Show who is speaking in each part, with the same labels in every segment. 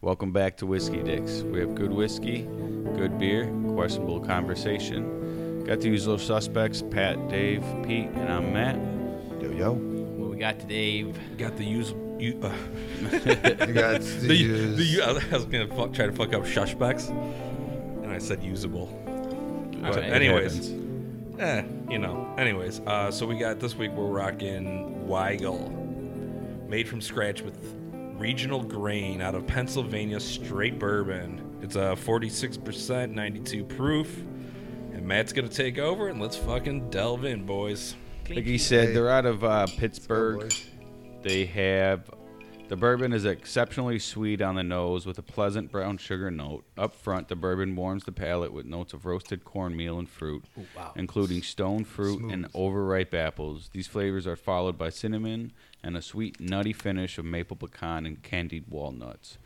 Speaker 1: Welcome back to Whiskey Dicks. We have good whiskey, good beer, questionable conversation. Got the usual suspects Pat, Dave, Pete, and I'm Matt.
Speaker 2: Yo yo.
Speaker 3: What we got today?
Speaker 4: Got the use. You, uh,
Speaker 2: You got
Speaker 4: the, u- the, u- I was gonna fuck, try to fuck up shushbacks, and I said usable. But
Speaker 3: right.
Speaker 4: anyways, eh, you know. Anyways, uh, so we got this week we're rocking Weigel, made from scratch with regional grain out of Pennsylvania straight bourbon. It's a 46%, 92 proof, and Matt's gonna take over and let's fucking delve in, boys.
Speaker 1: Like he said, they're out of uh, Pittsburgh.
Speaker 2: boys.
Speaker 1: They have the bourbon is exceptionally sweet on the nose with a pleasant brown sugar note. Up front, the bourbon warms the palate with notes of roasted cornmeal and fruit, including stone fruit and overripe apples. These flavors are followed by cinnamon and a sweet, nutty finish of maple pecan and candied walnuts.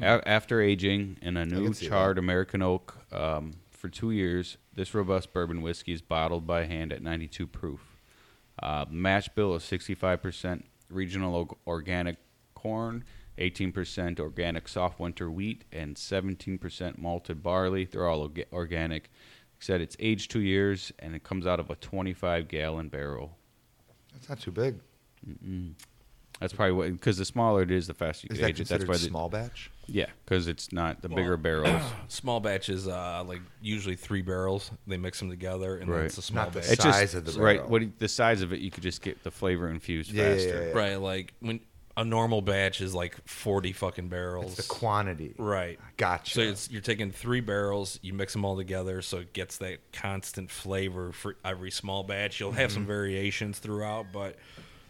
Speaker 1: A- after aging in a new
Speaker 2: can see that.
Speaker 1: charred American oak um, for two years, this robust bourbon whiskey is bottled by hand at 92 proof. Uh, match bill is 65% regional o- organic corn, 18% organic soft winter wheat, and 17% malted barley. They're all orga- organic. Said it's aged two years and it comes out of a 25 gallon barrel.
Speaker 2: That's uh, not too big.
Speaker 1: That's probably what because the smaller it is, the faster you
Speaker 2: Is
Speaker 1: can
Speaker 2: that
Speaker 1: age it. That's
Speaker 2: considered
Speaker 1: why the,
Speaker 2: small batch?
Speaker 1: yeah, because it's not the
Speaker 4: Well,
Speaker 1: bigger barrels.
Speaker 4: Small batches, uh, like usually three barrels. They mix them together, and
Speaker 1: Right.
Speaker 4: then it's a small
Speaker 2: Not the
Speaker 4: batch.
Speaker 1: It's
Speaker 2: size
Speaker 1: just,
Speaker 2: of the
Speaker 1: right.
Speaker 2: barrel.
Speaker 1: What he- the size of it, you could just get the flavor infused
Speaker 2: Yeah, yeah,
Speaker 1: faster.
Speaker 2: yeah, yeah.
Speaker 4: Right, like when a normal batch is like forty fucking barrels.
Speaker 2: It's the quantity.
Speaker 4: Right.
Speaker 2: Gotcha.
Speaker 4: So it's, you're taking three barrels, you mix them all together, so it gets that constant flavor for every small batch. You'll have
Speaker 2: Mm-hmm.
Speaker 4: some variations throughout, but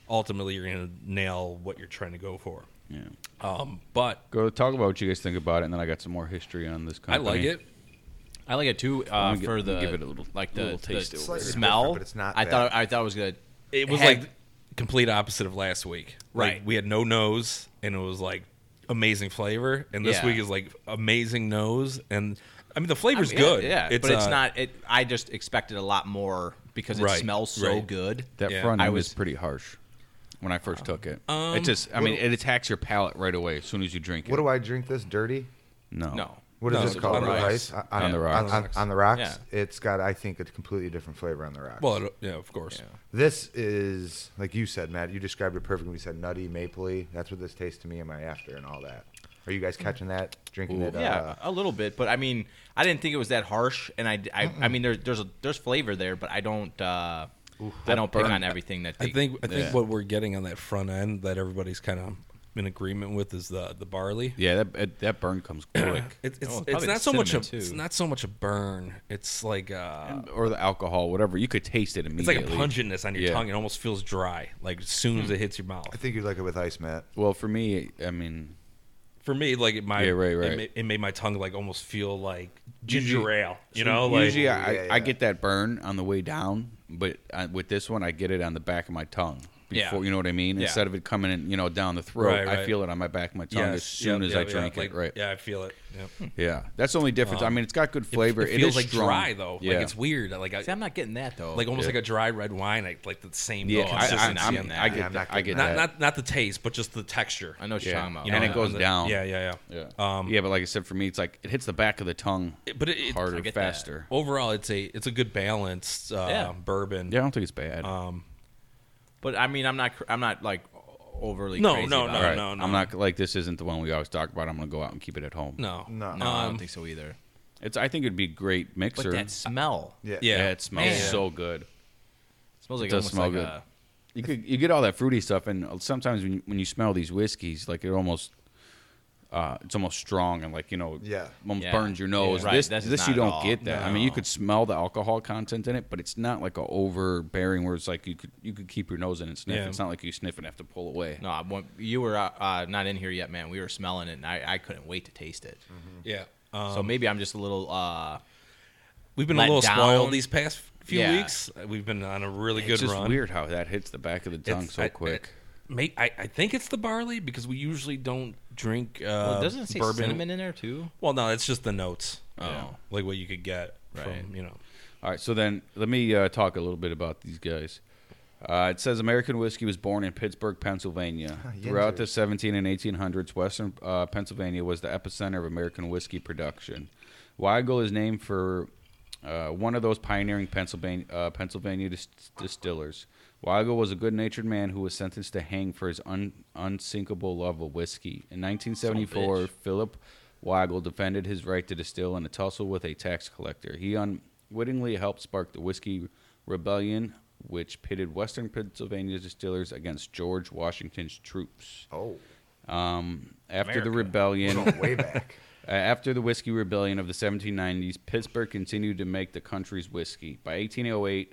Speaker 4: ultimately you're gonna nail what you're trying to go for.
Speaker 1: Yeah.
Speaker 4: Um, but
Speaker 1: Go talk about what you guys think about it, and then I got some more history on this
Speaker 4: I
Speaker 1: company.
Speaker 4: like it.
Speaker 3: I like it too
Speaker 1: Let
Speaker 3: uh,
Speaker 1: me gi-
Speaker 3: for
Speaker 1: let me
Speaker 3: the
Speaker 1: give it a little-
Speaker 3: like the,
Speaker 1: little
Speaker 3: the
Speaker 1: taste over
Speaker 2: Slightly here.
Speaker 3: smell.
Speaker 2: different, but it's not
Speaker 3: I
Speaker 2: that.
Speaker 3: thought I thought it was good.
Speaker 4: It was
Speaker 3: Heck,
Speaker 4: like complete opposite of last week. Like,
Speaker 3: Right.
Speaker 4: we had no nose, and it was like amazing flavor. And this
Speaker 3: Yeah.
Speaker 4: week is like amazing nose, and I mean the flavor's
Speaker 3: yeah,
Speaker 4: good.
Speaker 3: Yeah, but it's
Speaker 4: uh,
Speaker 3: not. It. I just expected a lot more because it
Speaker 4: Right,
Speaker 3: smells so
Speaker 4: right.
Speaker 3: good.
Speaker 1: That
Speaker 4: Yeah.
Speaker 1: front
Speaker 3: I
Speaker 1: end
Speaker 3: was-
Speaker 1: was pretty harsh when I first took it.
Speaker 4: Um,
Speaker 1: it just, I mean, it attacks your palate right away as soon as you drink it.
Speaker 2: What do I drink this dirty?
Speaker 1: No.
Speaker 3: no.
Speaker 2: What is
Speaker 4: No,
Speaker 2: this
Speaker 4: it's
Speaker 2: called?
Speaker 4: on the
Speaker 2: Rice?
Speaker 4: rocks.
Speaker 2: On,
Speaker 1: On the rocks.
Speaker 2: On, on the rocks.
Speaker 3: Yeah.
Speaker 2: It's got, I think, a completely different flavor on the rocks.
Speaker 4: Well, it- yeah, of course.
Speaker 2: this is like you said, Matt. You described it perfectly. You said nutty, mapley. That's what this tastes to me in my after and all that. Are you
Speaker 4: Mm.
Speaker 2: guys catching that? Drinking it?
Speaker 3: Yeah,
Speaker 2: Uh,
Speaker 3: a little bit, but I mean, I didn't think it was that harsh, and I, I, I mean, there's there's a, there's flavor there, but I don't, uh, I don't pick on everything that they,
Speaker 4: I think I think
Speaker 1: Yeah.
Speaker 4: what we're getting on that front end that everybody's kind of in agreement with is the the barley.
Speaker 1: Yeah, that it- that burn comes quick,
Speaker 4: It, it's
Speaker 3: Oh, probably
Speaker 4: it's
Speaker 3: the
Speaker 4: not so much a
Speaker 3: cinnamon, too.
Speaker 4: it's not so much a burn. It's like uh
Speaker 1: or the alcohol, whatever. You could taste it
Speaker 4: it's
Speaker 1: immediately.
Speaker 4: like a pungentness on your
Speaker 1: Yeah.
Speaker 4: tongue. It almost feels dry, like as soon
Speaker 3: Hmm.
Speaker 4: as it hits your mouth.
Speaker 2: I think you'd like it with ice, Matt.
Speaker 1: Well, for me, I mean,
Speaker 4: For me, like it my
Speaker 1: Yeah, right, right.
Speaker 4: It, made, it made my tongue like almost feel like ginger
Speaker 1: Usually-
Speaker 4: ale. You know, like
Speaker 1: usually I,
Speaker 2: Yeah,
Speaker 1: I
Speaker 2: yeah.
Speaker 1: get that burn on the way down, but uh with this one, I get it on the back of my tongue.
Speaker 4: Yeah.
Speaker 1: Before you know what I mean,
Speaker 4: Yeah.
Speaker 1: instead of it coming in, you know, down the throat,
Speaker 4: Right,
Speaker 1: I
Speaker 4: right.
Speaker 1: feel it on my back of my tongue as
Speaker 4: Yes,
Speaker 1: soon
Speaker 4: yep,
Speaker 1: as
Speaker 4: yep,
Speaker 1: I
Speaker 4: yep,
Speaker 1: drink
Speaker 4: like,
Speaker 1: it. Right.
Speaker 4: Yeah, I feel it. Yep.
Speaker 1: Yeah, that's the only difference. I mean, it's got good flavor.
Speaker 4: It, feels
Speaker 1: is
Speaker 4: like
Speaker 1: strong.
Speaker 4: dry though.
Speaker 1: Yeah.
Speaker 4: Like it's weird. Like I,
Speaker 3: See, I'm not getting that though.
Speaker 4: like almost
Speaker 1: Yeah.
Speaker 4: like a dry red wine. Like, like the same
Speaker 1: yeah, I, I,
Speaker 4: consistency
Speaker 1: I'm,
Speaker 4: on that.
Speaker 1: I get
Speaker 2: Yeah, I'm
Speaker 1: that.
Speaker 2: not
Speaker 1: I get
Speaker 2: getting
Speaker 4: not
Speaker 1: that.
Speaker 4: not not the taste, but just the texture.
Speaker 3: I know what you're
Speaker 1: Yeah.
Speaker 3: talking about.
Speaker 1: You know, And it goes
Speaker 4: the-
Speaker 1: down.
Speaker 4: Yeah, yeah, yeah.
Speaker 1: yeah.
Speaker 4: Um,
Speaker 1: yeah, but like I said, for me, it's like it hits the back of the tongue
Speaker 4: it- but it, it,
Speaker 1: harder,
Speaker 3: I get that.
Speaker 1: faster.
Speaker 4: overall, it's a it's a good balanced uh,
Speaker 3: Yeah.
Speaker 4: bourbon.
Speaker 1: Yeah, I don't think it's bad.
Speaker 3: But I mean, I'm not. cr- I'm not like overly.
Speaker 4: No,
Speaker 3: crazy
Speaker 4: no,
Speaker 3: about
Speaker 4: no,
Speaker 1: All
Speaker 3: it.
Speaker 1: right,
Speaker 4: no, no.
Speaker 1: I'm not like this isn't the one we always talk about. I'm gonna go out and keep it at home.
Speaker 4: No,
Speaker 2: No.
Speaker 3: No, I don't
Speaker 4: Um,
Speaker 3: think so either.
Speaker 1: it's. I think it'd be a great
Speaker 3: But
Speaker 1: mixer.
Speaker 3: that smell.
Speaker 2: Yeah.
Speaker 4: Yeah.
Speaker 1: Yeah, it smells
Speaker 3: Man.
Speaker 1: so good.
Speaker 3: It smells like
Speaker 1: It does
Speaker 3: almost
Speaker 1: smell
Speaker 3: like uh,
Speaker 1: good.
Speaker 3: a-
Speaker 1: You could you get all that fruity stuff, and uh, sometimes when you, when you smell these whiskeys, like it almost, uh, it's almost strong and like you know,
Speaker 2: Yeah.
Speaker 1: almost
Speaker 3: Yeah.
Speaker 1: burns your nose.
Speaker 3: Yeah. Right,
Speaker 1: This
Speaker 3: this is
Speaker 1: this you
Speaker 3: not at
Speaker 1: don't
Speaker 3: all.
Speaker 1: get that. I mean, you
Speaker 3: No.
Speaker 1: could smell the alcohol content in it, but it's not like a overbearing where it's like you could you could keep your nose in and sniff.
Speaker 4: Yeah.
Speaker 1: It's not like you sniff and have to pull away.
Speaker 3: no, I want, you were uh, uh, not in here yet, man. We were smelling it, and I, I couldn't wait to taste it.
Speaker 4: yeah. Um,
Speaker 3: so maybe I'm just a little. Uh,
Speaker 4: we've been a
Speaker 3: let
Speaker 4: little
Speaker 3: down.
Speaker 4: spoiled these past few
Speaker 3: Yeah.
Speaker 4: weeks. We've been on a really
Speaker 1: it's
Speaker 4: good
Speaker 1: just
Speaker 4: run.
Speaker 1: weird how that hits the back of the tongue
Speaker 4: It's-
Speaker 1: so
Speaker 4: I-
Speaker 1: quick.
Speaker 4: I, may- I, I think it's the barley because we usually don't drink. Uh, well,
Speaker 3: oh, doesn't it say
Speaker 4: bourbon.
Speaker 3: cinnamon in there too?
Speaker 4: Well, no, it's just the notes.
Speaker 3: Oh.
Speaker 4: Yeah. like what you could get
Speaker 3: Right.
Speaker 4: from you know.
Speaker 1: All right, so then let me uh, talk a little bit about these guys. Uh, it says American whiskey was born in Pittsburgh, Pennsylvania.
Speaker 2: yes,
Speaker 1: Throughout
Speaker 2: sir.
Speaker 1: the 17 and 1800s, Western uh, Pennsylvania was the epicenter of American whiskey production. Weigel is named for uh, one of those pioneering Pennsylvania, uh, Pennsylvania dis- distillers. Weigel was a good-natured man who was sentenced to hang for his un- unsinkable love of whiskey. In 1974,
Speaker 3: bitch.
Speaker 1: Philip Weigel defended his right to distill in a tussle with a tax collector. He unwittingly helped spark the Whiskey Rebellion, which pitted Western Pennsylvania distillers against George Washington's troops.
Speaker 2: Oh,
Speaker 1: After
Speaker 3: America.
Speaker 1: the rebellion,
Speaker 2: going way back.
Speaker 1: uh, After the whiskey rebellion of the 1790s, Pittsburgh continued to make the country's whiskey. By 1808,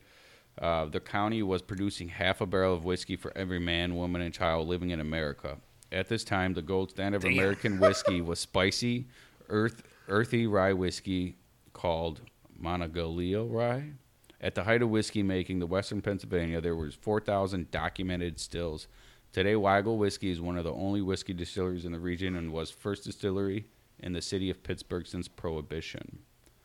Speaker 1: uh, the county was producing half a barrel of whiskey for every man, woman, and child living in America. At this time, the gold standard of American whiskey was spicy, earth, earthy rye whiskey called Monagaleo rye. At the height of whiskey making, the Western Pennsylvania, there was 4,000 documented stills. Today, Weigel Whiskey is one of the only whiskey distilleries in the region and was first distillery in the city of Pittsburgh since Prohibition.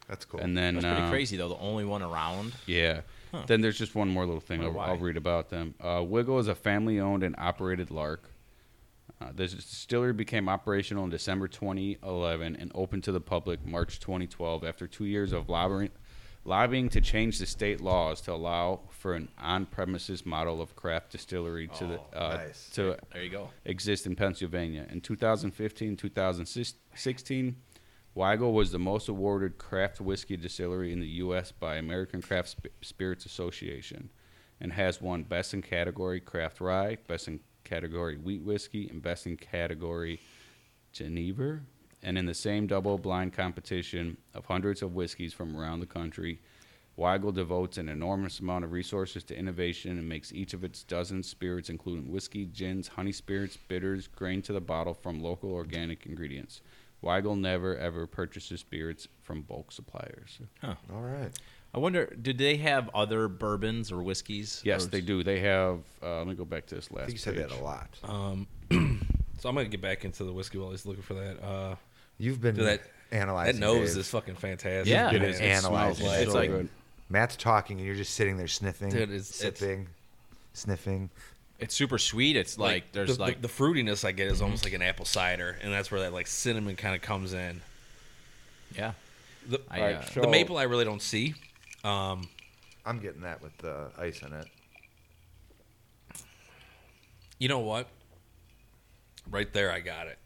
Speaker 2: That's cool.
Speaker 1: And then,
Speaker 3: That's pretty
Speaker 1: uh,
Speaker 3: crazy though. The only one around.
Speaker 1: yeah. Then there's just one more little thing
Speaker 3: Wonder
Speaker 1: I'll, I'll
Speaker 3: why.
Speaker 1: read about them. Uh, Wiggle is a family owned and operated lark. Uh, the distillery became operational in December 2011 and opened to the public March 2012 after two years of lobbying, lobbying to change the state laws to allow for an on premises model of craft distillery to, the, uh,
Speaker 2: nice.
Speaker 1: to
Speaker 3: There you go.
Speaker 1: exist in Pennsylvania. In 2015 2016, Weigel was the most awarded craft whiskey distillery in the U.S. by American Craft Sp- Spirits Association and has won Best in Category Craft Rye, Best in Category Wheat Whiskey, and Best in Category Geneva. And in the same double blind competition of hundreds of whiskeys from around the country, Weigel devotes an enormous amount of resources to innovation and makes each of its dozen spirits, including whiskey, gins, honey spirits, bitters, grain to the bottle from local organic ingredients. Weigel never ever purchases spirits from bulk suppliers.
Speaker 2: All right.
Speaker 3: I wonder, did they have other bourbons or whiskeys?
Speaker 1: Yes,
Speaker 3: Or-
Speaker 1: they do. They have. Uh, let me go back to this last.
Speaker 2: I think you said that
Speaker 1: page.
Speaker 2: a lot.
Speaker 4: Um, So I'm gonna get back into the whiskey while he's looking for that. Uh,
Speaker 2: You've been
Speaker 4: dude, that
Speaker 2: analyzing.
Speaker 4: that nose
Speaker 2: Dave.
Speaker 4: is fucking fantastic.
Speaker 3: Yeah,
Speaker 4: Dude,
Speaker 3: it
Speaker 2: Been
Speaker 3: is.
Speaker 4: it's-
Speaker 2: analyzing.
Speaker 4: smells like-
Speaker 2: it.
Speaker 1: It's like- good.
Speaker 2: Matt's talking, and you're just sitting there sniffing,
Speaker 4: Dude, it's- it's-
Speaker 2: sipping, sniffing.
Speaker 3: It's super sweet. It's like, there's
Speaker 4: the,
Speaker 3: like
Speaker 4: the, the fruitiness I get is almost like an apple cider, and that's where that like cinnamon kind of comes in.
Speaker 3: yeah.
Speaker 4: The,
Speaker 3: I, uh,
Speaker 4: the maple I really don't see. Um,
Speaker 2: I'm getting that with the ice in it.
Speaker 4: you know what? Right there, I got it.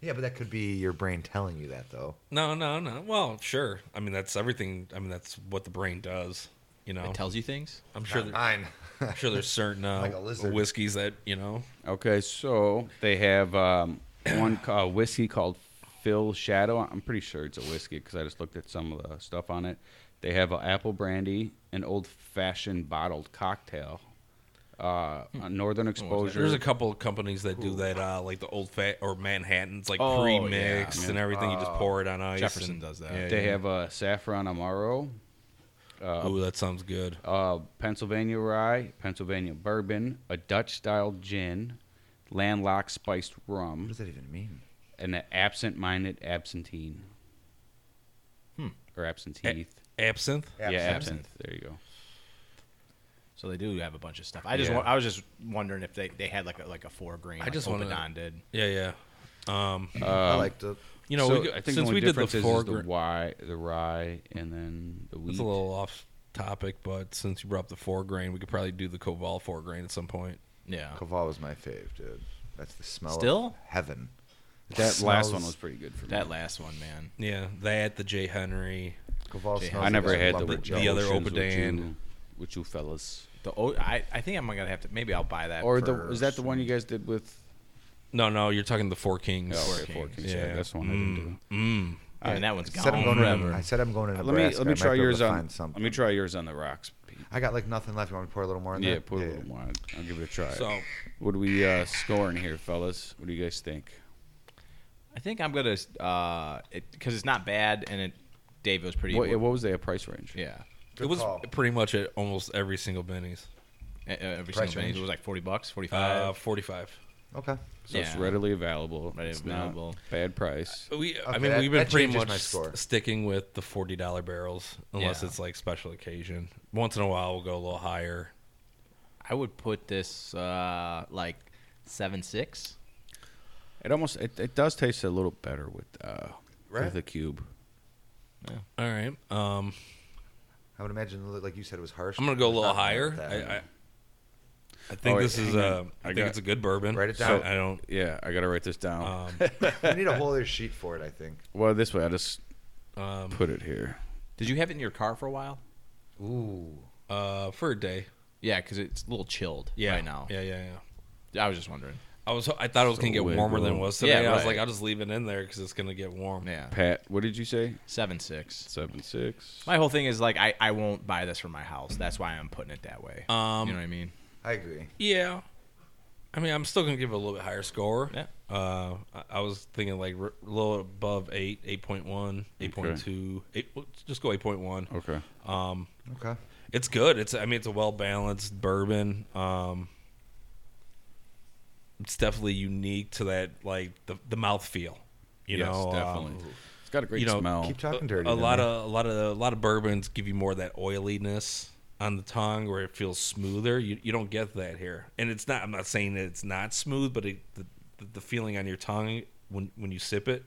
Speaker 2: Yeah, but that could be your brain telling you that, though.
Speaker 4: No, no, no. Well, sure. I mean, that's everything. I mean, that's what the brain does. You know,
Speaker 3: it tells you things.
Speaker 4: I'm sure.
Speaker 2: Not
Speaker 4: That,
Speaker 2: mine.
Speaker 4: I'm sure there's certain uh,
Speaker 2: Like a lizard.
Speaker 4: whiskeys that you know.
Speaker 1: Okay, so they have um, one ca- whiskey called Phil Shadow. I'm pretty sure it's a whiskey because I just looked at some of the stuff on it. They have an apple brandy, an old fashioned bottled cocktail, uh,
Speaker 4: Hmm.
Speaker 1: a Northern Exposure.
Speaker 4: There's a couple of companies that do that, uh, like the old fat or Manhattan's, like
Speaker 3: Oh,
Speaker 4: pre-mixed
Speaker 3: yeah.
Speaker 4: and everything. You
Speaker 2: Oh.
Speaker 4: just pour it on ice.
Speaker 3: Jefferson
Speaker 4: and-
Speaker 3: does that.
Speaker 4: Yeah,
Speaker 1: they
Speaker 4: yeah.
Speaker 1: have a saffron amaro,
Speaker 4: Ooh, that sounds good.
Speaker 1: uh, Pennsylvania rye, Pennsylvania bourbon, a Dutch style gin, landlocked spiced
Speaker 2: What
Speaker 1: rum,
Speaker 2: does that even mean?
Speaker 1: and an absent minded absentine.
Speaker 4: Hmm.
Speaker 1: Or absentee.
Speaker 4: Absinthe.
Speaker 1: Yeah,
Speaker 2: Absinthe.
Speaker 1: absinthe. There you go.
Speaker 3: So they do have a bunch of stuff. I just
Speaker 1: Yeah.
Speaker 3: wa- I was just wondering if they, they had like a, like a four grain.
Speaker 4: I
Speaker 3: like
Speaker 4: just wanna-
Speaker 3: Opadon did.
Speaker 4: Yeah, yeah. Um,
Speaker 2: I liked it.
Speaker 4: You know,
Speaker 1: So
Speaker 4: we, go-
Speaker 1: I think the
Speaker 4: since
Speaker 1: only
Speaker 4: we did the
Speaker 1: difference is,
Speaker 4: four,
Speaker 1: is the
Speaker 4: gra-
Speaker 1: rye, the rye, and then the wheat.
Speaker 4: it's a little off topic, but since you brought up the four grain, we could probably do the Koval four grain at some point.
Speaker 3: Yeah.
Speaker 2: Caval was my fave, dude. That's the smell.
Speaker 3: Still?
Speaker 2: of heaven.
Speaker 1: that last one
Speaker 2: smells-
Speaker 1: was pretty good for me.
Speaker 3: That last one, man.
Speaker 4: Yeah, that the J Henry.
Speaker 2: Caval
Speaker 3: Gee,
Speaker 2: smells.
Speaker 1: I never
Speaker 2: like a
Speaker 1: had the,
Speaker 2: lumberjack.
Speaker 4: the other
Speaker 1: oceans
Speaker 4: Opadan.
Speaker 1: with you, with you fellas.
Speaker 3: The o- I, I think I'm gonna have to maybe I'll buy that.
Speaker 1: Or the
Speaker 3: for
Speaker 1: is that the one you guys did with?
Speaker 4: No, no, you're talking the Four Kings.
Speaker 1: Oh,
Speaker 3: Four
Speaker 1: okay, Four
Speaker 3: Kings,
Speaker 1: Kings. Yeah,
Speaker 4: yeah. Mm.
Speaker 1: that's the one I didn't do.
Speaker 3: I mean, that one's
Speaker 2: I
Speaker 3: gone
Speaker 2: said I'm going
Speaker 3: forever.
Speaker 2: to. I said I'm going to
Speaker 1: Let
Speaker 2: Nebraska.
Speaker 1: me let me
Speaker 2: I might
Speaker 1: try
Speaker 2: be able to
Speaker 1: yours on.
Speaker 2: find
Speaker 1: Let
Speaker 2: something.
Speaker 1: me try yours on the rocks. Pete.
Speaker 2: I got like nothing left. You want me to pour a little more? In
Speaker 1: Yeah,
Speaker 2: there?
Speaker 1: put a little more. I'll give it a try.
Speaker 4: So-
Speaker 1: what are we uh, scoring here, fellas? What do you guys think?
Speaker 3: I think I'm gonna uh, because it's not bad and it. Dave was pretty.
Speaker 1: What, yeah, what was their price range?
Speaker 3: yeah.
Speaker 2: Good
Speaker 4: it was
Speaker 2: call.
Speaker 4: pretty much at almost every single Benny's.
Speaker 3: Uh, uh, every
Speaker 2: Price range.
Speaker 3: single range. It was like forty bucks, forty
Speaker 4: Uh,
Speaker 3: five.
Speaker 4: forty-five.
Speaker 2: Okay.
Speaker 1: So it's
Speaker 3: Yeah.
Speaker 1: readily available.
Speaker 3: Readily
Speaker 1: it's not
Speaker 3: available.
Speaker 1: Bad price.
Speaker 4: We, I
Speaker 2: Okay,
Speaker 4: mean,
Speaker 2: that-
Speaker 4: we've been
Speaker 2: that
Speaker 4: pretty
Speaker 2: changes
Speaker 4: much
Speaker 2: my
Speaker 4: s-
Speaker 2: score.
Speaker 4: sticking with the forty dollar barrels, unless
Speaker 3: Yeah.
Speaker 4: it's like special occasion. Once in a while, we'll go a little higher.
Speaker 3: I would put this uh, like seven six.
Speaker 1: It almost it, it does taste a little better with uh
Speaker 2: Right.
Speaker 1: with the cube.
Speaker 4: All right. Um,
Speaker 2: I would imagine, li- like you said, it was harsh.
Speaker 4: I'm gonna go a
Speaker 2: It's
Speaker 4: little
Speaker 2: not bad
Speaker 4: higher.
Speaker 2: with that.
Speaker 4: I, I, I think
Speaker 1: Oh,
Speaker 4: this
Speaker 1: hang
Speaker 4: is
Speaker 1: on.
Speaker 4: a. I
Speaker 1: I
Speaker 4: think
Speaker 1: got-
Speaker 4: it's a good bourbon.
Speaker 2: Write it
Speaker 4: So
Speaker 2: down.
Speaker 4: I don't.
Speaker 1: Yeah, I gotta write this down.
Speaker 4: Um,
Speaker 2: we need a whole other sheet for it. I think.
Speaker 1: well, this way I just
Speaker 4: um,
Speaker 1: put it here.
Speaker 3: Did you have it in your car for a while?
Speaker 2: Ooh,
Speaker 4: uh, for a day.
Speaker 3: Yeah, because it's a little chilled
Speaker 4: Yeah.
Speaker 3: right now.
Speaker 4: Yeah, yeah, yeah.
Speaker 3: I was just wondering.
Speaker 4: I was. I thought it was gonna get
Speaker 1: So
Speaker 4: warmer than it
Speaker 1: wiggle.
Speaker 4: was today.
Speaker 3: Yeah,
Speaker 4: I was
Speaker 3: right.
Speaker 4: like, I'll just leave it in there because it's gonna get warm.
Speaker 3: Yeah,
Speaker 1: Pat, what did you say?
Speaker 3: seven six.
Speaker 1: Seven six.
Speaker 3: My whole thing is like I, I won't buy this for my house. That's why I'm putting it that way.
Speaker 4: Um,
Speaker 3: you know what I mean?
Speaker 2: I agree.
Speaker 4: Yeah. I mean, I'm still gonna give it a little bit higher score.
Speaker 3: Yeah.
Speaker 4: Uh, I, I was thinking like r- a little above eight, 8.1, 8.2, eight, well, just go eight point one.
Speaker 1: Okay.
Speaker 4: Um,
Speaker 2: Okay.
Speaker 4: it's good. It's I mean, it's a well balanced bourbon. Um, it's definitely unique to that like the the mouthfeel. You
Speaker 1: yes,
Speaker 4: know, um,
Speaker 1: definitely. it's got a great
Speaker 4: you know,
Speaker 1: smell.
Speaker 2: Keep talking dirty.
Speaker 4: a
Speaker 2: to
Speaker 4: lot
Speaker 2: me.
Speaker 4: of a lot of a lot of bourbons give you more of that oiliness on the tongue where it feels smoother. You you don't get that here, and it's not. I'm not saying that it's not smooth, but it, the the feeling on your tongue when when you sip it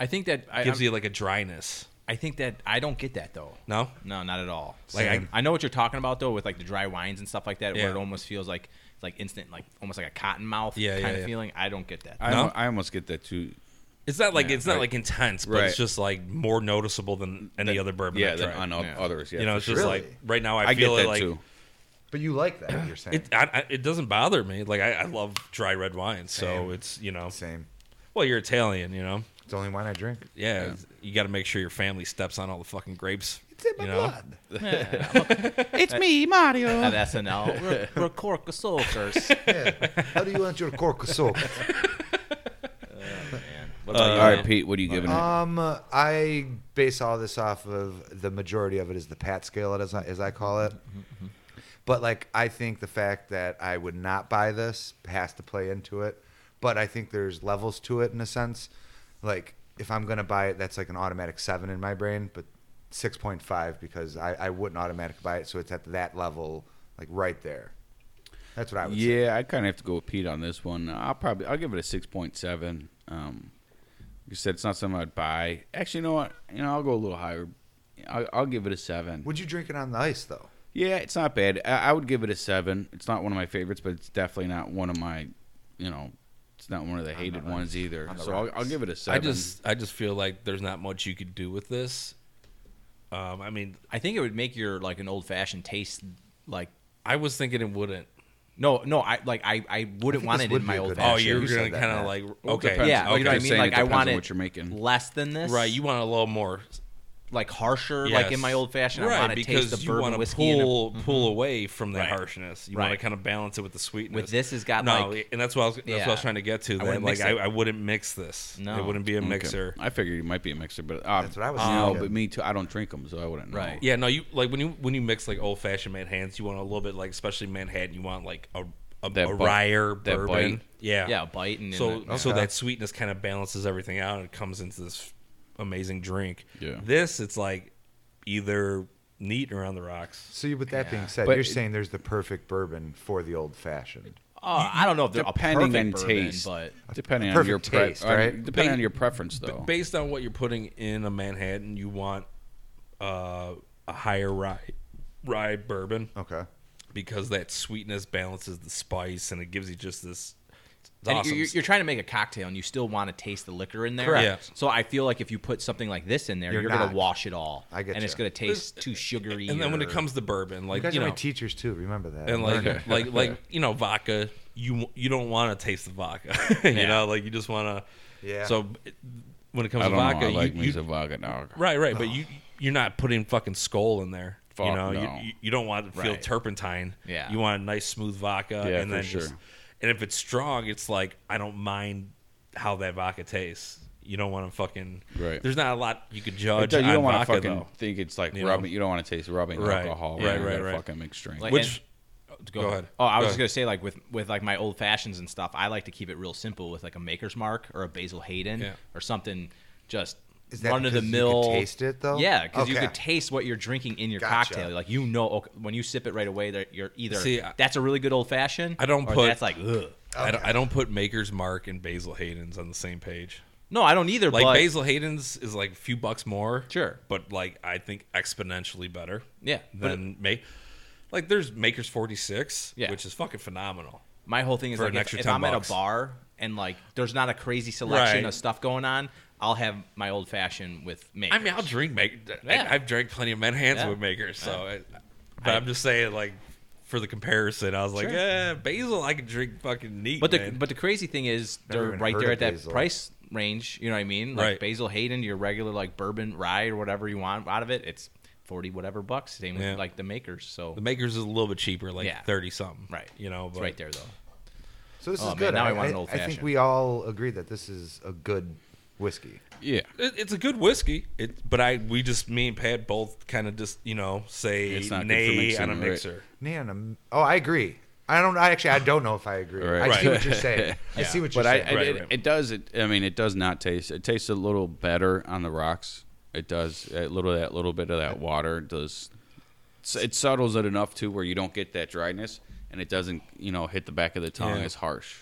Speaker 3: I think that I,
Speaker 4: gives
Speaker 3: I'm-
Speaker 4: you like a dryness.
Speaker 3: I think that I don't get that though.
Speaker 4: No,
Speaker 3: No, not at all.
Speaker 4: Like,
Speaker 3: Like
Speaker 4: I-
Speaker 3: I, I know what you're talking about though, with like the dry wines and stuff like that,
Speaker 4: Yeah.
Speaker 3: where it almost feels like it's like instant, like almost like a cotton mouth
Speaker 4: Yeah,
Speaker 3: kind
Speaker 4: yeah,
Speaker 3: of
Speaker 4: yeah.
Speaker 3: feeling. I don't get that.
Speaker 1: I,
Speaker 4: No?
Speaker 1: almo- I almost get that too.
Speaker 4: it's not like
Speaker 1: Yeah,
Speaker 4: it's not
Speaker 1: right.
Speaker 4: like intense, but
Speaker 1: Right.
Speaker 4: it's just like more noticeable than any other bourbon.
Speaker 1: Yeah,
Speaker 4: I've
Speaker 1: than
Speaker 4: tried.
Speaker 1: on o-
Speaker 3: Yeah.
Speaker 1: others. Yeah,
Speaker 4: you know,
Speaker 1: for
Speaker 4: it's just
Speaker 1: sure.
Speaker 2: Really?
Speaker 4: like right now I,
Speaker 1: I
Speaker 4: feel
Speaker 1: get that
Speaker 4: it like
Speaker 1: too.
Speaker 2: but you like that. You're saying
Speaker 4: it. I, I, it doesn't bother me. Like I, I love dry red wine, so
Speaker 2: Same.
Speaker 4: it's you know,
Speaker 2: same.
Speaker 4: well you're Italian, you know.
Speaker 2: It's the only wine I drink.
Speaker 4: Yeah, it's- you got to make sure your family steps on all the fucking grapes.
Speaker 2: It's in my
Speaker 4: you know?
Speaker 2: blood.
Speaker 1: It's me, Mario.
Speaker 3: At SNL, we're, we're cork soldiers.
Speaker 2: Yeah. How do you want your cork soaked?
Speaker 3: What about
Speaker 4: uh,
Speaker 1: All
Speaker 3: you,
Speaker 1: right,
Speaker 3: man?
Speaker 1: Pete, what are you giving it?
Speaker 2: Um, I base all this off of the majority of it is the Pat scale, as I, as I call it.
Speaker 1: Mm-hmm,
Speaker 2: But like, I think the fact that I would not buy this has to play into it. But I think there's levels to it in a sense. Like, if I'm gonna buy it, that's like an automatic seven in my brain, but six point five because I, I wouldn't automatically buy it, so it's at that level, like right there. That's what I would say.
Speaker 1: Yeah, I kind of have to go with Pete on this one. I'll probably I'll give it a six point seven. Um, you said it's not something I'd buy. Actually, you know what? You know, I'll go a little higher. I'll, I'll give it a seven.
Speaker 2: Would you drink it on the ice though?
Speaker 1: Yeah, it's not bad. I, I would give it a seven. It's not one of my favorites, but it's definitely not one of my, you know, it's not one of the hated ones either.
Speaker 2: on the
Speaker 1: So I'll, I'll
Speaker 2: rocks.
Speaker 1: give it a
Speaker 4: I
Speaker 1: seven.
Speaker 4: just, I just feel like there's not much you could do with this. Um, I mean,
Speaker 3: I think it would make your like an old fashioned taste like
Speaker 4: I was thinking it wouldn't.
Speaker 3: no, no. I like I, I wouldn't
Speaker 2: think
Speaker 3: want
Speaker 2: this
Speaker 3: it
Speaker 2: would be
Speaker 3: in my
Speaker 2: a
Speaker 3: old
Speaker 2: good
Speaker 4: Oh,
Speaker 2: Yeah,
Speaker 3: fashioned.
Speaker 2: sure,
Speaker 4: you're
Speaker 2: you
Speaker 4: gonna
Speaker 2: said that,
Speaker 4: kind of
Speaker 2: Matt.
Speaker 4: like
Speaker 1: Well, it
Speaker 4: okay,
Speaker 1: depends.
Speaker 4: Oh, yeah,
Speaker 3: Yeah, like, you know what I
Speaker 1: Okay,
Speaker 3: mean.
Speaker 1: saying it
Speaker 3: Like I
Speaker 1: depends on
Speaker 3: want it
Speaker 1: what you're making.
Speaker 3: less than this,
Speaker 4: right. You want a little more,
Speaker 3: like harsher, like in my
Speaker 4: Yes.
Speaker 3: old fashioned. I
Speaker 4: right?
Speaker 3: want to
Speaker 4: Because
Speaker 3: taste the
Speaker 4: you
Speaker 3: bourbon
Speaker 4: want to
Speaker 3: whiskey and a-
Speaker 4: pull, pull away from
Speaker 3: Right.
Speaker 4: that harshness. You want
Speaker 3: Right.
Speaker 4: to kind of balance it with the sweetness.
Speaker 3: With this, it's got,
Speaker 4: no,
Speaker 3: like-
Speaker 4: and that's what I was, that's what I was
Speaker 3: Yeah.
Speaker 4: trying to get to. That
Speaker 3: wouldn't
Speaker 4: like
Speaker 3: mix
Speaker 4: I,
Speaker 3: it.
Speaker 4: I wouldn't mix this.
Speaker 3: No.
Speaker 4: it wouldn't be a
Speaker 1: Okay.
Speaker 4: mixer.
Speaker 1: I figured you might be a mixer, but um,
Speaker 2: That's what I was
Speaker 1: No,
Speaker 2: thinking.
Speaker 1: but me too. I don't drink them, so I wouldn't know.
Speaker 3: Right.
Speaker 4: Yeah, no, you like when you when you mix like old fashioned Manhattans, you want a little bit like especially Manhattan, you want like a a,
Speaker 1: That
Speaker 4: a
Speaker 1: bite-
Speaker 4: ryer
Speaker 1: that
Speaker 4: bourbon.
Speaker 1: bite.
Speaker 4: Yeah.
Speaker 3: yeah, bite and
Speaker 4: So
Speaker 3: and-
Speaker 4: so
Speaker 2: Okay.
Speaker 4: that sweetness kind of balances everything out and it comes into this amazing drink.
Speaker 1: Yeah.
Speaker 4: This it's like either neat or on the rocks.
Speaker 2: So, you, with that being said,
Speaker 1: But
Speaker 2: you're
Speaker 1: it-
Speaker 2: saying there's the perfect bourbon for the old fashioned.
Speaker 3: Oh, I don't know if they're
Speaker 1: Depending
Speaker 3: a
Speaker 1: on
Speaker 3: perfect bourbon,
Speaker 1: taste,
Speaker 3: but
Speaker 1: depending on
Speaker 2: Perfect
Speaker 1: your pre-
Speaker 2: taste,
Speaker 1: on-
Speaker 2: right?
Speaker 1: Depending
Speaker 4: Ba-
Speaker 1: on your preference, though.
Speaker 4: Based on what you're putting in a Manhattan, you want uh, a higher rye rye bourbon
Speaker 2: Okay.
Speaker 4: because that sweetness balances the spice and it gives you just this it's
Speaker 3: and
Speaker 4: awesome.
Speaker 3: you're, you're trying to make a cocktail, and you still want to taste the liquor in there.
Speaker 4: Correct. Yeah.
Speaker 3: So I feel like if you put something like this in there,
Speaker 2: You're
Speaker 3: you're, going
Speaker 2: not.
Speaker 3: to wash it all.
Speaker 2: I get
Speaker 3: And it's
Speaker 2: you.
Speaker 3: going to taste too sugary.
Speaker 4: and then when
Speaker 3: or-
Speaker 4: it comes to bourbon,
Speaker 2: You
Speaker 4: like you,
Speaker 2: guys are
Speaker 4: know,
Speaker 2: my teachers too. Remember that.
Speaker 4: and like
Speaker 2: Learn.
Speaker 4: like like you know vodka you you don't want to taste the vodka you
Speaker 3: Yeah.
Speaker 4: know like you just want to
Speaker 2: Yeah.
Speaker 4: so it- when it comes
Speaker 1: I
Speaker 4: to
Speaker 1: don't
Speaker 4: vodka
Speaker 1: know. I like
Speaker 4: you,
Speaker 1: me
Speaker 4: you-
Speaker 1: some vodka dog.
Speaker 4: right right but you you're not putting fucking skull in there you
Speaker 1: Fuck
Speaker 4: know You-
Speaker 1: no.
Speaker 4: you, you don't want to feel
Speaker 3: Right.
Speaker 4: turpentine
Speaker 3: Yeah.
Speaker 4: you want a nice smooth vodka
Speaker 1: Yeah,
Speaker 4: and
Speaker 1: for
Speaker 4: then just,
Speaker 1: sure.
Speaker 4: and if it's strong it's like I don't mind how that vodka tastes you don't want to fucking
Speaker 1: Right.
Speaker 4: there's not a lot you could
Speaker 1: It
Speaker 4: judge
Speaker 1: does- you
Speaker 4: on
Speaker 1: don't want to
Speaker 4: vodka,
Speaker 1: fucking
Speaker 4: though.
Speaker 1: think it's like
Speaker 4: You know?
Speaker 1: rubbing. You don't want to taste rubbing
Speaker 4: Right.
Speaker 1: alcohol.
Speaker 4: Right,
Speaker 1: You
Speaker 4: right,
Speaker 1: gotta
Speaker 4: right.
Speaker 1: Fucking mixed drink.
Speaker 3: Like-
Speaker 4: which
Speaker 3: Go,
Speaker 4: go
Speaker 3: ahead.
Speaker 4: ahead.
Speaker 3: Oh, I was
Speaker 4: Go ahead.
Speaker 3: just gonna say like with with like my old fashions and stuff. I like to keep it real simple with like a Maker's Mark or a Basil Hayden
Speaker 4: Yeah.
Speaker 3: or something just
Speaker 2: Is that
Speaker 3: run of the
Speaker 2: because you could
Speaker 3: mill.
Speaker 2: taste it, though?
Speaker 3: Yeah, because you
Speaker 2: Okay.
Speaker 3: could taste what you're drinking in your
Speaker 2: Gotcha.
Speaker 3: cocktail. Like you know, okay, when you sip it right away, that you're either
Speaker 4: See, I-
Speaker 3: that's a really good old fashioned.
Speaker 4: I don't
Speaker 3: or
Speaker 4: put-
Speaker 3: that's like ugh.
Speaker 4: I, don't, I don't put Maker's Mark and Basil Hayden's on the same page.
Speaker 3: No, I don't either.
Speaker 4: Like
Speaker 3: but
Speaker 4: Basil Hayden's is like a few bucks more.
Speaker 3: Sure.
Speaker 4: But like I think exponentially better.
Speaker 3: Yeah, but-
Speaker 4: Than make like there's Maker's 46,
Speaker 3: Yeah.
Speaker 4: which is fucking phenomenal.
Speaker 3: my whole thing is
Speaker 4: for
Speaker 3: like
Speaker 4: an
Speaker 3: if,
Speaker 4: extra
Speaker 3: if
Speaker 4: 10
Speaker 3: I'm
Speaker 4: bucks.
Speaker 3: at a bar and like there's not a crazy selection
Speaker 4: Right.
Speaker 3: of stuff going on, I'll have my old fashioned with me.
Speaker 4: I mean, I'll drink Maker.
Speaker 3: Yeah.
Speaker 4: I've drank plenty of Manhattan's
Speaker 3: Yeah.
Speaker 4: with Maker's, so. I, but I, am just saying, like, for the comparison, I was like,
Speaker 3: Sure.
Speaker 4: yeah, Basil, I could drink fucking neat.
Speaker 3: But the
Speaker 4: man."
Speaker 3: but the crazy thing is
Speaker 2: Never
Speaker 3: they're
Speaker 2: even
Speaker 3: right
Speaker 2: heard of
Speaker 3: there at that
Speaker 2: Basil.
Speaker 3: price range. You know what I mean? Like
Speaker 4: Right.
Speaker 3: Basil Hayden, your regular like bourbon rye or whatever you want out of it, it's forty whatever bucks. Same
Speaker 4: Yeah.
Speaker 3: with like the makers. So
Speaker 4: the Maker's is a little bit cheaper, like
Speaker 3: Yeah.
Speaker 4: 30 something.
Speaker 3: Right.
Speaker 4: You know,
Speaker 3: it's
Speaker 4: but
Speaker 3: right there though.
Speaker 2: So this is
Speaker 3: Oh, man,
Speaker 2: good.
Speaker 3: now I
Speaker 2: I,
Speaker 3: want an
Speaker 2: I-
Speaker 3: old
Speaker 2: I think
Speaker 3: fashioned.
Speaker 2: we all agree that this is a good whiskey.
Speaker 1: Yeah.
Speaker 4: It, it's a good whiskey. It, but I we just me and Pat both kind of just you know say
Speaker 1: It's not good for
Speaker 4: nay
Speaker 1: mixing,
Speaker 4: on a
Speaker 1: right.
Speaker 4: mixer.
Speaker 2: Man, I'm- oh, I agree. I don't. I actually, I don't know if I agree.
Speaker 1: Right.
Speaker 2: I see
Speaker 4: Right.
Speaker 2: what you're saying. I see what you're
Speaker 1: But I,
Speaker 2: saying.
Speaker 1: I-
Speaker 4: Right,
Speaker 1: it,
Speaker 4: right.
Speaker 1: it does. It, I mean, it does not taste. It tastes a little better on the rocks. It does a little that little bit of that water does. s- It settles it enough too where you don't get that dryness and it doesn't you know hit the back of the tongue
Speaker 4: Yeah.
Speaker 1: as harsh.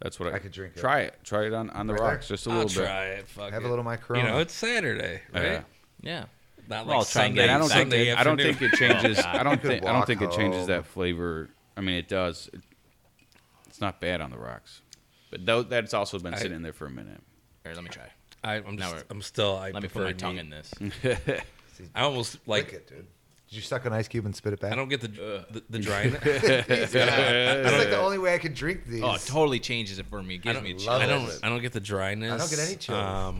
Speaker 1: That's what I,
Speaker 2: I could drink it.
Speaker 1: Try it. Try it on, on the
Speaker 2: Right there?
Speaker 1: rocks just a
Speaker 4: I'll
Speaker 1: little
Speaker 4: try it. Fuck
Speaker 2: Have a
Speaker 4: it.
Speaker 2: little of my
Speaker 4: You know,
Speaker 2: Corona.
Speaker 4: it's Saturday, right?
Speaker 1: Yeah.
Speaker 3: Yeah.
Speaker 4: Not
Speaker 3: Well, I'll try and get-
Speaker 1: bit. And I don't think
Speaker 4: Sunday
Speaker 1: it, I don't
Speaker 4: afternoon.
Speaker 1: think it changes. I don't
Speaker 2: could
Speaker 1: think I don't
Speaker 2: walk
Speaker 1: think it changes
Speaker 2: home.
Speaker 1: that flavor. I mean, it does. It, it's not bad on the rocks, but tho- that's also been
Speaker 4: I-
Speaker 1: sitting there for a minute.
Speaker 3: Here, let me try.
Speaker 4: I, I'm,
Speaker 3: Now
Speaker 4: just,
Speaker 3: we're-
Speaker 4: I'm still. I
Speaker 3: Let me put
Speaker 4: prefer
Speaker 3: my
Speaker 4: neat.
Speaker 3: tongue in this.
Speaker 4: I almost
Speaker 2: like
Speaker 4: like.
Speaker 2: it, dude. Did you suck an ice cube and spit it back?
Speaker 4: I don't get the the, the dryness.
Speaker 2: That's like the only way I could drink these.
Speaker 3: Oh, it totally changes it for me. It
Speaker 4: I
Speaker 3: gives
Speaker 4: don't,
Speaker 3: me a
Speaker 2: love
Speaker 3: chill.
Speaker 4: I
Speaker 2: it.
Speaker 4: don't. I don't get the dryness. Um,
Speaker 2: I don't get any chills.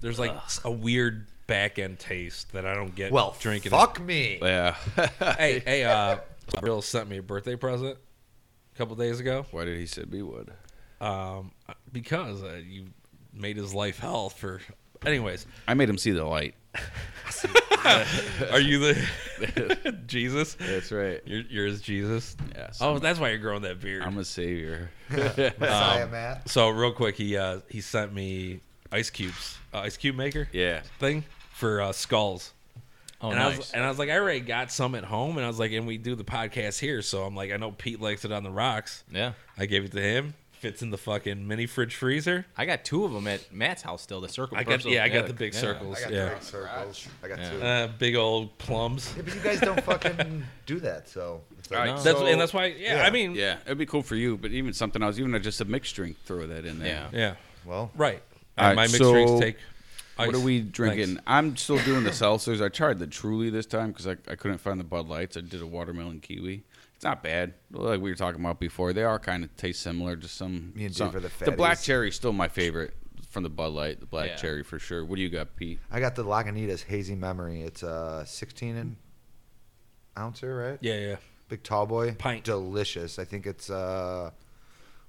Speaker 4: there's like a weird back end taste that I don't get.
Speaker 2: well,
Speaker 4: drinking. it.
Speaker 2: fuck me.
Speaker 1: Yeah.
Speaker 4: Hey, hey. Uh, Bill sent me a birthday present a couple days ago.
Speaker 1: Why did he say we would?
Speaker 4: um, because uh, you made his life hell for. Anyways,
Speaker 1: I made him see the light.
Speaker 4: are you the Jesus?
Speaker 1: That's right.
Speaker 4: You're, you're his Jesus.
Speaker 1: Yes,
Speaker 4: Oh,
Speaker 1: I'm-
Speaker 4: that's why you're growing that beard.
Speaker 1: I'm a savior.
Speaker 2: Messiah, Matt.
Speaker 4: so real quick, he uh, he sent me ice cubes, uh, ice cube maker
Speaker 1: Yeah.
Speaker 4: thing for uh, skulls.
Speaker 3: Oh,
Speaker 4: and I
Speaker 3: nice.
Speaker 4: was and I was like, I already got some at home, and I was like, and we do the podcast here, so I'm like, I know Pete likes it on the rocks.
Speaker 3: yeah.
Speaker 4: I gave it to him. Fits in the fucking mini fridge freezer.
Speaker 3: I got two of them at Matt's house still. The circle.
Speaker 4: I got
Speaker 3: personal-
Speaker 4: yeah, I got the big
Speaker 3: yeah.
Speaker 4: circles.
Speaker 2: I got
Speaker 4: yeah.
Speaker 2: three circles. I got
Speaker 3: Yeah.
Speaker 2: two.
Speaker 4: Uh, big old plums.
Speaker 2: Yeah, but you guys don't fucking do that, so. It's like,
Speaker 1: No.
Speaker 4: That's
Speaker 1: So-
Speaker 4: and that's why. Yeah,
Speaker 2: Yeah.
Speaker 4: I mean, yeah,
Speaker 1: Yeah, it'd be cool for you, but even something else, even just a mixed drink, throw that in there.
Speaker 3: Yeah.
Speaker 2: Well,
Speaker 4: right.
Speaker 1: All right,
Speaker 4: my mixed
Speaker 1: so
Speaker 4: drinks take.
Speaker 1: What
Speaker 4: ice.
Speaker 1: are we drinking? I'm still doing the seltzers. I tried the Truly this time because I, I couldn't find the Bud Lights. I did a watermelon kiwi. It's not bad. Like we were talking about before, they are kind of taste similar. Just some.
Speaker 2: Me and
Speaker 1: some-
Speaker 2: Dave are the
Speaker 1: the black
Speaker 2: fatties.
Speaker 1: cherry still my favorite from the Bud Light. The black
Speaker 3: Yeah.
Speaker 1: cherry for sure. What do you got, Pete?
Speaker 2: I got the Lagunitas Hazy Memory. It's a 16 and ouncer, right?
Speaker 4: Yeah, yeah.
Speaker 2: Big tall boy.
Speaker 4: Pint.
Speaker 2: Delicious. I think it's uh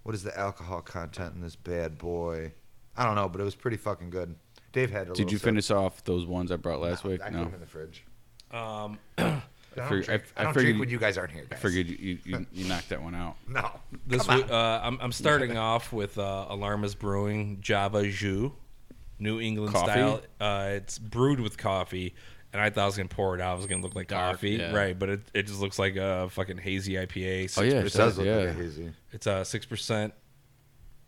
Speaker 2: what is the alcohol content in this bad boy? I don't know, but it was pretty fucking good. Dave had a
Speaker 1: Did you finish off those ones I brought last week?
Speaker 2: I
Speaker 1: no.
Speaker 2: them in the fridge.
Speaker 4: Um,
Speaker 2: I don't,
Speaker 1: fig-
Speaker 2: drink,
Speaker 1: I-
Speaker 2: I
Speaker 1: I figured
Speaker 2: don't drink
Speaker 1: you-
Speaker 2: when you guys aren't here,
Speaker 1: I
Speaker 2: guys.
Speaker 1: figured you, you, you, you knocked that one out.
Speaker 2: No.
Speaker 4: this
Speaker 2: Come
Speaker 4: w- uh, I'm I'm starting off with uh, Alarmas Brewing Java Jus, New England
Speaker 1: Coffee?
Speaker 4: style. Uh, it's brewed with coffee, and I thought I was gonna pour it out. It was gonna look like
Speaker 3: Dark,
Speaker 4: coffee,
Speaker 3: yeah.
Speaker 4: right? But it, it just looks like a fucking hazy IPA.
Speaker 1: Oh, yeah, it
Speaker 2: It
Speaker 4: 6%.
Speaker 2: does look
Speaker 1: Yeah.
Speaker 2: like a hazy.
Speaker 4: It's a six percent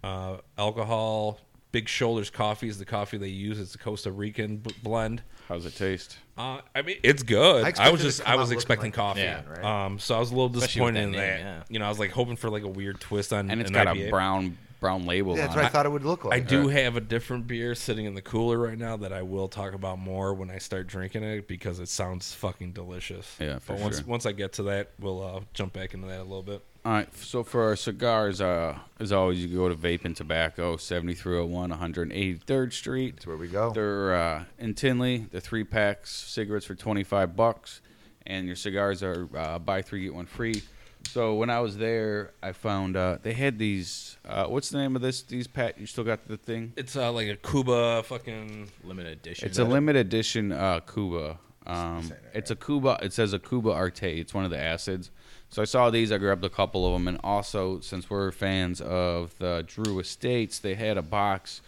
Speaker 4: uh, alcohol. Big Shoulders Coffee is the coffee they use. It's a Costa Rican b- blend.
Speaker 1: How's it taste?
Speaker 4: Uh, I mean, it's good.
Speaker 2: I
Speaker 4: I,
Speaker 2: expected
Speaker 4: was
Speaker 2: it to
Speaker 4: just
Speaker 2: come
Speaker 4: I was
Speaker 2: out looking
Speaker 4: expecting
Speaker 2: like a
Speaker 4: coffee.
Speaker 3: can,
Speaker 2: right?
Speaker 4: Um, so I was a little
Speaker 3: Especially with
Speaker 4: disappointed in
Speaker 3: that
Speaker 4: that.
Speaker 3: name, yeah.
Speaker 4: You know, I was like hoping for like a weird twist on
Speaker 1: And it's
Speaker 4: an
Speaker 1: got
Speaker 4: IPA.
Speaker 1: a brown brown label
Speaker 2: Yeah, that's
Speaker 1: on
Speaker 2: what I
Speaker 1: it.
Speaker 2: thought it would look like.
Speaker 4: I do have a different beer sitting in the cooler right now that I will talk about more when I start drinking it because it sounds fucking delicious.
Speaker 1: Yeah, for
Speaker 4: but once
Speaker 1: sure.
Speaker 4: once I get to that, we'll uh, jump back into that a little bit.
Speaker 1: All right. So for our cigars, uh, as always, you go to Vape and Tobacco, 7301 183rd Street.
Speaker 2: That's where we go.
Speaker 1: They're uh, in Tinley. The three packs cigarettes for 25 bucks, and your cigars are uh, buy three get one free. So when I was there, I found uh, they had these. Uh, what's the name of this? These Pat, you still got the thing?
Speaker 4: It's uh, like a Cuba fucking.
Speaker 3: Limited edition.
Speaker 1: It's a limited edition uh, Cuba. Um, it's a Cuba. It says a Cuba Arte. It's one of the acids. So I saw these. I grabbed a couple of them, and also since we're fans of the Drew Estates, they had a box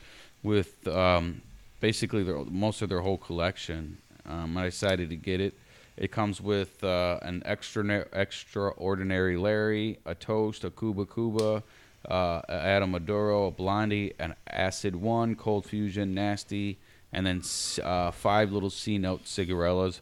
Speaker 1: with um, basically their most of their whole collection. Um, I decided to get it. It comes with uh, an extra extraordinary Larry, a toast, a Cuba Cuba, uh, a Adam Maduro, a Blondie, an Acid One, Cold Fusion, Nasty, and then s- uh, five little C note cigarellas,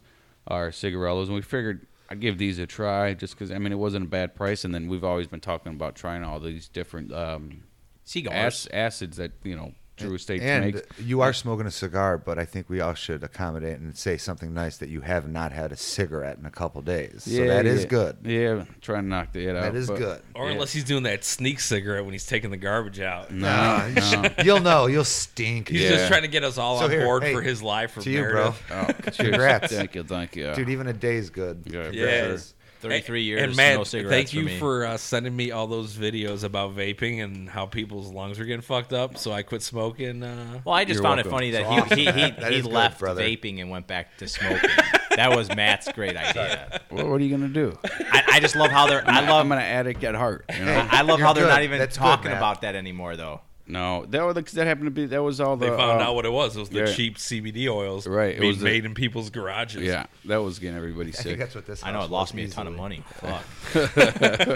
Speaker 1: or cigarellas. And we figured I'd give these a try just because I mean it wasn't a bad price. And then we've always been talking about trying all these different um,
Speaker 3: Cigars.
Speaker 1: ac- acids that you know Drew Estates
Speaker 2: and
Speaker 1: makes.
Speaker 2: you are smoking a cigar, but I think we all should accommodate and say something nice that you have not had a cigarette in a couple days. So that is good.
Speaker 1: Yeah, trying to knock the head out.
Speaker 2: That is
Speaker 1: but-
Speaker 2: good.
Speaker 4: Or
Speaker 1: Yeah.
Speaker 4: unless he's doing that sneak cigarette when he's taking the garbage out.
Speaker 2: Nah, you sh- you'll know. You'll stink.
Speaker 4: He's
Speaker 1: Yeah.
Speaker 4: just trying to get us all
Speaker 2: So
Speaker 4: on
Speaker 2: here,
Speaker 4: board
Speaker 2: hey,
Speaker 4: for his live from
Speaker 2: to you, bro.
Speaker 4: Meredith.
Speaker 1: Oh, cheers.
Speaker 2: Congrats.
Speaker 1: Thank you, thank you.
Speaker 2: Dude, even a day's good.
Speaker 1: Yeah,
Speaker 4: Yeah.
Speaker 1: for sure.
Speaker 3: 33
Speaker 4: And-
Speaker 3: years,
Speaker 4: And Matt,
Speaker 3: no cigarettes
Speaker 4: thank
Speaker 3: for
Speaker 4: you
Speaker 3: me.
Speaker 4: for uh, sending me all those videos about vaping and how people's lungs were getting fucked up. So I quit smoking. Uh,
Speaker 3: Well, I just
Speaker 1: You're
Speaker 3: found
Speaker 1: welcome.
Speaker 3: it funny that
Speaker 2: It's
Speaker 3: he,
Speaker 2: awesome.
Speaker 3: he, he,
Speaker 2: That
Speaker 3: he
Speaker 2: is good,
Speaker 3: left
Speaker 2: brother.
Speaker 3: vaping and went back to smoking. that was Matt's great idea.
Speaker 1: Well, what are you gonna do?
Speaker 3: I, I just love how they're. I
Speaker 1: I'm
Speaker 3: love.
Speaker 1: an addict at heart. You know?
Speaker 3: I love
Speaker 2: You're
Speaker 3: how they're
Speaker 2: good.
Speaker 3: not even
Speaker 2: That's good,
Speaker 3: talking
Speaker 2: Matt.
Speaker 3: about that anymore, though.
Speaker 1: no, that was cause that happened to be that was all the.
Speaker 4: they found
Speaker 1: uh,
Speaker 4: out what it was. It was the
Speaker 1: yeah.
Speaker 4: cheap CBD oils
Speaker 1: Right, it
Speaker 4: being
Speaker 1: was the-
Speaker 4: made in people's garages.
Speaker 1: Yeah, that was getting everybody
Speaker 2: I think
Speaker 1: sick.
Speaker 2: that's what this.
Speaker 3: I know
Speaker 2: house
Speaker 3: it lost
Speaker 2: was
Speaker 3: me a ton of
Speaker 2: easily.
Speaker 3: money. Fuck.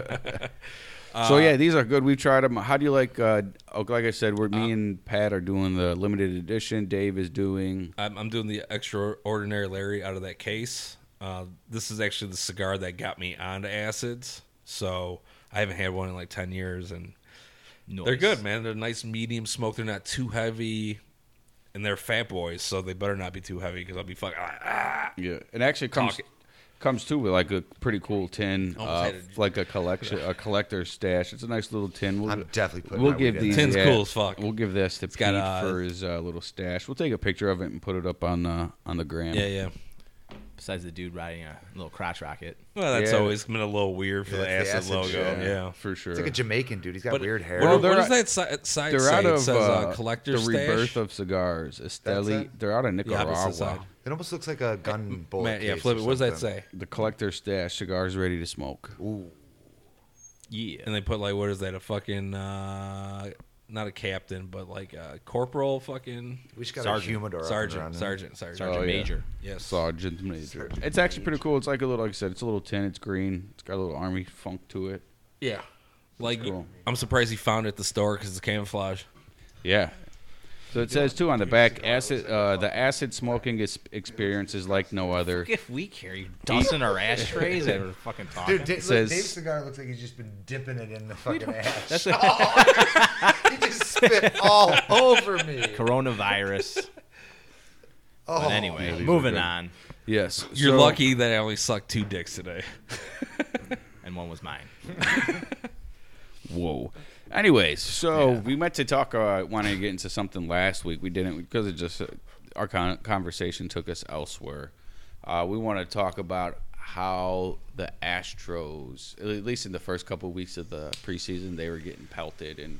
Speaker 1: so yeah, these are good. We've tried them. How do you like? Uh, oh, like I said, we're me and Pat are doing the limited edition. Dave is doing.
Speaker 4: I'm, I'm doing the extraordinary Larry out of that case. Uh, this is actually the cigar that got me onto acids. So I haven't had one in like 10 years. And they're
Speaker 3: Nice.
Speaker 4: good, man. They're nice medium smoke. They're not too heavy. And they're fat boys. So they better not be too heavy because I'll be fucking. ah, ah.
Speaker 1: Yeah, and actually comes
Speaker 4: Talk it.
Speaker 1: comes too with like a pretty cool tin,
Speaker 4: Almost
Speaker 1: uh,
Speaker 4: had a-
Speaker 1: like a collection, a collector stash. It's a nice little tin. We'll,
Speaker 2: I'm definitely putting
Speaker 1: We'll
Speaker 2: my
Speaker 1: give
Speaker 2: weed in
Speaker 1: these.
Speaker 4: that. Tin's
Speaker 1: yeah,
Speaker 4: cool as fuck.
Speaker 1: We'll give this to Pete
Speaker 4: got, uh,
Speaker 1: for his uh, little stash. We'll take a picture of it and put it up on uh, on the gram.
Speaker 4: Yeah, yeah.
Speaker 3: Besides the dude riding a little crotch rocket.
Speaker 4: Well, that's
Speaker 1: Yeah.
Speaker 4: always been a little weird for
Speaker 2: Yeah,
Speaker 4: the
Speaker 2: it's the
Speaker 4: acid,
Speaker 2: acid
Speaker 4: logo.
Speaker 2: shit.
Speaker 4: Yeah.
Speaker 1: for sure.
Speaker 2: It's like a Jamaican dude. He's got weird hair.
Speaker 4: What,
Speaker 1: Well,
Speaker 4: are-
Speaker 1: they're
Speaker 4: what does
Speaker 1: not-
Speaker 4: that si- side
Speaker 1: they're
Speaker 4: say?
Speaker 1: out
Speaker 4: it
Speaker 1: of
Speaker 4: says uh,
Speaker 1: uh,
Speaker 4: collector
Speaker 1: the
Speaker 4: stash.
Speaker 1: rebirth of cigars. Esteli,
Speaker 2: it?
Speaker 1: they're out of
Speaker 4: The opposite
Speaker 1: Nicaragua.
Speaker 4: side.
Speaker 2: it almost looks like a gun bullet.
Speaker 4: Man, uh, yeah,
Speaker 2: case
Speaker 4: flip
Speaker 2: or
Speaker 4: it. What does that
Speaker 2: something.
Speaker 4: say?
Speaker 1: the collector stash cigars ready to smoke.
Speaker 3: Yeah.
Speaker 4: and they put like what is that a fucking uh not a captain but like a corporal fucking
Speaker 2: We just got
Speaker 3: Sergeant.
Speaker 2: a humidor. up and
Speaker 4: sergeant
Speaker 2: running.
Speaker 4: sergeant sergeant
Speaker 3: Sergeant
Speaker 1: Oh, yeah.
Speaker 3: Major.
Speaker 4: yes
Speaker 1: Sergeant Major.
Speaker 2: Sergeant
Speaker 1: it's actually pretty cool. It's like a little, like I said, it's a little tin. It's green. It's got a little army funk to it.
Speaker 4: yeah like
Speaker 1: Cool.
Speaker 4: I'm surprised he found it at the store because it's camouflage
Speaker 1: Yeah. So it says too on the back, acid. Uh, the acid smoking is, experience is like no other.
Speaker 3: If we carry dusting our ashtrays and we're fucking talking.
Speaker 2: Dude, Dave,
Speaker 1: says-
Speaker 2: look, Dave's cigar looks like he's just been dipping it in the fucking ash.
Speaker 3: that's
Speaker 2: he just spit all over me.
Speaker 3: coronavirus.
Speaker 2: Oh,
Speaker 3: But anyway,
Speaker 1: these are
Speaker 3: moving
Speaker 1: good.
Speaker 3: on.
Speaker 1: Yes.
Speaker 4: you're
Speaker 1: so-
Speaker 4: lucky that I only sucked two dicks today
Speaker 3: And one was mine.
Speaker 1: Whoa. Anyways, so we meant to talk. Uh, wanted to get into something last week. We didn't because it just uh, our con- conversation took us elsewhere. Uh, we want to talk about how the Astros, at least in the first couple weeks of the preseason, they were getting pelted and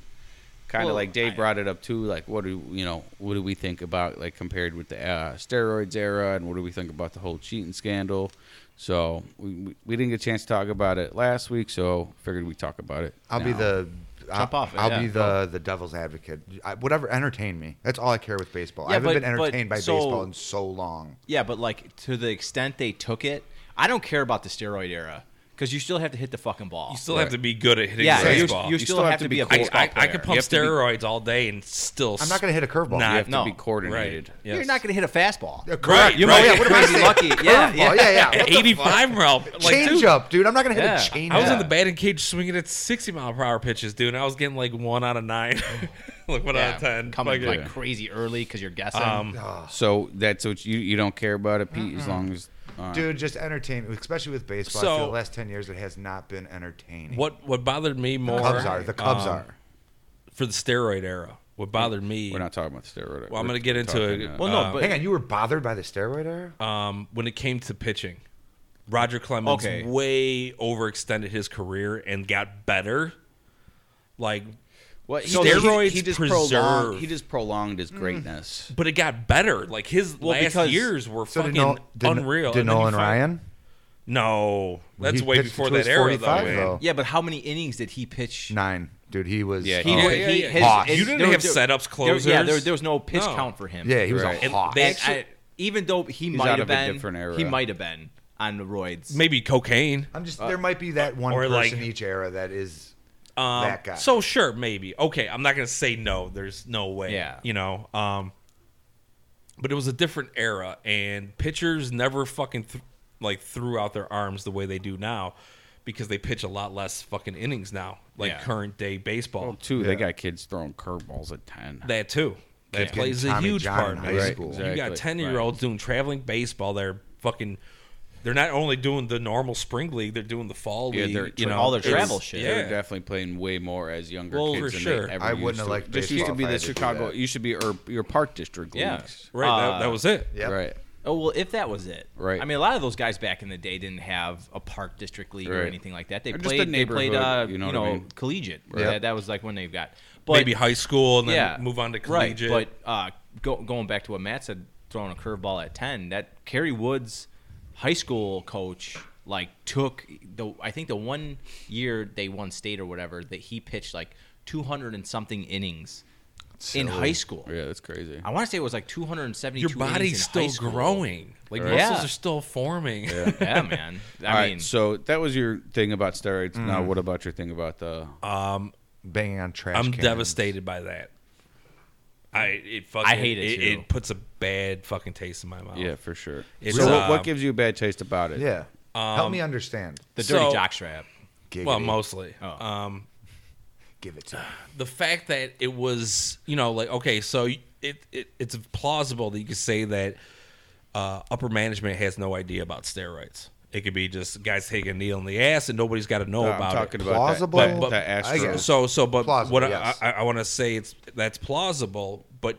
Speaker 1: kind of
Speaker 3: Well,
Speaker 1: like Dave
Speaker 3: I-
Speaker 1: brought it up too. Like, what do you know? What do we think about like compared with the uh, steroids era, and what do we think about the whole cheating scandal? So we- we we didn't get a chance to talk about it last week, so figured we'd talk about it.
Speaker 2: I'll be
Speaker 1: now.
Speaker 2: the. I'll,
Speaker 3: Jump off it,
Speaker 2: I'll
Speaker 3: yeah.
Speaker 2: be the the devil's advocate. I, whatever, entertain me. That's all I care with baseball.
Speaker 3: Yeah,
Speaker 2: I haven't
Speaker 3: but-
Speaker 2: been
Speaker 3: but
Speaker 2: entertained by
Speaker 3: so-
Speaker 2: baseball in so long.
Speaker 3: Yeah, but like to the extent they took it, I don't care about the steroid era because you still have to hit the fucking ball.
Speaker 4: you still have to be good at hitting
Speaker 3: yeah, you,
Speaker 4: baseball
Speaker 3: you still have, to be, a
Speaker 1: cool.
Speaker 4: I,
Speaker 3: baseball
Speaker 4: I, I
Speaker 3: player.
Speaker 4: could pump
Speaker 1: You have to be-
Speaker 4: steroids all day and still
Speaker 2: I'm not going to hit a curveball.
Speaker 4: Nah,
Speaker 1: You have
Speaker 3: No.
Speaker 1: to be coordinated.
Speaker 4: right
Speaker 3: You're not going to hit a fastball. Oh,
Speaker 2: Yeah,
Speaker 4: Right,
Speaker 2: correct.
Speaker 4: You right. might- yeah,
Speaker 2: what am I
Speaker 3: Crazy
Speaker 2: saying?
Speaker 3: Lucky. Yeah,
Speaker 2: Curveball,
Speaker 3: yeah.
Speaker 2: yeah, yeah.
Speaker 4: at 85 mile like,
Speaker 2: change
Speaker 4: dude,
Speaker 2: up, dude. I'm not going to hit
Speaker 3: Yeah.
Speaker 2: a change
Speaker 4: I was
Speaker 2: up.
Speaker 4: in the batting cage swinging at 60 mile per hour pitches, dude. and I was getting like one out of nine, like one out of ten.
Speaker 3: coming
Speaker 4: Fucking-
Speaker 3: like crazy early because you're guessing.
Speaker 4: Um,
Speaker 1: So that's what you you don't care about it, Pete, as long as uh,
Speaker 2: Oh, Dude, just entertainment, especially with baseball.
Speaker 4: So-
Speaker 2: for the last ten years, it has not been entertaining.
Speaker 4: What what bothered me more?
Speaker 2: Cubs are the Cubs
Speaker 4: um,
Speaker 2: are.
Speaker 4: for the steroid era. What bothered me?
Speaker 1: we're not talking about steroid.
Speaker 4: well, I'm
Speaker 1: We're
Speaker 4: going to get into
Speaker 1: talking,
Speaker 4: it.
Speaker 1: uh,
Speaker 3: Well, no, but-
Speaker 2: Hang on, you were bothered by the steroid era?
Speaker 4: um, when it came to pitching, Roger Clemens
Speaker 3: Okay.
Speaker 4: way overextended his career and got better. Like,
Speaker 1: well, he,
Speaker 4: So
Speaker 1: just-
Speaker 4: steroids
Speaker 1: he just
Speaker 4: preserve- Mm.
Speaker 1: prolonged he just prolonged his greatness.
Speaker 4: but it got better. Like his last
Speaker 3: because-
Speaker 4: years were
Speaker 2: So did,
Speaker 4: fucking
Speaker 2: Nolan- did,
Speaker 4: unreal.
Speaker 2: Did
Speaker 4: and then he
Speaker 2: Nolan
Speaker 4: fin-
Speaker 2: Ryan?
Speaker 4: No, that's
Speaker 2: He
Speaker 4: way
Speaker 2: pitched
Speaker 4: before
Speaker 2: until
Speaker 4: that
Speaker 2: he was
Speaker 4: era,
Speaker 2: 45,
Speaker 4: though.
Speaker 3: Yeah, but how many innings did he pitch?
Speaker 2: Nine, dude. He was.
Speaker 1: Yeah,
Speaker 3: He,
Speaker 1: Oh,
Speaker 3: he-
Speaker 4: yeah, yeah,
Speaker 3: his-
Speaker 2: yeah.
Speaker 3: his-
Speaker 4: You didn't
Speaker 3: there-
Speaker 4: have
Speaker 3: there-
Speaker 4: setups,
Speaker 3: there- yeah, there,
Speaker 4: closers.
Speaker 3: there was no pitch
Speaker 4: No.
Speaker 3: count for him.
Speaker 2: yeah, he was
Speaker 1: Right.
Speaker 2: a
Speaker 1: And
Speaker 2: hawk.
Speaker 4: they-
Speaker 3: And
Speaker 4: Actually-
Speaker 3: I- even though he
Speaker 1: out
Speaker 3: might have
Speaker 1: of a
Speaker 3: been,
Speaker 1: different era.
Speaker 3: he might have been on the roids.
Speaker 4: Maybe cocaine.
Speaker 2: I'm just. there might be that one
Speaker 4: Uh, or
Speaker 2: person
Speaker 4: like-
Speaker 2: each era that is
Speaker 4: Um,
Speaker 2: that guy.
Speaker 4: So sure, maybe. Okay, I'm not gonna say no. There's no way.
Speaker 3: Yeah.
Speaker 4: You know. Um. But it was a different era, and pitchers never fucking th- like threw out their arms the way they do now, because they pitch a lot less fucking innings now, like
Speaker 3: Yeah.
Speaker 4: current day baseball.
Speaker 1: Well, too, they got kids throwing curveballs at ten.
Speaker 4: that too. That
Speaker 2: Yeah.
Speaker 4: plays a
Speaker 2: Tommy
Speaker 4: huge
Speaker 2: John
Speaker 4: part.
Speaker 2: in
Speaker 4: in
Speaker 2: high
Speaker 4: it.
Speaker 2: Right, school.
Speaker 4: You got
Speaker 1: exactly.
Speaker 4: ten year olds doing traveling baseball. They're fucking. They're not only doing the normal spring league; they're doing the fall
Speaker 1: Yeah,
Speaker 4: league.
Speaker 1: they're-
Speaker 4: you know,
Speaker 3: all their
Speaker 4: It's-
Speaker 3: travel shit.
Speaker 1: They're
Speaker 4: Yeah,
Speaker 1: definitely playing way more as younger
Speaker 4: Well,
Speaker 1: kids
Speaker 4: for
Speaker 1: than
Speaker 4: sure.
Speaker 1: they ever
Speaker 2: I wouldn't
Speaker 1: used
Speaker 2: have
Speaker 1: to.
Speaker 2: liked
Speaker 1: This used to
Speaker 2: baseball
Speaker 1: be
Speaker 2: if I
Speaker 1: the
Speaker 2: had to do
Speaker 1: Chicago.
Speaker 2: that.
Speaker 1: It used to be our, your park district
Speaker 3: Yeah.
Speaker 1: leagues.
Speaker 4: right.
Speaker 3: Uh,
Speaker 4: that, that was it.
Speaker 2: Yep.
Speaker 1: Right.
Speaker 3: Oh well, if that was it,
Speaker 1: Right.
Speaker 3: I mean, a lot of those guys back in the day didn't have a park district league or
Speaker 1: Right.
Speaker 3: anything like that. They
Speaker 1: Or just a
Speaker 3: played, they played, uh,
Speaker 1: neighborhood,
Speaker 3: you
Speaker 1: you
Speaker 3: know,
Speaker 1: know what I mean?
Speaker 3: collegiate.
Speaker 2: Right.
Speaker 3: That, that was like when they got, but
Speaker 4: maybe high school and then
Speaker 3: yeah,
Speaker 4: move on to
Speaker 3: right.
Speaker 4: collegiate.
Speaker 3: But uh, go, going back to what Matt said, throwing a curveball at ten, that Kerry Woods, high school coach, like took the I think the one year they won state or whatever that he pitched like two hundred and something innings in high school.
Speaker 1: Yeah, that's crazy.
Speaker 3: I want to say it was like two hundred and seventy.
Speaker 4: your body's still growing. Like
Speaker 3: Right.
Speaker 4: muscles
Speaker 3: Yeah.
Speaker 4: are still forming.
Speaker 3: yeah, man. I
Speaker 1: All right,
Speaker 3: mean,
Speaker 1: so that was your thing about steroids.
Speaker 2: Mm.
Speaker 1: Now, what about your thing about the?
Speaker 4: Uh,
Speaker 2: banging on trash.
Speaker 4: I'm
Speaker 2: cans.
Speaker 4: devastated by that. I it fucking,
Speaker 3: I hate it, too.
Speaker 4: It puts a bad fucking taste in my mouth.
Speaker 1: yeah, for sure.
Speaker 4: It's,
Speaker 1: so, what,
Speaker 4: uh,
Speaker 1: what gives you a bad taste about it?
Speaker 2: Yeah. Help me understand.
Speaker 3: the dirty
Speaker 4: so-
Speaker 3: jockstrap.
Speaker 2: Giggity.
Speaker 4: Um, Well, mostly.
Speaker 3: Oh.
Speaker 4: Um,
Speaker 2: Give it to me.
Speaker 4: the fact that it was, you know, like okay, so it, it it's plausible that you could say that uh, upper management has no idea about steroids. It could be just guys taking a needle in the ass and nobody's got to know
Speaker 1: No, I'm
Speaker 4: about it.
Speaker 1: talking about
Speaker 2: Plausible?
Speaker 1: That,
Speaker 4: But-
Speaker 1: but, the
Speaker 2: I
Speaker 1: Astros.
Speaker 2: guess.
Speaker 4: So so, but
Speaker 2: Plausible,
Speaker 4: what I-
Speaker 2: yes.
Speaker 4: I, I want to say it's that's plausible, but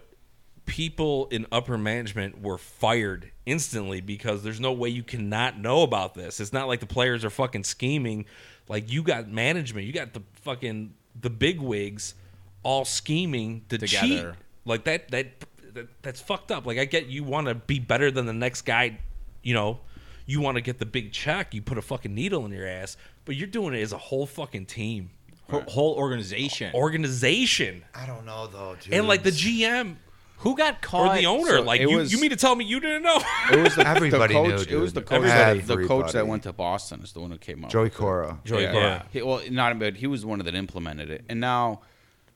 Speaker 4: people in upper management were fired instantly because there's no way you cannot know about this. It's not like the players are fucking scheming. Like you got management, you got the fucking the big wigs all scheming to cheat.
Speaker 3: Together.
Speaker 4: Like that that, that that's fucked up. Like I get you want to be better than the next guy, you know. You want to get the big check, you put a fucking needle in your ass, but you're doing it as a whole fucking team
Speaker 3: Whole, whole organization.
Speaker 4: organization
Speaker 2: I don't know though, dude.
Speaker 4: and like the GM
Speaker 3: Who got
Speaker 4: or
Speaker 3: caught?
Speaker 4: the owner.
Speaker 1: so
Speaker 4: like
Speaker 1: it
Speaker 4: you,
Speaker 1: was-
Speaker 4: you mean to tell me you didn't know?
Speaker 1: it was the,
Speaker 2: Everybody
Speaker 1: the
Speaker 2: knew,
Speaker 1: coach. it was the
Speaker 2: dude.
Speaker 1: coach. That, the
Speaker 2: Everybody.
Speaker 1: coach that went to Boston is the one who came up.
Speaker 2: Joey
Speaker 1: with it.
Speaker 2: Cora.
Speaker 4: Joey
Speaker 1: yeah.
Speaker 4: Cora.
Speaker 1: yeah. He, well, not but he was the one that implemented it, and now,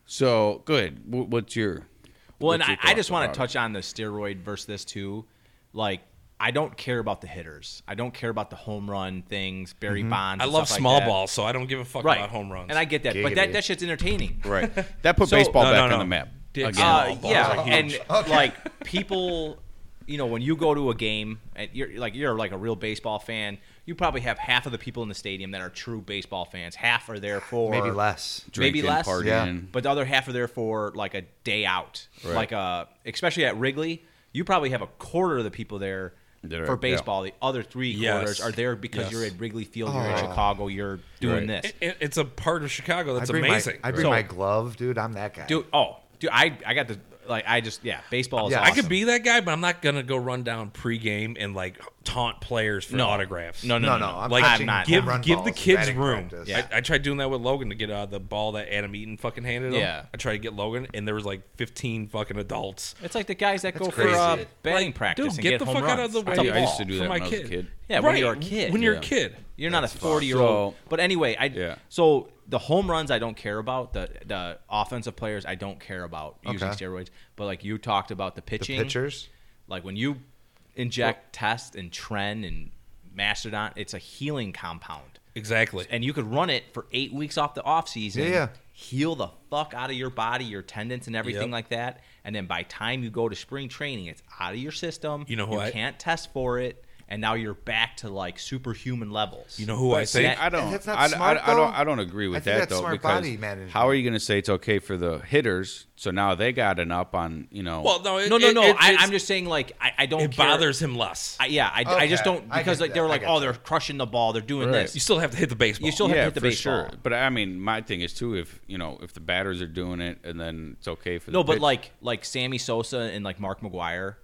Speaker 1: so good. Wh- what's your?
Speaker 3: well, and
Speaker 1: what's your
Speaker 3: I, I
Speaker 1: thoughts
Speaker 3: just want
Speaker 1: about
Speaker 3: to
Speaker 1: it?
Speaker 3: touch on the steroid versus this too. Like, I don't care about the hitters. I don't care about the home run things, Barry
Speaker 2: Mm-hmm.
Speaker 3: Bonds.
Speaker 4: I
Speaker 3: and
Speaker 4: love
Speaker 3: stuff like
Speaker 4: small
Speaker 3: that.
Speaker 4: balls, so I don't give a fuck
Speaker 3: right?
Speaker 4: about home runs.
Speaker 3: and I get that, but
Speaker 2: Giggity.
Speaker 3: that, that shit's entertaining.
Speaker 1: Right. That put
Speaker 3: So-
Speaker 1: baseball
Speaker 4: No, no,
Speaker 1: back
Speaker 4: no.
Speaker 1: on the map.
Speaker 4: Dick
Speaker 1: Again.
Speaker 4: small
Speaker 3: Uh,
Speaker 4: balls
Speaker 3: yeah,
Speaker 4: are
Speaker 3: and
Speaker 4: huge.
Speaker 3: like people, you know, when you go to a game and you're like you're like a real baseball fan, you probably have half of the people in the stadium that are true baseball fans. Half are there for
Speaker 2: Maybe less.
Speaker 3: maybe
Speaker 1: Drinking,
Speaker 3: less,
Speaker 1: partying.
Speaker 3: but the other half are there for like a day out,
Speaker 1: Right.
Speaker 3: like a especially at Wrigley. You probably have a quarter of the people there
Speaker 1: That are-
Speaker 3: for baseball. The other three
Speaker 4: Yes.
Speaker 3: quarters are there because
Speaker 4: Yes. Oh.
Speaker 3: you're at Wrigley Field, you're in Chicago, you're doing
Speaker 1: Right.
Speaker 3: this.
Speaker 4: It- it- it's a part of Chicago that's
Speaker 2: I bring
Speaker 4: amazing.
Speaker 2: My, I bring
Speaker 3: So-
Speaker 2: my glove, dude. I'm that guy.
Speaker 3: dude, oh, dude, I I got the like I just yeah, baseball is
Speaker 2: Yeah,
Speaker 4: I
Speaker 3: awesome.
Speaker 4: could be that guy, but I'm not gonna go run down pregame and like taunt players for
Speaker 3: No.
Speaker 4: autographs.
Speaker 3: No,
Speaker 2: no, no. I'm
Speaker 3: Like, I'm
Speaker 2: catching
Speaker 3: not-
Speaker 2: home
Speaker 4: Give,
Speaker 2: run
Speaker 4: give
Speaker 2: balls
Speaker 4: the
Speaker 2: in
Speaker 4: kids
Speaker 2: batting
Speaker 4: room.
Speaker 2: practice.
Speaker 3: Yeah.
Speaker 4: I, I tried doing that with Logan to get uh, the ball that Adam Eaton fucking handed him.
Speaker 3: Yeah.
Speaker 4: I tried to get Logan, and there was like 15 fucking adults
Speaker 3: It's like the guys that go
Speaker 2: crazy.
Speaker 3: for uh,
Speaker 2: Like,
Speaker 3: batting practice
Speaker 4: Dude,
Speaker 3: and
Speaker 4: get,
Speaker 3: get,
Speaker 4: the
Speaker 3: home
Speaker 4: fuck
Speaker 3: runs.
Speaker 4: out of the way.
Speaker 3: It's a
Speaker 1: I used to
Speaker 3: ball.
Speaker 1: do that
Speaker 4: for
Speaker 1: when
Speaker 4: my
Speaker 1: I was a
Speaker 4: kid.
Speaker 1: kid.
Speaker 3: Yeah, when
Speaker 4: Right,
Speaker 3: you're a kid.
Speaker 4: When you're a
Speaker 1: Yeah.
Speaker 4: kid.
Speaker 3: You're not a 40 year old.
Speaker 1: So-
Speaker 3: But anyway, I
Speaker 1: Yeah.
Speaker 3: so the home runs I don't care about. The the offensive players I don't care about using
Speaker 2: Okay.
Speaker 3: steroids. But like you talked about the
Speaker 2: The
Speaker 3: pitching,
Speaker 2: pitchers.
Speaker 3: like when you inject, test, and trend and mastodon, it's a healing compound,
Speaker 4: Exactly.
Speaker 3: and you could run it for eight weeks off the off season.
Speaker 2: Yeah, yeah.
Speaker 3: Heal the fuck out of your body, your tendons, and everything
Speaker 4: Yep.
Speaker 3: like that. And then by time you go to spring training, it's out of your system.
Speaker 4: You know who
Speaker 3: you
Speaker 4: I-
Speaker 3: can't test for it, and now you're back to like superhuman levels.
Speaker 4: You know who I
Speaker 1: But see,
Speaker 4: think?
Speaker 1: I don't.
Speaker 2: That's not
Speaker 1: I,
Speaker 2: smart,
Speaker 1: I, I
Speaker 2: though.
Speaker 1: don't. I don't agree with
Speaker 2: I think
Speaker 1: that
Speaker 2: that's
Speaker 1: though.
Speaker 2: smart
Speaker 1: because
Speaker 2: body management.
Speaker 1: how are you going to say it's okay for the hitters? So now they got an up on you know.
Speaker 4: Well, no, it,
Speaker 3: no, no,
Speaker 4: it-
Speaker 3: no.
Speaker 4: it-
Speaker 3: I,
Speaker 4: it's-
Speaker 3: I'm just saying, like, I, I don't.
Speaker 4: It
Speaker 3: care.
Speaker 4: bothers him less.
Speaker 3: I, yeah, I, I just
Speaker 2: Okay,
Speaker 3: don't
Speaker 2: I
Speaker 3: because
Speaker 2: get
Speaker 3: like they were
Speaker 2: that, I
Speaker 3: like,
Speaker 2: get
Speaker 3: oh,
Speaker 2: that.
Speaker 3: they're crushing the ball, they're doing
Speaker 1: Right.
Speaker 4: you
Speaker 3: this.
Speaker 4: still have to hit the baseball.
Speaker 3: You still have to
Speaker 1: yeah,
Speaker 3: hit the
Speaker 1: for
Speaker 3: baseball.
Speaker 1: sure. But I mean, my thing is too. If you know, if the batters are doing it, and then it's okay for the
Speaker 3: No, but
Speaker 1: pitch-
Speaker 3: like, like Sammy Sosa and like Mark McGuire,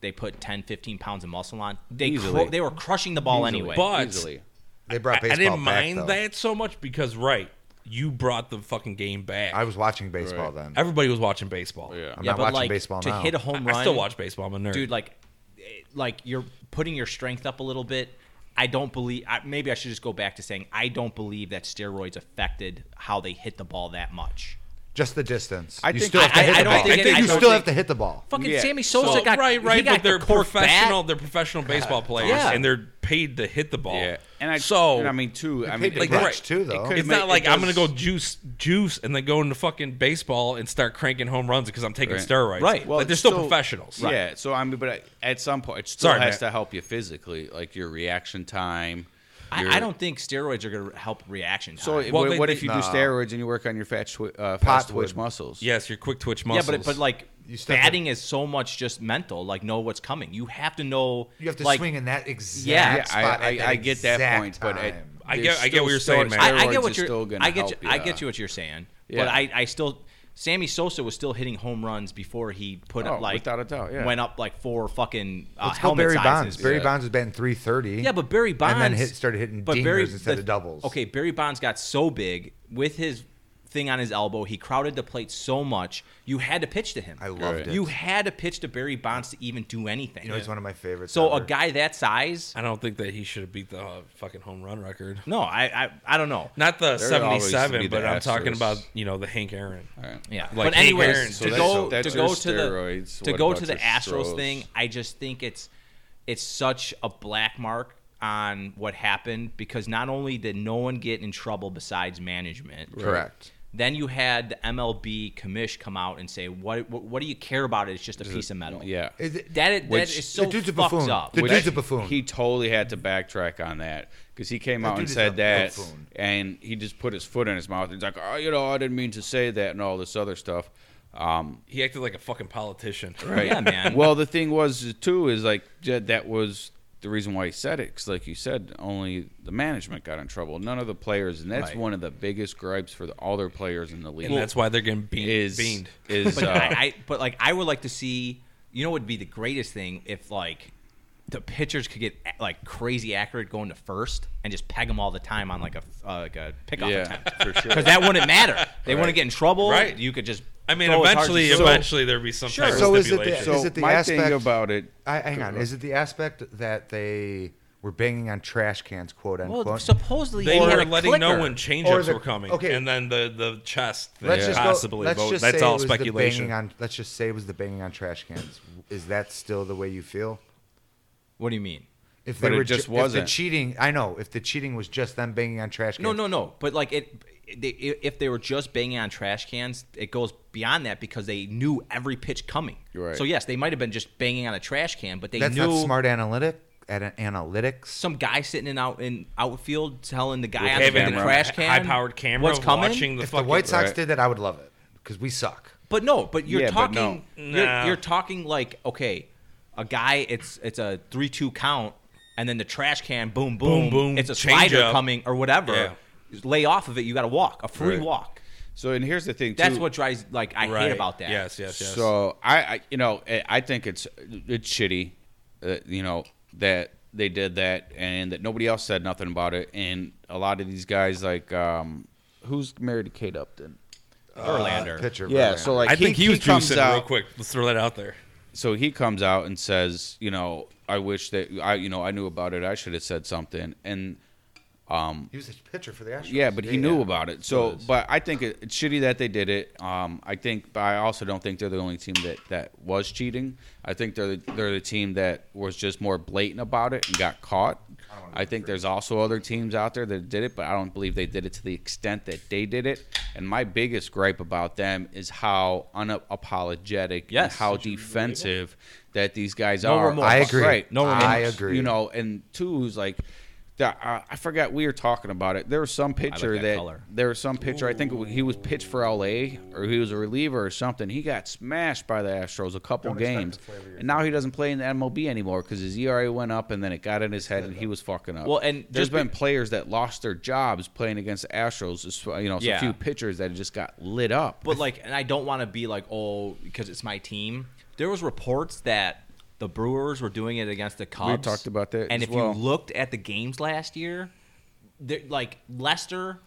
Speaker 3: they put 10, 15 pounds of muscle on. They
Speaker 1: Easily.
Speaker 3: cru- they were crushing the ball
Speaker 1: Easily.
Speaker 3: anyway.
Speaker 4: But-
Speaker 1: Easily.
Speaker 2: They brought
Speaker 4: I,
Speaker 2: baseball
Speaker 4: I didn't
Speaker 2: back,
Speaker 4: mind
Speaker 2: though.
Speaker 4: that so much because right, you brought the fucking game back.
Speaker 2: I was watching baseball
Speaker 1: Right.
Speaker 2: then.
Speaker 4: Everybody was watching baseball.
Speaker 1: Yeah.
Speaker 2: I'm
Speaker 3: yeah,
Speaker 2: not
Speaker 3: but
Speaker 2: watching
Speaker 3: like
Speaker 2: baseball
Speaker 3: to
Speaker 2: now.
Speaker 3: hit a home run.
Speaker 4: I still watch baseball. I'm a nerd.
Speaker 3: dude like eh, like you're putting your strength up a little bit i don't believe I, maybe i should just go back to saying i don't believe that steroids affected how they hit the ball that much
Speaker 2: Just the distance.
Speaker 1: I
Speaker 2: you
Speaker 1: think-
Speaker 2: still have to
Speaker 1: I-
Speaker 2: hit
Speaker 1: I- I
Speaker 2: the
Speaker 1: don't
Speaker 2: ball.
Speaker 1: think
Speaker 4: it- I
Speaker 2: you
Speaker 4: don't
Speaker 2: still have to
Speaker 3: think-
Speaker 2: hit the ball.
Speaker 3: fucking
Speaker 1: Yeah.
Speaker 3: sammy
Speaker 4: So,
Speaker 3: sosa got
Speaker 4: right, right,
Speaker 3: he got
Speaker 4: but they're
Speaker 3: the Corvette.
Speaker 4: professional. They're professional baseball players,
Speaker 3: Yeah.
Speaker 4: and they're paid to hit the ball.
Speaker 1: Yeah, and I
Speaker 4: so
Speaker 1: and I mean too. I mean,
Speaker 2: paid to
Speaker 1: like,
Speaker 2: catch,
Speaker 4: right.
Speaker 2: too, though.
Speaker 1: could-
Speaker 4: it's
Speaker 1: ma-
Speaker 4: not like
Speaker 1: it
Speaker 4: I'm gonna
Speaker 1: does-
Speaker 4: go juice, juice, and then go into fucking baseball and start cranking home runs because I'm taking
Speaker 1: Right.
Speaker 4: steroids.
Speaker 3: Right.
Speaker 1: well,
Speaker 4: Well, like, they're
Speaker 1: it's
Speaker 4: still, professionals.
Speaker 1: Yeah. So I mean, but I- at some point, it still
Speaker 4: Sorry,
Speaker 1: has
Speaker 4: Matt.
Speaker 1: to help you physically, like your reaction time.
Speaker 3: I,
Speaker 1: your-
Speaker 3: I don't think steroids are going to help reaction time.
Speaker 1: So
Speaker 3: So
Speaker 4: Well,
Speaker 1: what,
Speaker 4: they-
Speaker 1: what
Speaker 4: they-
Speaker 1: if you
Speaker 2: no.
Speaker 1: do steroids and you work on your fat, twi- uh, fast
Speaker 2: Pot would.
Speaker 1: twitch muscles?
Speaker 4: Yes, your quick twitch
Speaker 3: yeah,
Speaker 4: muscles.
Speaker 3: but but like
Speaker 2: You still have-
Speaker 3: batting is so much just mental. Like know what's coming. You have to know.
Speaker 2: You have to
Speaker 3: like,
Speaker 2: swing in that exact
Speaker 3: Yeah,
Speaker 1: Yeah, I,
Speaker 2: spot.
Speaker 1: I,
Speaker 2: at that
Speaker 1: I get that
Speaker 2: exact
Speaker 1: point, but I,
Speaker 2: time.
Speaker 4: I get- I get what you're saying, man.
Speaker 3: I, I
Speaker 1: Steroids
Speaker 3: get
Speaker 1: is
Speaker 3: what you're.
Speaker 1: still gonna
Speaker 3: I get.
Speaker 1: help
Speaker 3: you, I get
Speaker 1: ya.
Speaker 3: you what you're saying.
Speaker 1: Yeah.
Speaker 3: But I, I still. Sammy Sosa was still hitting home runs before he put
Speaker 1: Oh,
Speaker 3: up like
Speaker 1: without a doubt, yeah.
Speaker 3: went up like four fucking uh,
Speaker 2: Let's go
Speaker 3: helmet
Speaker 2: Barry
Speaker 3: sizes.
Speaker 2: Bonds. Barry
Speaker 1: Yeah.
Speaker 2: Bonds was batting 330.
Speaker 3: Yeah, but Barry Bonds
Speaker 2: And then hit, started hitting
Speaker 3: but
Speaker 2: dingers
Speaker 3: Barry-
Speaker 2: instead
Speaker 3: the-
Speaker 2: of doubles.
Speaker 3: Okay, Barry Bonds got so big with his thing on his elbow, he crowded the plate so much you had to pitch to him.
Speaker 2: I loved
Speaker 1: Right.
Speaker 2: it.
Speaker 3: you had to pitch to Barry Bonds to even do anything.
Speaker 2: You know, he's one of my favorites.
Speaker 3: so
Speaker 2: ever.
Speaker 3: a guy that size,
Speaker 4: I don't think that he should have beat the uh, fucking home run record.
Speaker 3: no, I I, I don't know.
Speaker 4: Not the
Speaker 1: There always used to be
Speaker 4: 77,
Speaker 1: the
Speaker 4: but I'm talking
Speaker 1: Astros.
Speaker 4: about you know the Hank Aaron.
Speaker 1: All right.
Speaker 3: Yeah,
Speaker 4: Like
Speaker 3: but
Speaker 4: Hank
Speaker 3: anyways,
Speaker 4: Aaron. So
Speaker 3: to
Speaker 4: that's-
Speaker 3: go
Speaker 1: that's
Speaker 3: to
Speaker 1: your
Speaker 3: go to
Speaker 1: steroids.
Speaker 3: the to
Speaker 1: What
Speaker 3: go
Speaker 1: about
Speaker 3: to the
Speaker 1: your
Speaker 3: Astros
Speaker 1: throws?
Speaker 3: thing, I just think it's it's such a black mark on what happened because not only did no one get in trouble besides management,
Speaker 2: Correct.
Speaker 3: Then you had the MLB commish come out and say, "What what, what do you care about? It's just a piece of metal."
Speaker 1: Yeah.
Speaker 2: Is it-
Speaker 3: that is,
Speaker 1: Which-
Speaker 3: that is so
Speaker 2: The dude's a
Speaker 3: fucked
Speaker 2: buffoon.
Speaker 3: up.
Speaker 2: The
Speaker 1: Which
Speaker 2: dude's a buffoon.
Speaker 1: He totally had to backtrack on that because he came
Speaker 2: That
Speaker 1: out and
Speaker 2: dude is a
Speaker 1: said that,
Speaker 2: buffoon.
Speaker 1: and he just put his foot in his mouth. He's like, "Oh, you know, I didn't mean to say that," and all this other stuff. Um,
Speaker 4: He acted like a fucking politician.
Speaker 1: right?
Speaker 3: Yeah, man.
Speaker 1: well, the thing was too is like j- that was the reason why he said it because, like you said, only the management got in trouble. None of the players, and that's
Speaker 3: Right.
Speaker 1: one of the biggest gripes for the, all their players in the league.
Speaker 4: And that's why they're getting beamed.
Speaker 1: is
Speaker 4: beamed.
Speaker 1: is
Speaker 3: But
Speaker 1: uh,
Speaker 3: I, I but like I would like to see you know what would be the greatest thing if like the pitchers could get like crazy accurate going to first and just peg them all the time on like a uh, like a pickoff
Speaker 1: yeah,
Speaker 3: attempt
Speaker 1: for sure.
Speaker 3: because that wouldn't matter. They wouldn't get in trouble.
Speaker 4: Right.
Speaker 3: You could just.
Speaker 4: I mean,
Speaker 3: throw as Oh, hard as
Speaker 4: eventually,
Speaker 3: you-
Speaker 1: So-
Speaker 4: eventually there'd be some
Speaker 3: Sure.
Speaker 4: type of
Speaker 2: So is it the-
Speaker 4: stipulation.
Speaker 1: So
Speaker 2: Is it the
Speaker 1: my thing
Speaker 2: aspect-
Speaker 1: about it,
Speaker 2: I, hang on. Is it the aspect that they were banging on trash cans, quote unquote?
Speaker 3: well, supposedly
Speaker 4: they
Speaker 3: you had
Speaker 4: were
Speaker 3: a
Speaker 4: letting
Speaker 3: clicker.
Speaker 4: no one
Speaker 2: Or
Speaker 4: changeups
Speaker 2: the-
Speaker 4: were coming,
Speaker 2: okay.
Speaker 4: and then the the chest thing
Speaker 2: let's just go-
Speaker 4: possibly.
Speaker 2: let's
Speaker 4: vote.
Speaker 2: just
Speaker 4: That's
Speaker 2: say
Speaker 4: all
Speaker 2: it was The
Speaker 4: speculation.
Speaker 2: banging on, let's just say it was the banging on trash cans. Is that still the way you feel?
Speaker 3: What do you mean?
Speaker 2: If they
Speaker 1: But it
Speaker 2: were
Speaker 1: just
Speaker 2: ju- If
Speaker 1: wasn't.
Speaker 2: the cheating, I know. If the cheating was just them banging on trash cans,
Speaker 3: No, no, no. But like it, they, if they were just banging on trash cans, it goes beyond that because they knew every pitch coming.
Speaker 1: You're right.
Speaker 3: So yes, they might have been just banging on a trash can, but they
Speaker 2: That's
Speaker 3: knew
Speaker 2: not smart analytic. At an analytics,
Speaker 3: some guy sitting in out in outfield telling the guy
Speaker 1: With
Speaker 3: on the,
Speaker 4: Having
Speaker 3: in the
Speaker 1: camera.
Speaker 3: crash can
Speaker 4: high-powered camera,
Speaker 3: what's coming.
Speaker 4: watching the
Speaker 2: if the
Speaker 4: fucking
Speaker 2: White Sox
Speaker 1: right.
Speaker 2: did that, I would love it because we suck.
Speaker 3: But no, but you're
Speaker 1: Yeah, but
Speaker 3: talking
Speaker 4: no.
Speaker 3: You're,
Speaker 4: Nah.
Speaker 3: you're talking like okay, a guy it's it's a 3-2 count and then the trash can boom boom
Speaker 4: Boom, boom,
Speaker 3: it's a
Speaker 4: change
Speaker 3: slider
Speaker 4: up.
Speaker 3: coming or whatever.
Speaker 4: Yeah.
Speaker 3: Lay off of it, you got to walk, a free
Speaker 1: Right.
Speaker 3: walk.
Speaker 1: so and here's the thing.
Speaker 3: That's
Speaker 1: too.
Speaker 3: what drives like I
Speaker 4: Right.
Speaker 3: hate about that.
Speaker 4: Yes, yes, yes.
Speaker 1: So I, I you know, I- I think it's it's shitty, uh, you know, that they did that and that nobody else said nothing about it. And a lot of these guys, like, um, who's married to Kate Upton?
Speaker 3: Verlander.
Speaker 2: Pitcher,
Speaker 1: Yeah,
Speaker 2: Verlander.
Speaker 1: so like
Speaker 4: Uh, I think he, was
Speaker 1: comes
Speaker 4: juicing
Speaker 1: out,
Speaker 4: real quick. Let's throw that out there.
Speaker 1: so he comes out and says, you know, I wish that I, you know, I knew about it. I should have said something. And
Speaker 2: he was a pitcher for the Astros.
Speaker 1: Yeah, but he knew
Speaker 2: yeah.
Speaker 1: about it. So, but I think it, it's shitty that they did it. Um, I think, but I also don't think they're the only team that, that was cheating. I think they're the, they're the team that was just more blatant about it and got caught. I think there's also other teams out there that did it, but I don't believe they did it to the extent that they did it. And my biggest gripe about them is how unapologetic and
Speaker 3: Yes.
Speaker 1: how defensive that these guys
Speaker 3: No
Speaker 1: are.
Speaker 3: remorse.
Speaker 2: I agree.
Speaker 1: Right.
Speaker 2: No
Speaker 1: And,
Speaker 2: remorse. I agree.
Speaker 1: You know, know, and two is like, that, I, I forgot we were talking about it. There was some pitcher
Speaker 3: that
Speaker 1: that,
Speaker 3: color.
Speaker 1: there was some pitcher. I think he was pitched for LA or he was a reliever or something. He got smashed by the Astros a couple
Speaker 2: Don't expect
Speaker 1: games,
Speaker 2: to play every year.
Speaker 1: and now he doesn't play in the MLB anymore because his ERA went up and then it got in his head and he was fucking up.
Speaker 3: Well, and
Speaker 1: there's
Speaker 3: just be-
Speaker 1: been players that lost their jobs playing against the Astros. It's, You know, it's
Speaker 3: Yeah.
Speaker 1: a few pitchers that just got lit up.
Speaker 3: But like, and I don't want to be like, oh, because it's my team. There was reports that The Brewers were doing it against the Cubs.
Speaker 1: talked about that
Speaker 3: And
Speaker 1: as
Speaker 3: if
Speaker 1: well.
Speaker 3: you looked at the games last year, they're- like Lester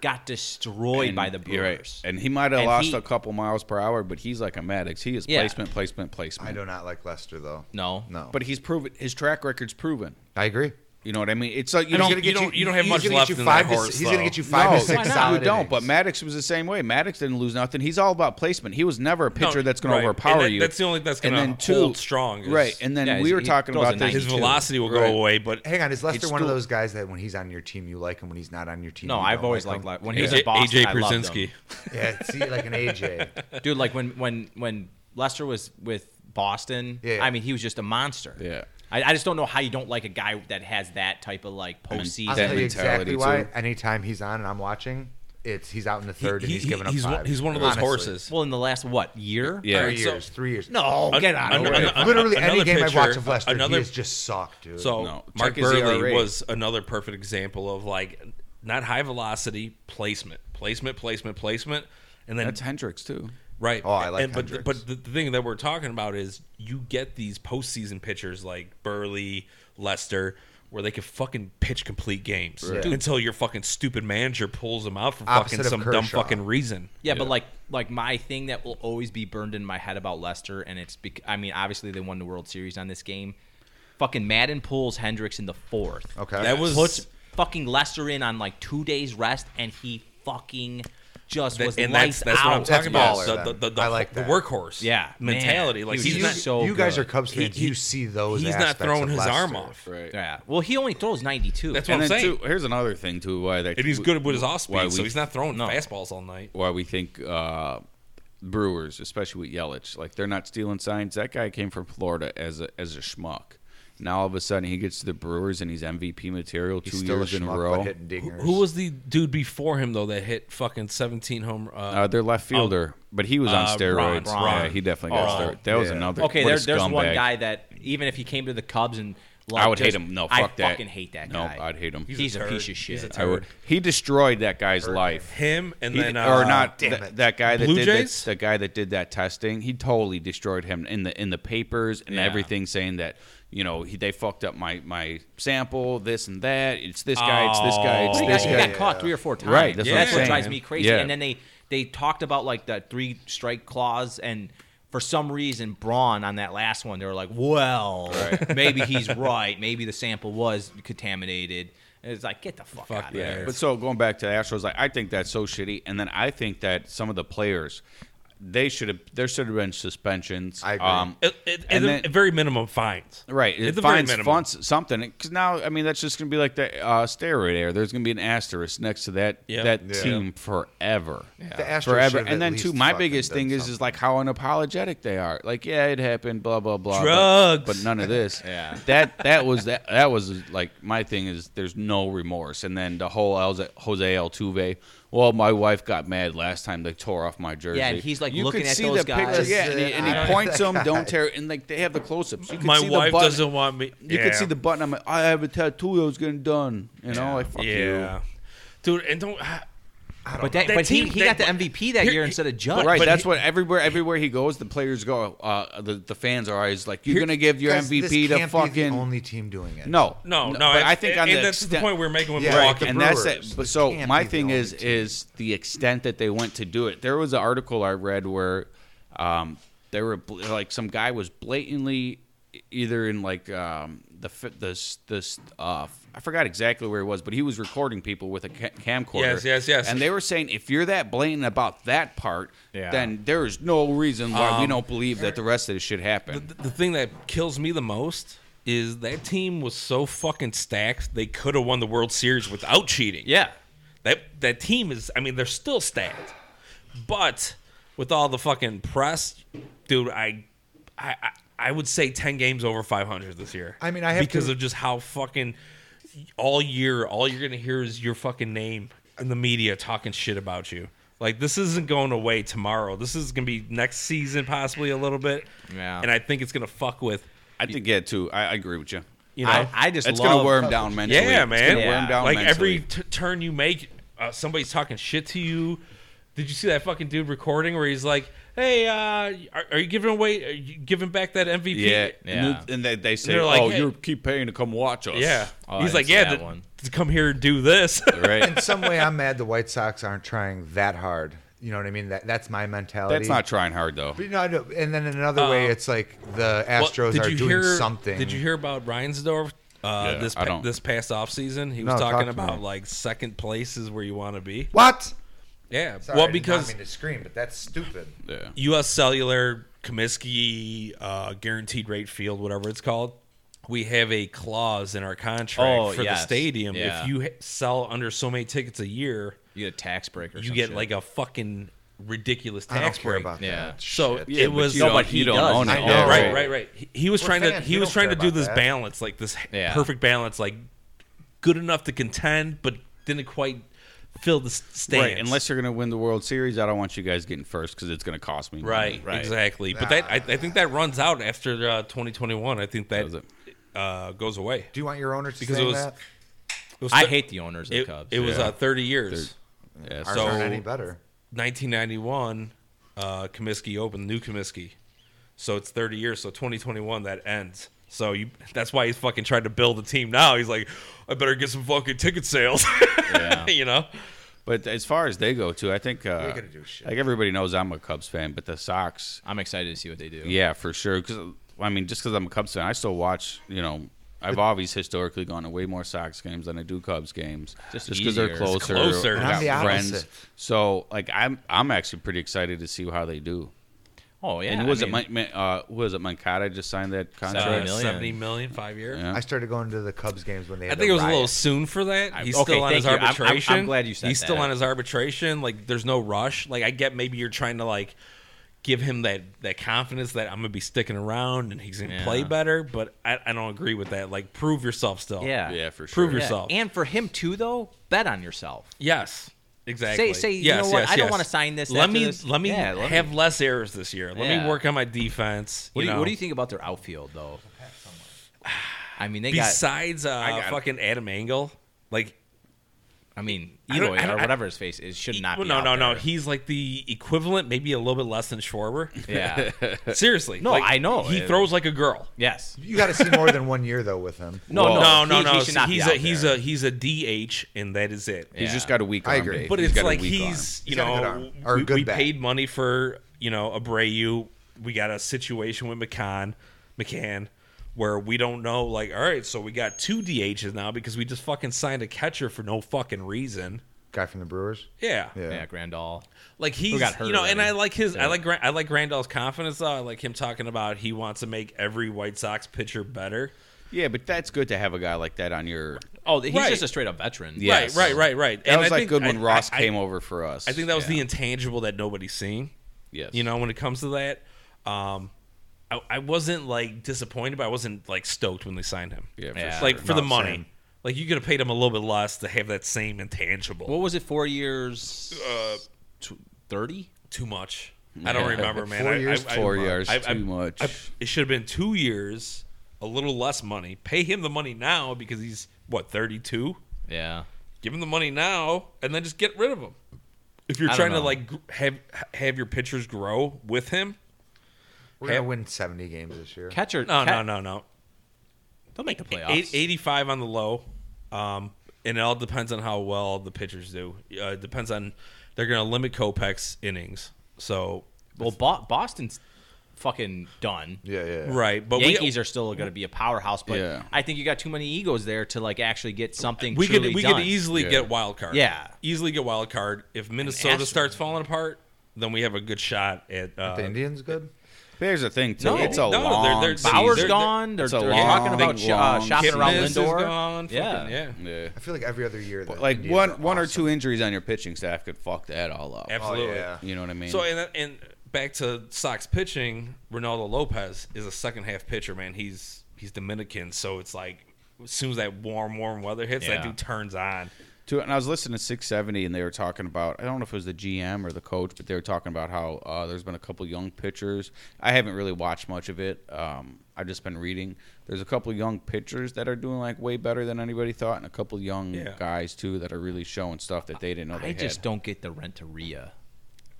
Speaker 3: got destroyed by the
Speaker 1: you're right.
Speaker 3: Brewers.
Speaker 1: And he might have
Speaker 3: And
Speaker 1: lost
Speaker 3: he-
Speaker 1: a couple miles per hour, but he's like a Maddox. He is
Speaker 3: Yeah.
Speaker 1: placement, placement, placement.
Speaker 2: I do not like Lester though.
Speaker 3: No.
Speaker 2: no.
Speaker 1: But he's proven his track record's proven.
Speaker 2: I agree.
Speaker 1: You know what I mean? It's like you
Speaker 4: He's
Speaker 1: don't
Speaker 4: gonna get you don't- you don't have
Speaker 2: he's
Speaker 4: much
Speaker 2: gonna get
Speaker 4: left
Speaker 2: you
Speaker 4: in
Speaker 2: five
Speaker 4: that
Speaker 2: to-
Speaker 4: horse,
Speaker 2: He's gonna
Speaker 4: though.
Speaker 2: get you five
Speaker 1: no,
Speaker 2: to six
Speaker 3: not?
Speaker 1: You
Speaker 2: solid
Speaker 1: don't. But
Speaker 2: innings.
Speaker 1: Maddox was the same way. Maddox didn't lose nothing. He's all about placement. He was never a pitcher that's going
Speaker 4: right.
Speaker 1: to overpower
Speaker 4: And that-
Speaker 1: you.
Speaker 4: that's the only thing that's
Speaker 1: And
Speaker 4: gonna
Speaker 1: then two-
Speaker 4: hold strong is-
Speaker 1: right? And then
Speaker 3: Yeah,
Speaker 1: we
Speaker 3: he's-
Speaker 1: were
Speaker 3: he
Speaker 1: talking
Speaker 3: throws a
Speaker 1: about this.
Speaker 3: 92.
Speaker 4: His velocity will go
Speaker 1: Right.
Speaker 4: away, but
Speaker 2: Hang on, is Lester
Speaker 1: It's
Speaker 2: one of
Speaker 1: still-
Speaker 2: those guys that when he's on your team you like him, when he's not on your team?
Speaker 3: No,
Speaker 2: you
Speaker 3: I've
Speaker 2: don't
Speaker 3: always
Speaker 2: like
Speaker 3: liked
Speaker 2: him?
Speaker 3: like when he was
Speaker 4: AJ,
Speaker 3: in Boston,
Speaker 4: AJ
Speaker 3: I loved him.
Speaker 4: Krasinski.
Speaker 2: Yeah, see, like an AJ.
Speaker 3: dude. Like when when when Lester was with Boston,
Speaker 2: Yeah.
Speaker 3: I mean he was just a monster.
Speaker 1: Yeah.
Speaker 3: I, I just don't know how you don't like a guy that has that type of like
Speaker 2: I'll
Speaker 3: postseason.
Speaker 1: that
Speaker 2: tell you
Speaker 1: mentality,
Speaker 2: exactly why.
Speaker 1: too.
Speaker 2: Anytime he's on and I'm watching, it's he's out in the third and he's giving up
Speaker 4: he's,
Speaker 2: five.
Speaker 4: one- he's one of those
Speaker 2: Honestly.
Speaker 4: horses.
Speaker 3: well, in the last what year?
Speaker 1: Yeah.
Speaker 2: Three
Speaker 4: so-
Speaker 2: years, three Oh, years.
Speaker 3: No, get out of
Speaker 4: An-
Speaker 3: here.
Speaker 4: an- an-
Speaker 2: literally
Speaker 4: another
Speaker 2: any game I've
Speaker 4: pitcher-
Speaker 2: watched of Lester,
Speaker 4: another-
Speaker 2: he is just socked, dude.
Speaker 4: So
Speaker 1: No,
Speaker 4: Mark
Speaker 1: check his ERA.
Speaker 4: Burley was another perfect example of like not high velocity placement, placement, placement, placement, and then
Speaker 1: That's Hendricks too.
Speaker 4: right.
Speaker 2: Oh, I like
Speaker 4: and, but
Speaker 2: Hendricks.
Speaker 4: but the thing that we're talking about is you get these postseason pitchers like Burley, Lester. Where they can fucking pitch complete games until your fucking stupid manager pulls them out for
Speaker 2: Opposite
Speaker 4: fucking
Speaker 2: of
Speaker 4: some dumb
Speaker 2: Kershaw.
Speaker 4: fucking reason.
Speaker 3: Yeah, but like like my thing that will always be burned in my head about Lester, and it's bec- I mean obviously they won the World Series on this game. Fucking Madden pulls Hendricks in the fourth.
Speaker 2: okay,
Speaker 4: That was
Speaker 3: puts fucking Lester in on like two days rest, and he fucking just was
Speaker 4: and that's
Speaker 3: lights
Speaker 4: that's what I'm
Speaker 3: out.
Speaker 4: talking
Speaker 2: baller,
Speaker 4: about. The,
Speaker 2: then.
Speaker 4: the, the, the,
Speaker 2: I like
Speaker 4: the
Speaker 2: that.
Speaker 4: workhorse,
Speaker 3: Yeah, man.
Speaker 4: mentality. Like
Speaker 3: He
Speaker 4: he's
Speaker 3: was
Speaker 4: not,
Speaker 3: so
Speaker 2: you guys
Speaker 3: good.
Speaker 2: are Cubs
Speaker 4: he-
Speaker 2: fans.
Speaker 4: he-
Speaker 2: you see those.
Speaker 4: He's not
Speaker 2: aspects
Speaker 4: throwing
Speaker 2: of
Speaker 4: his arm
Speaker 2: Lester.
Speaker 4: off.
Speaker 1: Right.
Speaker 3: Yeah. Well, he only throws 92.
Speaker 4: That's what
Speaker 1: And
Speaker 4: I'm
Speaker 1: then
Speaker 4: saying.
Speaker 1: too, here's another thing too why that
Speaker 4: And he's good with his off
Speaker 1: why
Speaker 4: speed, so
Speaker 1: we-
Speaker 4: he's not throwing
Speaker 3: No.
Speaker 4: fastballs all night.
Speaker 1: why we think uh, Brewers, especially with Yelich, like they're not stealing signs. That guy came from Florida as a as a schmuck. Now all of a sudden he gets to the Brewers and he's MVP material
Speaker 2: He's
Speaker 1: two
Speaker 2: still
Speaker 1: years
Speaker 2: a
Speaker 1: in a
Speaker 2: schmuck, but
Speaker 1: row.
Speaker 2: hitting dingers.
Speaker 4: Who was the dude before him though that hit fucking 17 home? Uh,
Speaker 1: Uh, their
Speaker 3: Oh.
Speaker 1: left fielder, but he was on
Speaker 4: uh,
Speaker 1: steroids.
Speaker 4: Ron, Ron.
Speaker 1: Yeah, he definitely got
Speaker 4: Ron.
Speaker 1: steroids. That was
Speaker 2: Yeah.
Speaker 1: another.
Speaker 3: Okay,
Speaker 1: what a
Speaker 3: there, there's one
Speaker 1: scumbag.
Speaker 3: guy that even if he came to the Cubs and like,
Speaker 1: I would hate
Speaker 3: just-
Speaker 1: him. No,
Speaker 3: I
Speaker 1: fuck that.
Speaker 3: fucking hate that
Speaker 1: No,
Speaker 3: guy.
Speaker 1: I'd hate him.
Speaker 3: He's,
Speaker 4: a
Speaker 3: a,
Speaker 4: turd.
Speaker 3: piece of shit.
Speaker 4: He's a
Speaker 1: I would. He destroyed that guy's life.
Speaker 4: him and
Speaker 1: He-
Speaker 4: then uh,
Speaker 1: or not
Speaker 2: damn
Speaker 1: th-
Speaker 2: it.
Speaker 1: that guy that
Speaker 4: Blue
Speaker 1: did that,
Speaker 4: Jays?
Speaker 1: the guy that did that testing. He totally destroyed him in the in the papers and
Speaker 3: Yeah.
Speaker 1: everything, saying that you know he, they fucked up my my sample, this and that. It's this guy, it's this guy, it's
Speaker 3: He
Speaker 4: Oh.
Speaker 3: got,
Speaker 1: this
Speaker 3: he
Speaker 1: guy.
Speaker 3: got caught three or four times.
Speaker 1: Right, that's
Speaker 4: what I'm
Speaker 3: what
Speaker 4: saying.
Speaker 3: drives me crazy.
Speaker 1: Yeah.
Speaker 3: And then they they talked about like the three strike clause, and for some reason Braun on that last one, they were like, "Well, maybe he's right. Maybe the sample was contaminated." And it's like, get the fuck,
Speaker 4: Fuck
Speaker 3: out of
Speaker 4: yeah.
Speaker 3: here.
Speaker 1: But so going back to the Astros, like I think that's so shitty, and then I think that some of the players, they should have there should have been suspensions. um,
Speaker 2: I agree.
Speaker 4: At, at- at
Speaker 1: and
Speaker 4: the
Speaker 1: then-
Speaker 4: very minimum fines.
Speaker 1: Right,
Speaker 4: At
Speaker 1: it
Speaker 4: the
Speaker 1: finds
Speaker 4: very minimum.
Speaker 1: funds something because now I mean that's just gonna be like the uh, steroid air. There's gonna be an asterisk next to that
Speaker 4: Yeah.
Speaker 1: that
Speaker 4: Yeah.
Speaker 1: team forever,
Speaker 2: The Astros
Speaker 1: forever.
Speaker 2: should've
Speaker 1: And
Speaker 2: at
Speaker 1: then
Speaker 2: least
Speaker 1: too, my
Speaker 2: fucking
Speaker 1: biggest
Speaker 2: done
Speaker 1: thing is is
Speaker 2: something.
Speaker 1: like how unapologetic they are. Like yeah, it happened, blah blah blah. but-
Speaker 4: Drugs.
Speaker 1: but, none of this. yeah, that that was that that was like my thing is there's no remorse. And then the whole Elze- Jose Altuve. Well, my wife got mad last time they tore off my jersey.
Speaker 3: Yeah, and he's, like,
Speaker 1: you
Speaker 3: looking
Speaker 1: could
Speaker 3: at
Speaker 1: see
Speaker 3: those
Speaker 1: the picture-
Speaker 3: guys.
Speaker 1: yeah, and he, and he
Speaker 2: Yeah.
Speaker 1: points them, don't tear, and like they have the close-ups. You could
Speaker 4: My
Speaker 1: see the
Speaker 4: wife
Speaker 1: button.
Speaker 4: doesn't want me.
Speaker 1: You
Speaker 4: yeah.
Speaker 1: could see the button. I'm like, I have a tattoo that was getting done. You know, like fuck
Speaker 4: yeah,
Speaker 1: you.
Speaker 4: dude, and don't. ah,
Speaker 3: But, that,
Speaker 4: That
Speaker 3: but
Speaker 4: team-
Speaker 3: he, he
Speaker 4: that-
Speaker 3: got the MVP that
Speaker 4: here-
Speaker 3: year instead of Judge.
Speaker 1: But right,
Speaker 4: But
Speaker 1: that's
Speaker 4: he-
Speaker 1: what everywhere everywhere he goes, the players go. Uh, the the fans are always like, "You're gonna give your
Speaker 2: Guys, this
Speaker 1: MVP to
Speaker 2: can't be the
Speaker 1: fucking
Speaker 2: only team doing it.
Speaker 1: no,
Speaker 4: No, no,
Speaker 1: But
Speaker 4: it's-
Speaker 1: I think
Speaker 4: and,
Speaker 1: on
Speaker 4: and
Speaker 1: the
Speaker 4: that's the
Speaker 1: extent-
Speaker 4: point we're making with
Speaker 2: Yeah,
Speaker 1: Right,
Speaker 2: like
Speaker 4: Milwaukee.
Speaker 2: the
Speaker 1: and that's
Speaker 2: Brewers.
Speaker 1: it. But
Speaker 2: They
Speaker 1: so
Speaker 2: can't
Speaker 1: my
Speaker 2: be the
Speaker 1: thing
Speaker 2: only
Speaker 1: is
Speaker 2: team.
Speaker 1: is the extent that they went to do it. There was an article I read where um, there were bl- like some guy was blatantly e-, either in like um, the fi- the s- the s- uh, I forgot exactly where he was, but he was recording people with a ca- camcorder.
Speaker 4: Yes, yes, yes.
Speaker 1: And they were saying if you're that blatant about that part,
Speaker 3: Yeah.
Speaker 1: then there is no reason why
Speaker 4: Um,
Speaker 1: we don't believe that the rest of this should happen.
Speaker 4: the thing that kills me the most is that team was so fucking stacked they could have won the World Series without cheating.
Speaker 3: Yeah.
Speaker 4: That that team is. I mean, they're still stacked, but with all the fucking press, dude, I, I, I- I would say ten games over five hundred this year.
Speaker 2: I mean, I have
Speaker 4: because
Speaker 2: to-
Speaker 4: of just how fucking all year, all you're gonna hear is your fucking name in the media talking shit about you. Like this isn't going away tomorrow. This is gonna be next season, possibly a little bit.
Speaker 3: Yeah.
Speaker 4: and I think it's gonna fuck with.
Speaker 1: I think yeah, too. I, I agree with you.
Speaker 4: You know,
Speaker 3: I, I just
Speaker 1: it's
Speaker 3: love
Speaker 1: gonna wear him down mentally.
Speaker 4: yeah,
Speaker 1: It's
Speaker 4: man.
Speaker 1: gonna wear 'em
Speaker 3: Yeah.
Speaker 1: down
Speaker 4: like
Speaker 1: mentally.
Speaker 4: every t- turn you make, uh, somebody's talking shit to you. Did you see that fucking dude recording where he's like, "Hey, uh, are, are you giving away? Are you giving back that MVP?"
Speaker 1: Yeah,
Speaker 3: Yeah.
Speaker 1: And, th- and they, they say,
Speaker 4: They're like,
Speaker 1: "Oh,
Speaker 4: hey-
Speaker 1: you keep paying to come watch us."
Speaker 4: Yeah.
Speaker 3: Oh, I
Speaker 4: he's
Speaker 3: didn't
Speaker 4: like,
Speaker 3: see
Speaker 4: "Yeah,
Speaker 3: that
Speaker 4: to-
Speaker 3: one."
Speaker 4: to come here and do this."
Speaker 1: right.
Speaker 2: In some way, I'm mad the White Sox aren't trying that hard. You know what I mean? That that's my mentality.
Speaker 1: That's not trying hard though.
Speaker 2: But, you know, I know- and then in another way, it's like the
Speaker 4: Uh, Well,
Speaker 2: Astros
Speaker 4: did
Speaker 2: are
Speaker 4: you
Speaker 2: doing
Speaker 4: hear-
Speaker 2: something.
Speaker 4: Did you hear about Reinsdorf? Uh,
Speaker 1: Yeah,
Speaker 4: this
Speaker 1: I
Speaker 4: pa-
Speaker 1: don't-
Speaker 4: this past off season, he
Speaker 2: No,
Speaker 4: was
Speaker 2: talk
Speaker 4: talking
Speaker 2: to
Speaker 4: about
Speaker 2: me.
Speaker 4: like second place is where you want to be.
Speaker 2: What?
Speaker 4: Yeah,
Speaker 2: Sorry,
Speaker 4: well
Speaker 2: I did not
Speaker 4: because
Speaker 2: mean to scream, but that's stupid.
Speaker 1: Yeah.
Speaker 4: U.S. Cellular, Comiskey, uh, guaranteed rate field, whatever it's called, we have a clause in our contract
Speaker 3: Oh,
Speaker 4: for
Speaker 3: yes.
Speaker 4: the stadium.
Speaker 3: Yeah.
Speaker 4: If you ha- sell under so many tickets a year,
Speaker 3: You get a tax break or
Speaker 4: you
Speaker 3: some
Speaker 4: get
Speaker 3: shit.
Speaker 4: like a fucking ridiculous
Speaker 2: I
Speaker 4: tax
Speaker 2: don't care
Speaker 4: break.
Speaker 2: about
Speaker 3: Yeah.
Speaker 2: that.
Speaker 4: So
Speaker 2: Shit.
Speaker 1: Yeah,
Speaker 4: it
Speaker 1: but
Speaker 4: was
Speaker 1: you
Speaker 3: No,
Speaker 1: don't-
Speaker 3: but he
Speaker 1: you don't
Speaker 3: does.
Speaker 1: own it.
Speaker 2: I know.
Speaker 1: Yeah,
Speaker 4: right, right, right. He, he was
Speaker 2: We're
Speaker 4: trying to
Speaker 2: fans,
Speaker 4: he
Speaker 2: we
Speaker 4: was
Speaker 2: don't
Speaker 4: trying to
Speaker 2: care
Speaker 4: do
Speaker 2: about
Speaker 4: this
Speaker 2: that.
Speaker 4: balance, like this
Speaker 3: Yeah.
Speaker 4: perfect balance, like good enough to contend, but didn't quite fill the s- stands.
Speaker 1: Right, unless you're going to win the World Series, I don't want you guys getting first because it's going to cost me. money.
Speaker 4: Right, exactly. But that I, I think that runs out after uh, 2021. I think
Speaker 1: Does
Speaker 4: that
Speaker 1: it?
Speaker 4: uh, goes away.
Speaker 2: Do you want your owners to
Speaker 4: Because
Speaker 2: say
Speaker 4: it was-
Speaker 2: that?
Speaker 4: It was
Speaker 3: I
Speaker 4: thir-
Speaker 3: hate the owners of
Speaker 4: it.
Speaker 3: the Cubs.
Speaker 4: It was
Speaker 1: yeah.
Speaker 4: uh, 30 years.
Speaker 1: Yeah,
Speaker 2: Ours
Speaker 1: so
Speaker 4: So-
Speaker 2: aren't any better.
Speaker 4: 1991, uh, Comiskey opened new Comiskey, so it's 30 years. So 2021 that ends. So you, that's why he's fucking trying to build a team now. He's like, I better get some fucking ticket sales.
Speaker 1: Yeah.
Speaker 4: you know,
Speaker 1: But as far as they go, too, I think uh,
Speaker 2: gonna do shit.
Speaker 1: like everybody knows I'm a Cubs fan, but the Sox,
Speaker 3: I'm excited to see what they do.
Speaker 1: yeah, for sure. Because I mean, just because I'm a Cubs fan, I still watch. You know, I've always historically gone to way more Sox games than I do Cubs games,
Speaker 3: Just
Speaker 1: because they're
Speaker 3: easier. It's
Speaker 1: closer,
Speaker 4: closer.
Speaker 1: we
Speaker 4: And
Speaker 2: I'm
Speaker 1: got
Speaker 2: the
Speaker 1: friends.
Speaker 2: opposite.
Speaker 1: So like, I'm I'm actually pretty excited to see how they do.
Speaker 3: Oh yeah.
Speaker 1: and
Speaker 3: I
Speaker 1: was
Speaker 3: mean,
Speaker 1: it Mi- Mi- uh, was it Mancada just signed that
Speaker 4: Uh,
Speaker 1: contract?
Speaker 3: 70 million.
Speaker 4: 70 million, five years.
Speaker 1: Yeah.
Speaker 2: I started going to the Cubs games when they.
Speaker 4: I
Speaker 2: Had
Speaker 4: think it
Speaker 2: the
Speaker 4: was a
Speaker 2: riot.
Speaker 4: little soon for that. He's
Speaker 3: okay,
Speaker 4: still on
Speaker 3: thank
Speaker 4: his
Speaker 3: you. I'm- I'm- I'm
Speaker 4: arbitration.
Speaker 3: glad you said
Speaker 4: He's still
Speaker 3: that.
Speaker 4: on his arbitration. Like, there's no rush. Like, I get maybe you're trying to like give him that that confidence that I'm gonna be sticking around and he's gonna
Speaker 3: Yeah.
Speaker 4: play better. But I, I don't agree with that. Like, prove yourself still.
Speaker 3: Yeah.
Speaker 1: Yeah, for sure.
Speaker 4: Prove
Speaker 3: Yeah.
Speaker 4: yourself.
Speaker 3: And for him too, though, bet on yourself.
Speaker 4: yes. Exactly.
Speaker 3: say, you
Speaker 4: yes,
Speaker 3: know what,
Speaker 4: yes,
Speaker 3: I don't
Speaker 4: yes.
Speaker 3: wanna sign this
Speaker 4: Let
Speaker 3: after
Speaker 4: me
Speaker 3: this.
Speaker 4: let me
Speaker 3: Yeah, let me-
Speaker 4: have less errors this year. Let
Speaker 3: Yeah.
Speaker 4: me work on my defense.
Speaker 3: What, do
Speaker 4: you
Speaker 3: you,
Speaker 4: know.
Speaker 3: what do you think about their outfield, though? I mean, they got.
Speaker 4: Besides uh,
Speaker 1: got-
Speaker 4: fucking Adam Engel, like
Speaker 3: I mean,
Speaker 4: I don't-
Speaker 3: Eloy
Speaker 4: I don't-
Speaker 3: or
Speaker 4: I-
Speaker 3: whatever his face is should not.
Speaker 4: well,
Speaker 3: be
Speaker 4: no,
Speaker 3: out
Speaker 4: no, no.
Speaker 3: there.
Speaker 4: He's like the equivalent, maybe a little bit less than Schwarber.
Speaker 3: Yeah.
Speaker 4: Seriously.
Speaker 3: No,
Speaker 4: like,
Speaker 3: I know.
Speaker 4: He
Speaker 3: It-
Speaker 4: throws like a girl.
Speaker 3: yes.
Speaker 2: You got to see more than one year though with him.
Speaker 3: No,
Speaker 1: Whoa.
Speaker 4: No,
Speaker 3: no,
Speaker 4: no,
Speaker 3: he-
Speaker 4: no.
Speaker 3: He should not
Speaker 4: he's
Speaker 3: be
Speaker 4: a
Speaker 3: out
Speaker 4: he's
Speaker 3: there.
Speaker 4: a he's a DH and that is it.
Speaker 1: He's
Speaker 3: Yeah.
Speaker 1: just got a weak
Speaker 2: I
Speaker 1: arm.
Speaker 2: agree.
Speaker 1: Dave.
Speaker 4: But
Speaker 1: He's
Speaker 4: it's
Speaker 1: got a
Speaker 4: like
Speaker 1: weak arm.
Speaker 4: he's you
Speaker 2: He's got a good
Speaker 4: know
Speaker 2: arm. Or a
Speaker 4: we,
Speaker 2: good
Speaker 4: we
Speaker 2: bat.
Speaker 4: paid money for, you know, Abreu. We got a situation with McCann McCann where we don't know like all right, so we got two DHs now because we just fucking signed a catcher for no fucking reason.
Speaker 2: Guy from the Brewers.
Speaker 4: Yeah.
Speaker 2: Yeah.
Speaker 3: Yeah, Grandal.
Speaker 4: Like he's,
Speaker 3: got hurt
Speaker 4: you know, and I
Speaker 3: already.
Speaker 4: like his, I like, Gran- I like Grandal's confidence. Though. I like him talking about he wants to make every White Sox pitcher better.
Speaker 1: Yeah, but that's good to have a guy like that on your.
Speaker 3: Oh, he's
Speaker 4: Right.
Speaker 3: just a straight up veteran.
Speaker 1: Yes.
Speaker 4: Right, right, right, right.
Speaker 1: That was like good when
Speaker 4: I-
Speaker 1: Ross
Speaker 4: I-
Speaker 1: came over for us.
Speaker 4: I think that was the
Speaker 1: Yeah.
Speaker 4: intangible that nobody's seeing.
Speaker 1: Yes.
Speaker 4: You know, when it comes to that, um, I, I wasn't like disappointed, but I wasn't like stoked when they signed him.
Speaker 1: Yeah, for
Speaker 3: Yeah.
Speaker 4: like for
Speaker 2: No,
Speaker 4: the money,
Speaker 2: same.
Speaker 4: like you could have paid him a little bit less to have that same intangible.
Speaker 3: What was it? Four years. Thirty.
Speaker 4: too much. I don't
Speaker 1: Yeah.
Speaker 4: remember, man.
Speaker 2: Four
Speaker 4: I-
Speaker 2: years,
Speaker 4: I- I-
Speaker 1: four
Speaker 4: I-
Speaker 1: years,
Speaker 4: I- I-
Speaker 1: too much.
Speaker 4: I- it should have been two years, a little less money. Pay him the money now because he's what thirty-two.
Speaker 3: Yeah.
Speaker 4: Give him the money now, and then just get rid of him. If you're
Speaker 3: I don't
Speaker 4: trying to
Speaker 3: know.
Speaker 4: like gr- have have your pitchers grow with him,
Speaker 2: We're gonna win 70 games this year.
Speaker 3: Catcher.
Speaker 4: no,
Speaker 3: ca-
Speaker 4: no, no, no.
Speaker 3: They'll make the playoffs.
Speaker 4: Eight, Eighty-five on the low, um, and it all depends on how well the pitchers do. Uh, it depends on they're going to limit Kopech's innings. So
Speaker 3: Well, Bo- Boston's fucking done.
Speaker 2: Yeah, yeah.
Speaker 4: right, but we,
Speaker 3: Yankees are still going to be a powerhouse, but
Speaker 1: Yeah.
Speaker 3: I think you got too many egos there to like actually get something.
Speaker 4: we could
Speaker 3: truly
Speaker 4: we
Speaker 3: done.
Speaker 4: could easily
Speaker 1: Yeah.
Speaker 4: get wild card.
Speaker 3: Yeah.
Speaker 4: easily get wild card. If Minnesota
Speaker 3: Astros.
Speaker 4: starts falling apart, then we have a good shot at. Uh,
Speaker 2: The Indians good.
Speaker 1: There's the thing too.
Speaker 3: No.
Speaker 1: it's a
Speaker 4: No, they're-
Speaker 1: long.
Speaker 4: they're-
Speaker 1: season.
Speaker 3: Bauer's
Speaker 4: They're-
Speaker 3: gone. They're,
Speaker 1: it's a
Speaker 3: they're
Speaker 1: long,
Speaker 3: talking about sh- uh,
Speaker 1: long
Speaker 3: shopping around
Speaker 4: Kipnis is
Speaker 3: Lindor.
Speaker 4: gone, fucking-
Speaker 3: yeah.
Speaker 4: yeah.
Speaker 1: Yeah.
Speaker 2: I feel like every other year. the
Speaker 1: Like
Speaker 2: Indians
Speaker 1: one
Speaker 2: are
Speaker 1: one or
Speaker 2: awesome.
Speaker 1: two injuries on your pitching staff could fuck that all up.
Speaker 2: Oh,
Speaker 4: Absolutely.
Speaker 2: yeah.
Speaker 1: You know what I mean?
Speaker 4: So and and back to Sox pitching, Ronaldo Lopez is a second half pitcher, man. He's he's Dominican, so it's like as soon as that warm warm weather hits, that
Speaker 3: Yeah.
Speaker 4: dude turns on.
Speaker 1: To and I was listening to 670, and they were talking about I don't know if it was the GM or the coach, but they were talking about how uh, there's been a couple young pitchers. I haven't really watched much of it. Um, I've just been reading. There's a couple young pitchers that are doing like way better than anybody thought, and a couple young
Speaker 4: Yeah.
Speaker 1: guys too that are really showing stuff that they didn't know they
Speaker 3: I
Speaker 1: had.
Speaker 3: just don't get the Renteria.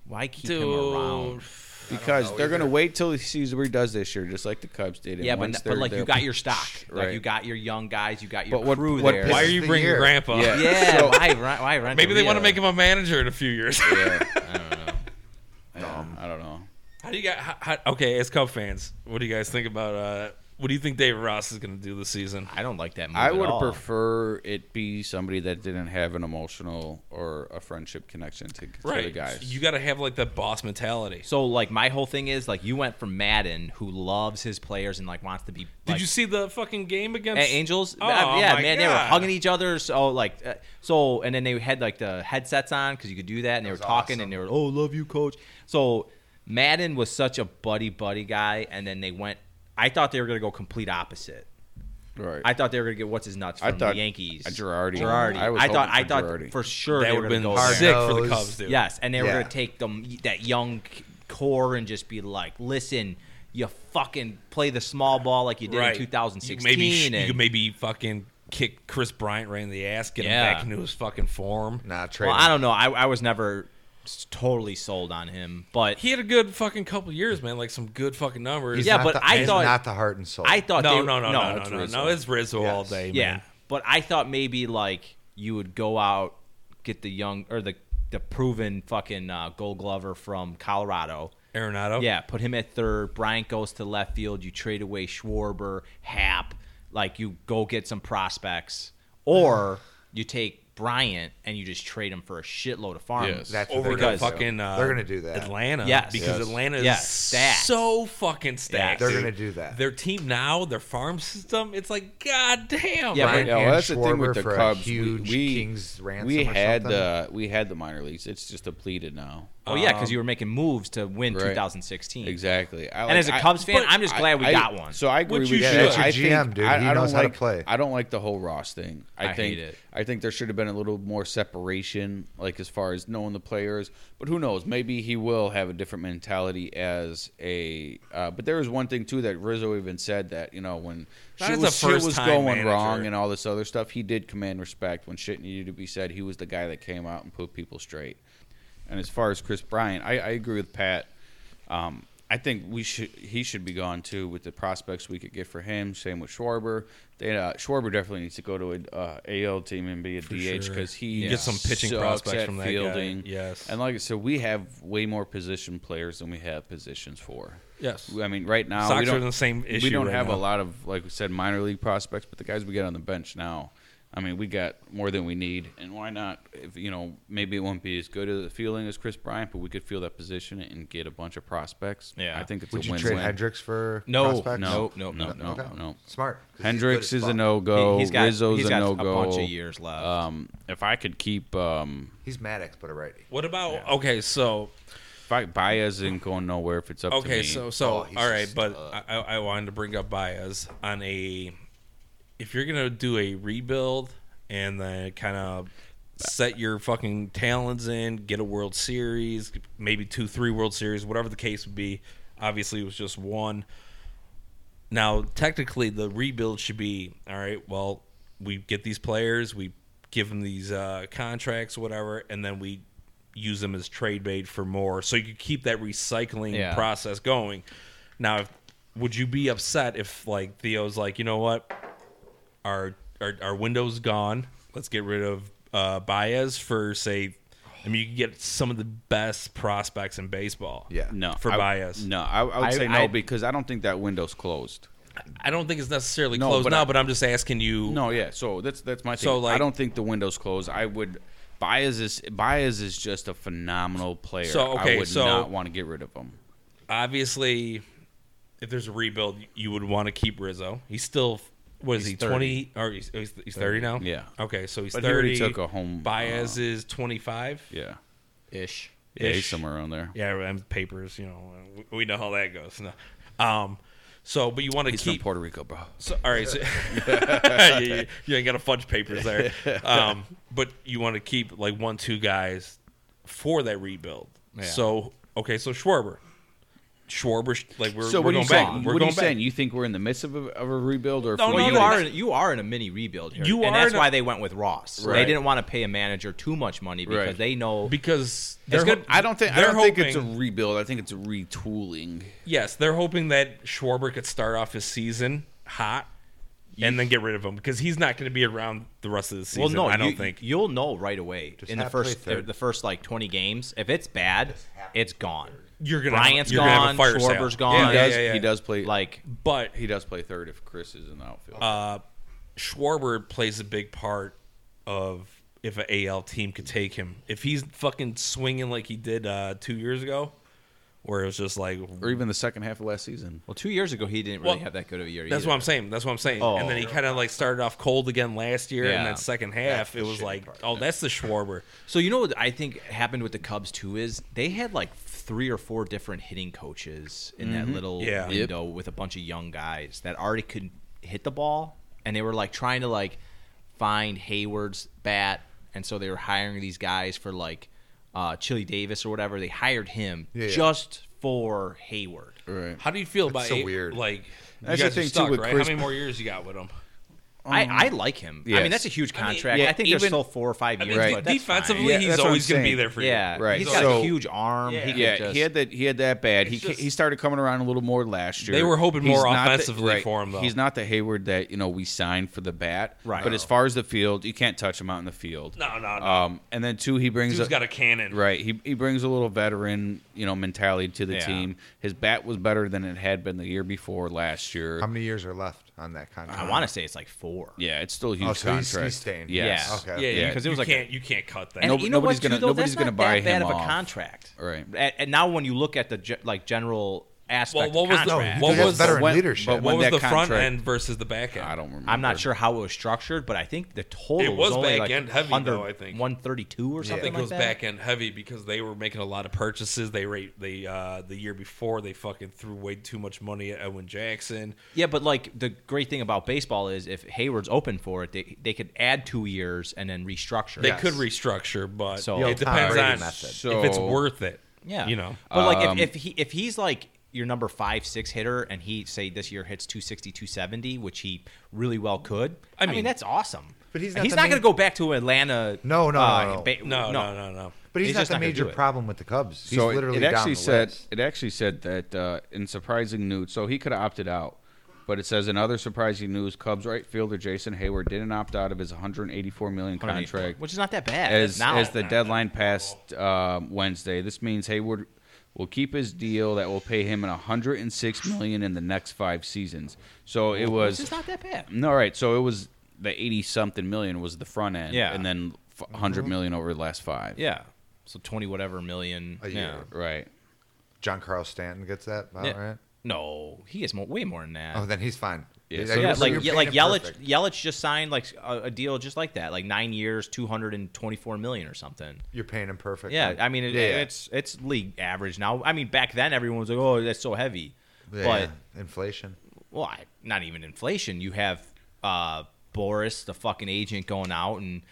Speaker 3: Why keep him
Speaker 4: Dude.
Speaker 3: around?
Speaker 1: because they're going to wait till he sees what he does this year, just like the Cubs did. and
Speaker 3: Yeah, but,
Speaker 1: once
Speaker 3: but
Speaker 1: they're-
Speaker 3: like you
Speaker 1: they're-
Speaker 3: got your stock, like
Speaker 1: right.
Speaker 3: you got your young guys, you got your
Speaker 1: But what-
Speaker 3: crew
Speaker 1: what
Speaker 3: there.
Speaker 1: pisses-
Speaker 4: Why are
Speaker 2: is
Speaker 4: you
Speaker 2: the
Speaker 4: bringing
Speaker 2: year.
Speaker 4: Grandpa?
Speaker 1: Yeah.
Speaker 3: yeah, why rent? Why rent?
Speaker 4: Maybe they want to
Speaker 3: Rio?
Speaker 4: make him a manager in a few years.
Speaker 1: Yeah, I don't know.
Speaker 4: how do you got? How, how, okay, as Cub fans, what do you guys think about? Uh, what do you think David Ross is going to do this season?
Speaker 3: I don't like that. Move
Speaker 1: I
Speaker 3: at
Speaker 1: would
Speaker 3: all.
Speaker 1: prefer it be somebody that didn't have an emotional or a friendship connection to, to the guys.
Speaker 4: You got to have like that boss mentality.
Speaker 3: So like my whole thing is like you went from Madden, who loves his players and like wants to be.
Speaker 4: Did
Speaker 3: like,
Speaker 4: you see the fucking game
Speaker 3: A-
Speaker 4: against
Speaker 3: Angels?
Speaker 4: Oh,
Speaker 3: Uh, yeah,
Speaker 4: my
Speaker 3: man, they were
Speaker 4: God.
Speaker 3: hugging each other. So like, uh, so and then they had like the headsets on because you could do that, and they were talking, and they were oh love you, coach. So Madden was such a buddy buddy guy, and then they went. I thought they were gonna go complete opposite.
Speaker 1: right.
Speaker 3: I thought they were gonna get what's his nuts from
Speaker 1: I thought
Speaker 3: the Yankees.
Speaker 1: a Girardi.
Speaker 3: Girardi.
Speaker 1: I
Speaker 3: I,
Speaker 1: was
Speaker 3: thought. I
Speaker 1: hoping for
Speaker 3: thought
Speaker 1: Girardi.
Speaker 3: for sure
Speaker 4: That
Speaker 3: they
Speaker 4: would
Speaker 3: were
Speaker 4: have
Speaker 3: gonna
Speaker 4: been
Speaker 3: go
Speaker 2: hard
Speaker 3: there.
Speaker 4: sick for the
Speaker 2: Hard-nosed.
Speaker 4: Cubs, dude.
Speaker 3: Yes, and they were
Speaker 2: Yeah.
Speaker 3: gonna take them that young c- core and just be like, listen, you fucking play the small ball like you did in 2016.
Speaker 4: You maybe, sh- you
Speaker 3: and-
Speaker 4: could maybe fucking kick Chris Bryant right in the ass, get
Speaker 3: Yeah.
Speaker 4: him back into his fucking form.
Speaker 2: Nah, trade.
Speaker 3: well,
Speaker 2: him.
Speaker 3: I don't know. I, I was never s- totally sold on him, but
Speaker 4: He had a good fucking couple years, man. Like some good fucking numbers.
Speaker 2: He's
Speaker 3: Yeah,
Speaker 2: not
Speaker 3: but
Speaker 2: the,
Speaker 3: I
Speaker 2: he's
Speaker 3: thought-
Speaker 2: not the heart and soul.
Speaker 3: I thought
Speaker 4: No,
Speaker 3: they,
Speaker 4: no, no, no, no,
Speaker 1: it's
Speaker 4: no, no,
Speaker 1: Rizzo.
Speaker 4: It's Rizzo all
Speaker 2: Yes.
Speaker 4: day, man.
Speaker 3: Yeah, but I thought maybe like you would go out get the young or the the proven fucking uh, Gold Glover from Colorado.
Speaker 4: Arenado.
Speaker 3: Yeah, put him at third. Bryant goes to left field. You trade away Schwarber, Hap. Like you go get some prospects, or you take Bryant and you just trade him for a shitload of farmers.
Speaker 1: Yes.
Speaker 2: That's
Speaker 4: Over
Speaker 2: what
Speaker 4: to
Speaker 2: they're gonna do.
Speaker 4: fucking. Uh,
Speaker 2: They're gonna do that.
Speaker 4: Atlanta.
Speaker 3: Yes.
Speaker 4: Because
Speaker 1: Yes.
Speaker 4: Atlanta is
Speaker 3: Yes, stacked.
Speaker 4: so fucking stacked.
Speaker 2: They're
Speaker 4: dude.
Speaker 2: gonna do that.
Speaker 4: Their team now, their farm system. It's like, goddamn.
Speaker 3: Yeah,
Speaker 4: Yeah,
Speaker 3: but-
Speaker 2: Bryant
Speaker 1: Yeah, well,
Speaker 2: and
Speaker 1: that's the thing with
Speaker 2: Schwarber
Speaker 1: the
Speaker 2: for a
Speaker 1: Cubs.
Speaker 2: huge
Speaker 1: we, we,
Speaker 2: King's ransom
Speaker 1: we
Speaker 2: or
Speaker 1: had
Speaker 2: something.
Speaker 1: the we had the minor leagues. It's just depleted now.
Speaker 3: Oh yeah,
Speaker 4: Um,
Speaker 3: because you were making moves to win
Speaker 1: Right.
Speaker 3: 2016.
Speaker 1: Exactly. I,
Speaker 3: And as a
Speaker 1: I-
Speaker 3: Cubs fan,
Speaker 4: but
Speaker 3: I'm just glad we
Speaker 1: I-
Speaker 3: got one.
Speaker 1: So I agree with
Speaker 4: Which you
Speaker 1: you.
Speaker 4: should. Yeah, that's
Speaker 2: your
Speaker 1: I think-
Speaker 2: GM, dude.
Speaker 1: I,
Speaker 2: He
Speaker 1: I don't
Speaker 2: knows how to
Speaker 1: like,
Speaker 2: play.
Speaker 1: I don't like the whole Ross thing. I,
Speaker 3: I
Speaker 1: think
Speaker 3: hate it.
Speaker 1: I think there should have been a little more separation, like as far as knowing the players. But who knows? Maybe he will have a different mentality as a. Uh, but there was one thing too that Rizzo even said that you know when
Speaker 4: Not
Speaker 1: shit
Speaker 4: as a
Speaker 1: was, shit was
Speaker 4: first-time
Speaker 1: going
Speaker 4: manager.
Speaker 1: wrong and all this other stuff, he did command respect when shit needed to be said. He was the guy that came out and put people straight. And as far as Chris Bryant, I, I agree with Pat. Um, I think we should he should be gone too with the prospects we could get for him. Same with Schwarber. They, uh, Schwarber definitely needs to go to an uh, AL team and be a DH
Speaker 4: sure.
Speaker 1: because he
Speaker 4: You get some pitching
Speaker 1: sucks
Speaker 4: prospects
Speaker 1: at
Speaker 4: from that guy.
Speaker 1: fielding.
Speaker 4: Yes.
Speaker 1: and like I said, we have way more position players than we have positions for.
Speaker 4: Yes.
Speaker 1: I mean right now
Speaker 4: Sox
Speaker 1: we don't
Speaker 4: are in the same issue
Speaker 1: We don't
Speaker 4: right
Speaker 1: have
Speaker 4: now.
Speaker 1: a lot of like we said minor league prospects, but the guys we get on the bench now. I mean, we got more than we need, and why not? If you know, maybe it won't be as good of a feeling as Chris Bryant, but we could feel that position and get a bunch of prospects.
Speaker 3: Yeah.
Speaker 1: I think it's
Speaker 2: Would
Speaker 1: a
Speaker 2: you
Speaker 1: win-win.
Speaker 2: trade Hendricks for
Speaker 3: No,
Speaker 2: prospects?
Speaker 1: No,
Speaker 3: Nope, nope,
Speaker 1: no,
Speaker 3: nope,
Speaker 1: no,
Speaker 2: Okay.
Speaker 1: no.
Speaker 2: Smart. 'cause he's
Speaker 1: Hendricks
Speaker 2: good
Speaker 1: is
Speaker 2: as
Speaker 1: a
Speaker 2: fuck.
Speaker 1: no go.
Speaker 3: He's got-
Speaker 1: Rizzo's
Speaker 3: he's
Speaker 1: a
Speaker 3: got a
Speaker 1: no go.
Speaker 3: bunch of years left.
Speaker 1: Um, if I could keep, um,
Speaker 2: He's Maddox, but a righty.
Speaker 4: What about okay? So
Speaker 1: if I Baez isn't going nowhere, if it's up to me.
Speaker 4: Okay, so so
Speaker 2: Oh, he's
Speaker 4: all right,
Speaker 2: just,
Speaker 4: but I, I I wanted to bring up Baez on a if you're gonna do a rebuild and then kind of set your fucking talents in, get a World Series, maybe two, three World Series, whatever the case would be. Obviously, it was just one. Now, technically, the rebuild should be all right. Well, we get these players, we give them these uh, contracts, whatever, and then we use them as trade bait for more. So you could keep that recycling
Speaker 3: Yeah.
Speaker 4: process going. Now, if, would you be upset if like Theo's like, you know what, our our, our window's gone. Let's get rid of uh, Baez for say. I mean, you can get some of the best prospects in baseball.
Speaker 2: Yeah.
Speaker 1: no
Speaker 4: for
Speaker 1: I-
Speaker 4: Baez.
Speaker 1: No, I, I would
Speaker 3: I-
Speaker 1: say no
Speaker 3: I-
Speaker 1: because I don't think that window's closed.
Speaker 4: I don't think it's necessarily
Speaker 1: No,
Speaker 4: closed
Speaker 1: but
Speaker 4: now,
Speaker 1: I-
Speaker 4: but I'm just asking you.
Speaker 1: No, yeah. So that's that's my thing.
Speaker 4: So, like-
Speaker 1: I don't think the window's closed. I would. Baez is Baez is just a phenomenal player.
Speaker 4: So, okay,
Speaker 1: I would
Speaker 4: so-
Speaker 1: not want to get rid of him.
Speaker 4: obviously, if there's a rebuild, you would want to keep Rizzo. He's still what is
Speaker 3: He's
Speaker 4: he
Speaker 3: 30.
Speaker 4: twenty or he's, he's, he's thirty now?
Speaker 1: Yeah.
Speaker 4: Okay, so he's
Speaker 1: But he
Speaker 4: thirty.
Speaker 1: already took a home, uh,
Speaker 4: Baez is twenty five.
Speaker 1: Yeah,
Speaker 3: ish.
Speaker 1: yeah, he's
Speaker 4: Ish.
Speaker 1: somewhere around there.
Speaker 4: Yeah, and papers. You know, we- we know how that goes. No. Um, so but you want to
Speaker 1: He's
Speaker 4: keep
Speaker 1: from Puerto Rico, bro.
Speaker 4: So, all right, so, Yeah, you, you ain't got to fudge papers there. Um, but you want to keep like one, two guys for that rebuild.
Speaker 3: Yeah.
Speaker 4: So okay, so Schwarber, Schwarber, sh- like we're,
Speaker 1: so
Speaker 4: we're
Speaker 1: what are
Speaker 4: going
Speaker 1: you saying?
Speaker 4: back.
Speaker 1: what
Speaker 4: We're
Speaker 1: are
Speaker 4: going
Speaker 1: you
Speaker 4: back.
Speaker 1: saying? You think we're in the midst of a, of a rebuild, or if
Speaker 4: No,
Speaker 1: we're
Speaker 3: Well,
Speaker 1: in
Speaker 3: you
Speaker 1: it-
Speaker 3: are you are in a mini rebuild here.
Speaker 4: You
Speaker 3: and
Speaker 4: are
Speaker 3: that's
Speaker 4: in a-
Speaker 3: why they went with Ross. They
Speaker 1: Right.
Speaker 3: didn't want to pay a manager too much money because
Speaker 1: Right.
Speaker 3: they know
Speaker 4: because
Speaker 3: It's
Speaker 4: they're
Speaker 3: good-
Speaker 4: ho-
Speaker 1: I don't think I
Speaker 4: they're
Speaker 1: don't think it's a
Speaker 4: hoping-
Speaker 1: rebuild. I think it's a retooling.
Speaker 4: Yes, they're hoping that Schwarber could start off his season hot and then get rid of him because he's not going to be around the rest of the season.
Speaker 3: Well, no,
Speaker 4: I don't
Speaker 3: you,
Speaker 4: think.
Speaker 3: you'll know right away in the
Speaker 2: have play
Speaker 3: first
Speaker 2: third.
Speaker 3: the first like twenty games. If it's bad, it's gone.
Speaker 4: You're gonna have-
Speaker 3: Bryant's
Speaker 4: you're
Speaker 3: gone.
Speaker 4: gonna have a fire sale.
Speaker 3: Schwarber's
Speaker 4: Yeah,
Speaker 3: gone.
Speaker 1: he does.
Speaker 4: yeah, yeah.
Speaker 1: He does play.
Speaker 3: Like
Speaker 4: But
Speaker 1: he does play third if Chris is in the outfield.
Speaker 4: Uh, Schwarber plays a big part of if an AL team could take him. If he's fucking swinging like he did uh, two years ago, where it was just like.
Speaker 1: or even the second half of last season.
Speaker 3: well, two years ago he didn't really
Speaker 4: Well,
Speaker 3: have that good of a year.
Speaker 4: That's
Speaker 3: either.
Speaker 4: what I'm saying. That's what I'm saying.
Speaker 3: Oh.
Speaker 4: and then he kind of like started off cold again last year,
Speaker 3: Yeah.
Speaker 4: and then second half it was like, oh, that's the Schwarber.
Speaker 3: So you know what I think happened with the Cubs too is they had like three or four different hitting coaches in
Speaker 1: Mm-hmm.
Speaker 3: that little
Speaker 4: Yeah. Yep.
Speaker 3: window with a bunch of young guys that already could hit the ball, and they were like trying to like find Hayward's bat, and so they were hiring these guys for like uh, Chili Davis or whatever. They hired him
Speaker 2: Yeah, yeah.
Speaker 3: just for Hayward.
Speaker 1: Right.
Speaker 4: How do you feel about
Speaker 2: so
Speaker 4: it?
Speaker 2: weird.
Speaker 4: Like,
Speaker 1: That's
Speaker 4: you
Speaker 1: the
Speaker 4: guys
Speaker 1: thing,
Speaker 4: are
Speaker 1: too,
Speaker 4: stuck,
Speaker 1: with
Speaker 4: right?
Speaker 1: Chris-
Speaker 4: How many more years you got with him?
Speaker 3: I, I like him. I
Speaker 1: yes.
Speaker 3: mean that's a huge contract. I,
Speaker 1: yeah,
Speaker 3: think
Speaker 4: even-
Speaker 3: there's still four or five years.
Speaker 1: Right.
Speaker 3: but that's fine.
Speaker 4: Defensively,
Speaker 1: Yeah,
Speaker 4: he's
Speaker 1: that's what I'm
Speaker 4: always going to be
Speaker 1: saying.
Speaker 4: there for you.
Speaker 3: yeah,
Speaker 1: Right.
Speaker 3: He's got
Speaker 1: So-
Speaker 3: a huge arm.
Speaker 4: Yeah.
Speaker 3: He could
Speaker 1: Yeah,
Speaker 3: just,
Speaker 1: he had that. He had that bad. He
Speaker 4: It's
Speaker 1: ca-
Speaker 4: just-
Speaker 1: he started coming around a little more last year.
Speaker 4: They were hoping more
Speaker 1: not the-
Speaker 4: offensively for him, though.
Speaker 1: He's not the Hayward that you know we signed for the bat.
Speaker 3: Right.
Speaker 1: But as far as the field, you can't touch him out in the field.
Speaker 4: No, no, no.
Speaker 1: Um, and then two, he brings
Speaker 4: Dude's
Speaker 1: a-
Speaker 4: got a cannon.
Speaker 1: Right. He he brings a little veteran, you know, mentality to the
Speaker 3: Yeah.
Speaker 1: team. His bat was better than it had been the year before last year.
Speaker 2: How many years are left on that contract?
Speaker 3: I want to say it's like four.
Speaker 1: yeah, it's still a huge
Speaker 2: Oh, so he's-
Speaker 1: contract.
Speaker 2: he's staying.
Speaker 1: Yes.
Speaker 3: Yeah.
Speaker 2: Okay.
Speaker 4: Yeah, yeah.
Speaker 1: Yeah,
Speaker 4: Because
Speaker 3: 'cause it was
Speaker 4: you
Speaker 3: like
Speaker 4: can't, you can't cut that.
Speaker 3: And
Speaker 1: Nope,
Speaker 3: you know
Speaker 1: nobody's
Speaker 3: what, too,
Speaker 1: gonna-
Speaker 3: though?
Speaker 1: nobody's
Speaker 3: That's
Speaker 1: gonna
Speaker 3: not
Speaker 1: buy
Speaker 3: that bad
Speaker 1: him
Speaker 3: of a
Speaker 1: off.
Speaker 3: contract.
Speaker 1: Right.
Speaker 3: And, and now when you look at the ge- like general
Speaker 4: Well,
Speaker 3: aspect
Speaker 4: what was
Speaker 3: of
Speaker 4: the
Speaker 3: contract,
Speaker 4: what
Speaker 2: Dude, that's
Speaker 4: was
Speaker 2: veteran
Speaker 4: the,
Speaker 1: when-
Speaker 2: leadership.
Speaker 1: But when
Speaker 4: what was
Speaker 1: that
Speaker 4: the
Speaker 1: contract,
Speaker 4: front end versus the back end?
Speaker 1: I don't remember.
Speaker 3: I'm not sure how it was structured, but I think the total
Speaker 4: It was
Speaker 3: only
Speaker 4: back
Speaker 3: like
Speaker 4: end heavy,
Speaker 3: 100
Speaker 4: though, I think.
Speaker 3: 132 or
Speaker 4: I
Speaker 3: something
Speaker 4: think it
Speaker 3: like
Speaker 4: was
Speaker 3: that.
Speaker 4: back end heavy because they were making a lot of purchases. They rate they uh, the year before they fucking threw way too much money at Edwin Jackson.
Speaker 3: Yeah, but like the great thing about baseball is if Hayward's open for it, they, they could add two years and then restructure.
Speaker 4: They
Speaker 3: it.
Speaker 4: could restructure, but
Speaker 3: So- Yo,
Speaker 4: it
Speaker 2: Tom
Speaker 4: depends
Speaker 2: Brady
Speaker 4: on
Speaker 2: method.
Speaker 4: if it's
Speaker 1: So- Uh,
Speaker 4: worth it.
Speaker 3: yeah,
Speaker 4: you know. um,
Speaker 3: But like if, if he if he's like your number five six hitter and he say this year hits 260 270 which he really well could i mean,
Speaker 4: mean-
Speaker 3: that's awesome
Speaker 2: But he's not
Speaker 3: he's
Speaker 2: the
Speaker 3: not
Speaker 2: main-
Speaker 3: going to go back to atlanta
Speaker 2: No, no,
Speaker 3: uh,
Speaker 2: no, no.
Speaker 3: ba-
Speaker 4: No, no, no, no.
Speaker 2: But he's,
Speaker 3: He's
Speaker 2: not
Speaker 3: just
Speaker 2: the
Speaker 3: not gonna
Speaker 2: major
Speaker 3: do it.
Speaker 2: problem with the Cubs. He's
Speaker 1: so it-
Speaker 2: literally
Speaker 1: it, actually
Speaker 2: down the
Speaker 1: said
Speaker 2: list.
Speaker 1: it actually said that uh, in surprising news. So he could have opted out, but it says in other surprising news, Cubs right fielder Jason Hayward didn't opt out of his 184 million contract.
Speaker 3: which is not that bad
Speaker 1: as
Speaker 3: now.
Speaker 1: as the deadline passed um, Wednesday. This means Hayward will keep his deal that will pay him an 106 million in the next five seasons. So it
Speaker 3: Which is
Speaker 1: was
Speaker 3: not that bad.
Speaker 1: no right. So it was the 80 something million was the front end,
Speaker 3: Yeah. Mm-hmm.
Speaker 1: and then f- 100 million over the last five.
Speaker 3: Yeah, so twenty whatever million
Speaker 2: A
Speaker 3: yeah.
Speaker 2: year.
Speaker 1: right.
Speaker 2: John Carl Stanton gets that, about
Speaker 3: Yeah.
Speaker 2: right?
Speaker 3: No, he gets more, way more than that.
Speaker 2: Oh, then he's fine.
Speaker 1: Yeah,
Speaker 3: yeah,
Speaker 1: so
Speaker 2: you're-
Speaker 1: it's
Speaker 3: like
Speaker 2: you're
Speaker 3: yeah,
Speaker 2: paying him
Speaker 3: like Yelich,
Speaker 2: perfect.
Speaker 3: Yelich just signed like a, a deal just like that, like nine years, two hundred and twenty-four million or something.
Speaker 2: You're paying him perfect.
Speaker 3: Yeah, I mean it,
Speaker 2: Yeah, yeah.
Speaker 3: it's it's league average now. I mean back then everyone was like, oh, that's so heavy,
Speaker 2: Yeah,
Speaker 3: but
Speaker 2: yeah. inflation.
Speaker 3: well, I, not even inflation. You have uh, Boris, the fucking agent, going out, and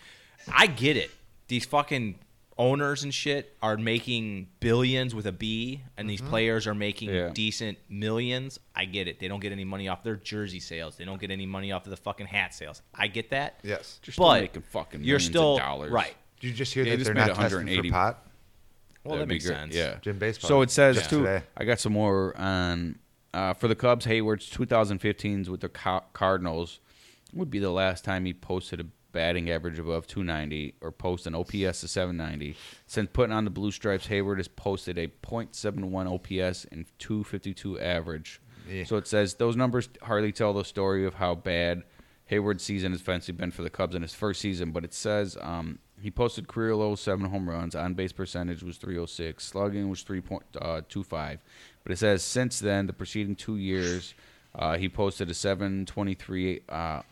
Speaker 3: I get it. These fucking owners and shit are making billions with a B, and these
Speaker 2: Mm-hmm.
Speaker 3: players are making
Speaker 1: Yeah.
Speaker 3: decent millions. I get it. They don't get any money off their jersey sales. They don't get any money off of the fucking hat sales. I get that.
Speaker 2: Yes.
Speaker 1: You're still
Speaker 3: but
Speaker 1: making fucking
Speaker 3: you're
Speaker 1: millions of
Speaker 3: still
Speaker 1: dollars.
Speaker 3: right.
Speaker 2: Did you just hear
Speaker 1: They
Speaker 2: that
Speaker 1: just
Speaker 2: they're
Speaker 1: made
Speaker 2: not testing for
Speaker 1: 180.
Speaker 2: pot?
Speaker 3: Well, that
Speaker 1: That'd be
Speaker 3: makes
Speaker 1: great.
Speaker 3: sense.
Speaker 1: Yeah.
Speaker 2: in baseball?
Speaker 1: So it says
Speaker 2: Yeah.
Speaker 1: too.
Speaker 2: Today.
Speaker 1: I got some more on uh, for the Cubs. Hayward's 2015s with the Ca- Cardinals would be the last time he posted a batting average above 290 or post an OPS of 790. Since putting on the Blue Stripes, Hayward has posted a .71 OPS and 252 average.
Speaker 2: Yeah.
Speaker 1: So it says those numbers hardly tell the story of how bad Hayward's season has fancy been for the Cubs in his first season, but it says um, he posted career low seven home runs, on base percentage was 306, slugging was 3.25. But it says since then, the preceding two years, uh, he posted a 723 uh,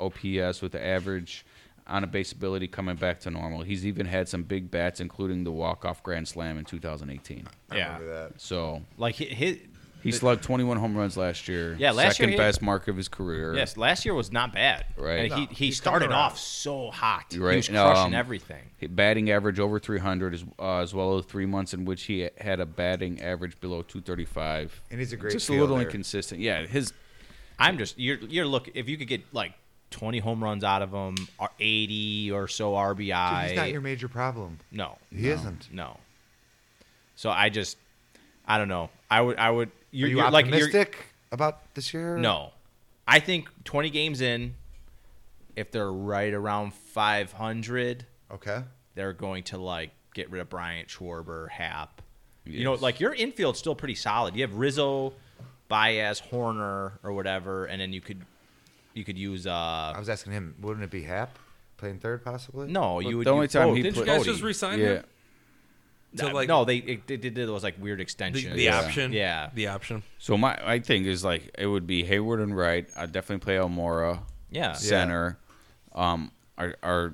Speaker 1: OPS with the average on a base ability coming back to normal. He's even had some big bats, including the walk off grand slam in 2018.
Speaker 2: I
Speaker 3: Yeah.
Speaker 2: remember that.
Speaker 1: So
Speaker 3: Like his,
Speaker 1: He slugged 21 home runs last year.
Speaker 3: Yeah, last year
Speaker 1: second
Speaker 3: he-
Speaker 1: best mark of his career.
Speaker 3: Yes, last year was not bad.
Speaker 1: Right.
Speaker 3: And he
Speaker 2: No,
Speaker 3: he
Speaker 2: he's
Speaker 3: started
Speaker 2: coming around.
Speaker 3: off so hot.
Speaker 1: You're right.
Speaker 3: He was
Speaker 1: No, um,
Speaker 3: crushing everything.
Speaker 1: His Batting average over 300, as, uh, as well as three months in which he had a batting average below 235.
Speaker 2: And he's a great
Speaker 1: Just a little
Speaker 2: fielder.
Speaker 1: inconsistent. Yeah, his
Speaker 3: I'm just you're you're look if you could get like 20 home runs out of him, or 80 or so RBI.
Speaker 2: He's not your major problem.
Speaker 3: no.
Speaker 2: He isn't.
Speaker 3: No. So I just I don't know. I would I would
Speaker 2: Are
Speaker 3: you're,
Speaker 2: you
Speaker 3: you're
Speaker 2: optimistic
Speaker 3: like you're,
Speaker 2: about this year?
Speaker 3: No. I think 20 games in if they're right around 500
Speaker 2: Okay.
Speaker 3: they're going to like get rid of Bryant, Schwarber, Hap. You know,
Speaker 1: Yes.
Speaker 3: like your infield's still pretty solid. You have Rizzo, Baez, Horner, or whatever, and then you could you could use
Speaker 2: I
Speaker 3: uh
Speaker 2: was asking him, wouldn't it be Hap playing third possibly?
Speaker 3: no
Speaker 1: Look,
Speaker 3: you would
Speaker 1: the only
Speaker 3: use-
Speaker 1: time
Speaker 3: oh,
Speaker 1: he
Speaker 3: didn't
Speaker 1: put-
Speaker 3: you
Speaker 4: You
Speaker 3: guys
Speaker 4: guys
Speaker 3: Cody.
Speaker 4: just resign
Speaker 1: yeah.
Speaker 4: him to like
Speaker 3: no they it, they did those like weird
Speaker 4: the,
Speaker 3: extensions
Speaker 4: the
Speaker 1: Yeah.
Speaker 4: option.
Speaker 3: yeah
Speaker 4: the option.
Speaker 1: So my I think is like it would be Hayward and Wright. I'd definitely play Elmora.
Speaker 3: Yeah.
Speaker 1: Center. Um our our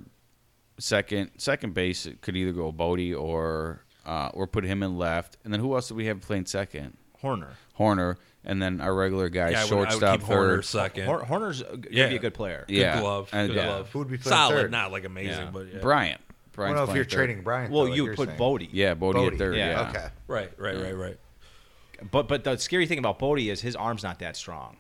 Speaker 1: second second base could either go Bodie or uh, or put him in left. And then who else do we have playing second?
Speaker 3: Horner
Speaker 1: Horner. And then our regular guy
Speaker 4: Yeah, I would- I would,
Speaker 1: shortstop
Speaker 4: keep
Speaker 1: third.
Speaker 4: Horner second.
Speaker 3: Hor- Horner's uh, gonna
Speaker 4: Yeah.
Speaker 3: be a good player
Speaker 4: good
Speaker 1: yeah.
Speaker 4: glove.
Speaker 1: And-
Speaker 4: good
Speaker 1: yeah.
Speaker 4: glove.
Speaker 2: Who would be playing
Speaker 4: solid?
Speaker 2: third?
Speaker 4: Not like amazing,
Speaker 3: Yeah.
Speaker 4: but yeah.
Speaker 1: Bryant.
Speaker 2: I
Speaker 1: Brian's
Speaker 2: don't know if
Speaker 1: playing
Speaker 2: you're
Speaker 1: third.
Speaker 2: trading Brian.
Speaker 3: well
Speaker 2: though, like
Speaker 3: you
Speaker 2: you're
Speaker 3: would put
Speaker 2: saying.
Speaker 3: Bodie
Speaker 1: Yeah, Bodie,
Speaker 2: Bodie.
Speaker 1: at third.
Speaker 3: Yeah.
Speaker 1: Yeah.
Speaker 2: Okay.
Speaker 4: Right, right, right, right.
Speaker 3: but but the scary thing about Bodie is his arm's not that strong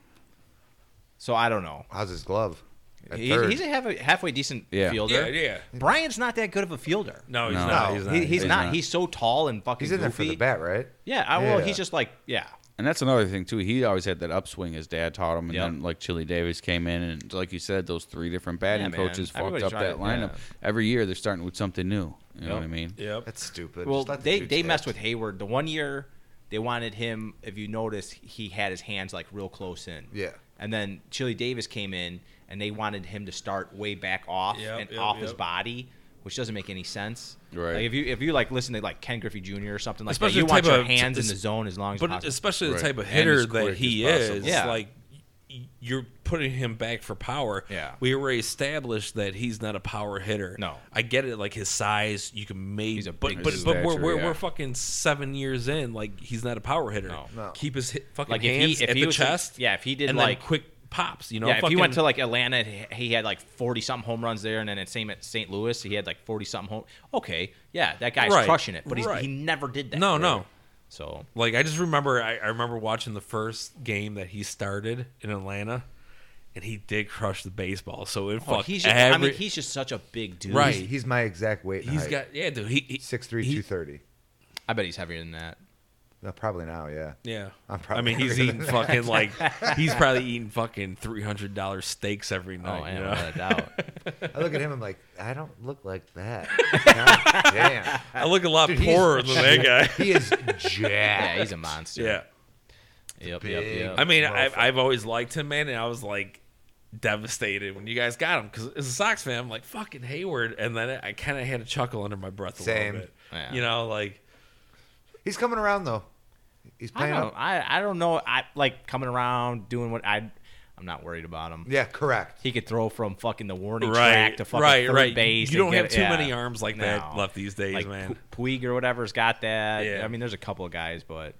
Speaker 3: so I don't know
Speaker 2: How's his glove? At
Speaker 3: He-
Speaker 2: third.
Speaker 3: he's a half, halfway decent
Speaker 1: Yeah.
Speaker 3: fielder
Speaker 4: Yeah, yeah.
Speaker 3: Bryant's not that good of a fielder
Speaker 4: No, he's
Speaker 1: No.
Speaker 4: not.
Speaker 2: No,
Speaker 4: He's
Speaker 3: He-
Speaker 4: not.
Speaker 3: he's, not.
Speaker 1: not.
Speaker 3: He's so tall and fucking.
Speaker 2: He's in there for
Speaker 3: goofy.
Speaker 2: the bat, right?
Speaker 3: Yeah. I, well,
Speaker 2: Yeah.
Speaker 3: he's just like yeah.
Speaker 1: And that's another thing too. He always had that upswing his dad taught him, and
Speaker 3: Yep.
Speaker 1: then like Chili Davis came in, and like you said, those three different batting
Speaker 3: man.
Speaker 1: coaches
Speaker 3: Everybody's
Speaker 1: fucked up that
Speaker 3: trying-
Speaker 1: lineup.
Speaker 3: yeah.
Speaker 1: Every year they're starting with something new. You know
Speaker 3: Yep.
Speaker 1: what I mean?
Speaker 4: Yep.
Speaker 2: That's stupid.
Speaker 3: Well,
Speaker 2: Just let the
Speaker 3: they
Speaker 2: dude
Speaker 3: they
Speaker 2: hit.
Speaker 3: messed with Hayward the one year. They wanted him. If you notice, he had his hands like real close in.
Speaker 2: Yeah.
Speaker 3: And then Chili Davis came in, and they wanted him to start way back off
Speaker 4: Yep,
Speaker 3: and
Speaker 4: yep,
Speaker 3: off his
Speaker 4: yep.
Speaker 3: body, which doesn't make any sense.
Speaker 1: Right.
Speaker 3: Like if you if you like listen to like Ken Griffey Jr. or something like
Speaker 4: Especially
Speaker 3: that, you
Speaker 4: the
Speaker 3: want
Speaker 4: type
Speaker 3: your
Speaker 4: of-
Speaker 3: hands in
Speaker 4: it's-
Speaker 3: the zone as long as
Speaker 4: But
Speaker 3: possible.
Speaker 4: especially
Speaker 1: Right.
Speaker 4: the type of
Speaker 1: And
Speaker 4: hitter
Speaker 1: as quick
Speaker 4: that
Speaker 1: as
Speaker 4: he
Speaker 1: possible.
Speaker 4: is,
Speaker 3: Yeah.
Speaker 4: like y- you're putting him back for power.
Speaker 3: Yeah.
Speaker 4: We already established that he's not a power hitter.
Speaker 3: No.
Speaker 4: I get it, like his size, you can maybe
Speaker 3: He's a
Speaker 4: but
Speaker 3: big
Speaker 4: but,
Speaker 1: dude.
Speaker 4: but we're
Speaker 1: Stature,
Speaker 4: we're,
Speaker 1: yeah.
Speaker 4: we're fucking seven years in, like he's not a power hitter.
Speaker 3: No.
Speaker 2: No.
Speaker 4: Keep his hit, fucking
Speaker 3: Like, if he-
Speaker 4: hands
Speaker 3: if
Speaker 4: at
Speaker 3: he
Speaker 4: the
Speaker 3: was a-
Speaker 4: chest.
Speaker 3: yeah, if he did,
Speaker 4: and
Speaker 3: like-
Speaker 4: then quick pops, you know.
Speaker 3: yeah, if he went
Speaker 4: fucking-
Speaker 3: to like Atlanta, he he had like forty something home runs there, and then at same at St. Louis, he had like forty something home. Okay, yeah, that guy's
Speaker 4: Right,
Speaker 3: crushing it, but he's,
Speaker 4: right.
Speaker 3: he never did that.
Speaker 4: No, no.
Speaker 3: So
Speaker 4: Like I just remember, I, I remember watching the first game that he started in Atlanta, and he did crush the baseball. So it
Speaker 3: oh,
Speaker 4: fucked
Speaker 3: he's just,
Speaker 4: every.
Speaker 3: I mean, he's just such a big dude.
Speaker 4: Right.
Speaker 2: He's, he's my exact weight.
Speaker 4: he's got yeah, dude. He, he
Speaker 2: six three
Speaker 4: he-
Speaker 2: two thirty.
Speaker 3: I bet he's heavier than that.
Speaker 2: No, probably now. Yeah.
Speaker 4: Yeah,
Speaker 2: I'm probably
Speaker 4: I mean, he's
Speaker 2: bigger
Speaker 4: eating fucking like he's probably eating fucking three hundred dollar steaks every
Speaker 3: Oh,
Speaker 4: night.
Speaker 3: I
Speaker 4: you
Speaker 3: don't
Speaker 4: know?
Speaker 3: know doubt.
Speaker 2: I look at him. I'm like, I don't look like that. God damn.
Speaker 4: I look a lot
Speaker 2: Dude, he's-
Speaker 4: poorer than that guy.
Speaker 2: He is jacked.
Speaker 3: Yeah, he's a monster.
Speaker 4: yeah,
Speaker 3: Yep.
Speaker 2: Big.
Speaker 3: Yep. Yep.
Speaker 4: I mean,
Speaker 2: Motherfucker.
Speaker 4: I've, I've always liked him, man, and I was like devastated when you guys got him because as a Sox fan, I'm like fucking Hayward, and then I kind of had a chuckle under my breath a
Speaker 2: Same.
Speaker 4: little bit.
Speaker 3: Yeah.
Speaker 4: You know, like
Speaker 2: He's coming around though. He's
Speaker 3: I
Speaker 2: playing
Speaker 3: don't.
Speaker 2: up.
Speaker 3: I, I don't know. I like coming around doing what I. I'm not worried about him.
Speaker 2: Yeah, correct.
Speaker 3: He could throw from fucking the warning
Speaker 4: right,
Speaker 3: track to fucking
Speaker 4: right,
Speaker 3: third
Speaker 4: right.
Speaker 3: base.
Speaker 4: you
Speaker 3: and
Speaker 4: don't
Speaker 3: get
Speaker 4: have
Speaker 3: it-
Speaker 4: too
Speaker 3: yeah.
Speaker 4: many arms like that
Speaker 3: No.
Speaker 4: left these days,
Speaker 3: like
Speaker 4: man.
Speaker 3: Pu- Puig or whatever's got that.
Speaker 4: Yeah. Mm. Uh,
Speaker 3: I mean, there's a couple of guys, but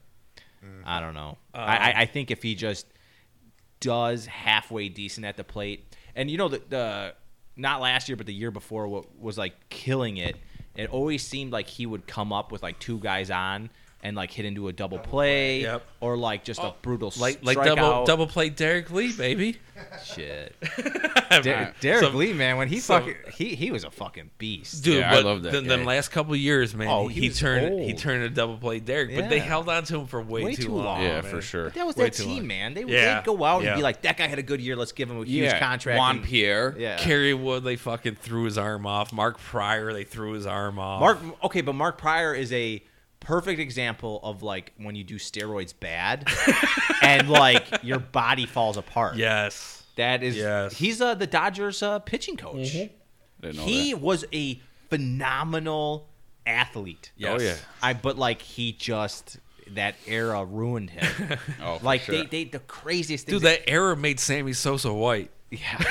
Speaker 3: I don't know. I, I- I think if he just does halfway decent at the plate, and you know the the not last year but the year before what was like killing it. It always seemed like he would come up with like two guys on and like hit into a double play
Speaker 4: Yep. Oh,
Speaker 3: or like just a brutal
Speaker 4: like like
Speaker 3: strikeout.
Speaker 4: double double play Derek Lee, baby.
Speaker 3: shit.
Speaker 4: All
Speaker 3: Der-
Speaker 4: right.
Speaker 3: Derek
Speaker 4: So-
Speaker 3: Lee, man, when he
Speaker 4: so-
Speaker 3: fucking he he was a fucking beast.
Speaker 4: Dude,
Speaker 1: Yeah, I
Speaker 4: but
Speaker 1: love that
Speaker 4: Then, then
Speaker 1: guy.
Speaker 4: last couple years, man,
Speaker 3: Oh,
Speaker 4: he,
Speaker 3: he
Speaker 4: he
Speaker 3: was
Speaker 4: turned he
Speaker 3: old.
Speaker 4: turned a double play Derek, but they
Speaker 3: Yeah.
Speaker 4: held on to him for way, too, long.
Speaker 1: Yeah,
Speaker 4: man.
Speaker 1: for sure.
Speaker 3: That was
Speaker 4: Way
Speaker 3: their
Speaker 4: too
Speaker 3: team,
Speaker 4: long.
Speaker 3: man. They would
Speaker 4: Yeah.
Speaker 3: they'd go out
Speaker 4: Yeah.
Speaker 3: and be like, "That guy had a good year. Let's give him a huge contract."
Speaker 1: Juan
Speaker 3: and-
Speaker 1: Pierre.
Speaker 3: Yeah.
Speaker 4: Kerry Wood, they fucking threw his arm off. Mark Pryor, they threw his arm off.
Speaker 3: Mark. Okay, but Mark Pryor is a perfect example of like when you do steroids bad, and like your body falls apart.
Speaker 4: yes,
Speaker 3: That is.
Speaker 4: Yes.
Speaker 3: He's uh, the Dodgers uh, pitching coach.
Speaker 1: Didn't know
Speaker 3: He
Speaker 1: that.
Speaker 3: was a phenomenal athlete.
Speaker 4: yes.
Speaker 1: yeah.
Speaker 3: I but like he just that era ruined him.
Speaker 1: Oh, for
Speaker 3: like
Speaker 1: sure.
Speaker 3: they, they the craziest things.
Speaker 4: Dude, that error made Sammy Sosa white.
Speaker 3: yeah.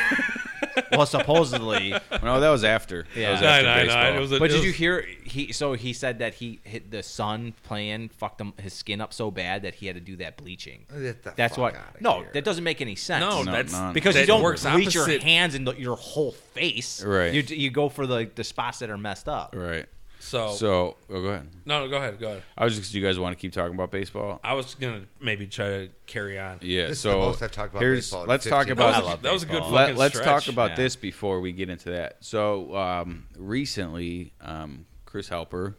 Speaker 3: well, supposedly.
Speaker 1: No, that was after. That
Speaker 3: Yeah.
Speaker 1: was
Speaker 3: No,
Speaker 1: after
Speaker 4: no, no,
Speaker 1: baseball.
Speaker 4: it was a-
Speaker 3: But did you hear? He so he said that he hit the sun playing fucked him, his skin up so bad that he had to do that bleaching.
Speaker 2: Get the
Speaker 3: That's
Speaker 2: fuck
Speaker 3: what.
Speaker 2: outta
Speaker 3: No,
Speaker 2: here.
Speaker 3: that doesn't make any sense.
Speaker 4: No,
Speaker 1: No,
Speaker 4: that's
Speaker 1: not.
Speaker 3: because
Speaker 4: that
Speaker 3: you don't
Speaker 4: works
Speaker 3: bleach your
Speaker 4: opposite.
Speaker 3: hands and the, your whole face.
Speaker 1: Right.
Speaker 3: You you go for the the spots that are messed up.
Speaker 1: right.
Speaker 4: So,
Speaker 1: So, oh, go ahead.
Speaker 4: no, no, go ahead, go ahead.
Speaker 1: I was just. Do you guys want to keep talking about baseball?
Speaker 4: I was gonna maybe try to carry on.
Speaker 1: Yeah.
Speaker 2: This is
Speaker 1: so
Speaker 2: the most I've talked about
Speaker 1: here's,
Speaker 2: baseball in
Speaker 1: let's talk
Speaker 2: 15
Speaker 1: about.
Speaker 4: That
Speaker 3: I
Speaker 4: was, a,
Speaker 3: love
Speaker 4: that was a good
Speaker 3: baseball.
Speaker 4: fucking
Speaker 1: Let, let's
Speaker 4: stretch.
Speaker 1: talk about
Speaker 3: yeah.
Speaker 1: this before we get into that. So um, recently, um, Chris Helper,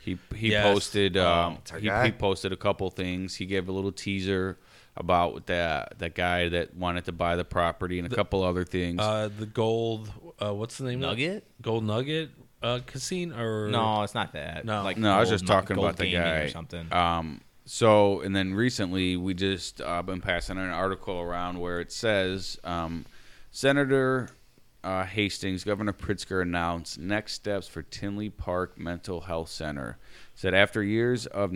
Speaker 1: he he
Speaker 4: Yes. Oh,
Speaker 1: posted um,
Speaker 2: our
Speaker 1: he,
Speaker 2: guy.
Speaker 1: he posted a couple things. He gave a little teaser about that that guy that wanted to buy the property and a couple other things.
Speaker 4: Uh, the gold. Uh, what's the name? of it?
Speaker 3: Nugget?
Speaker 4: Gold Nugget. Uh, casino or
Speaker 3: No, it's not that.
Speaker 4: No.
Speaker 3: like
Speaker 1: no, I was
Speaker 3: gold
Speaker 1: just
Speaker 3: mu-
Speaker 1: talking
Speaker 3: gold
Speaker 1: about the
Speaker 3: gaming
Speaker 1: guy
Speaker 3: or something.
Speaker 1: Um, so and then recently we just uh, been passing an article around where it says um, Senator uh, Hastings, Governor Pritzker announced next steps for Tinley Park Mental Health Center. Said after years of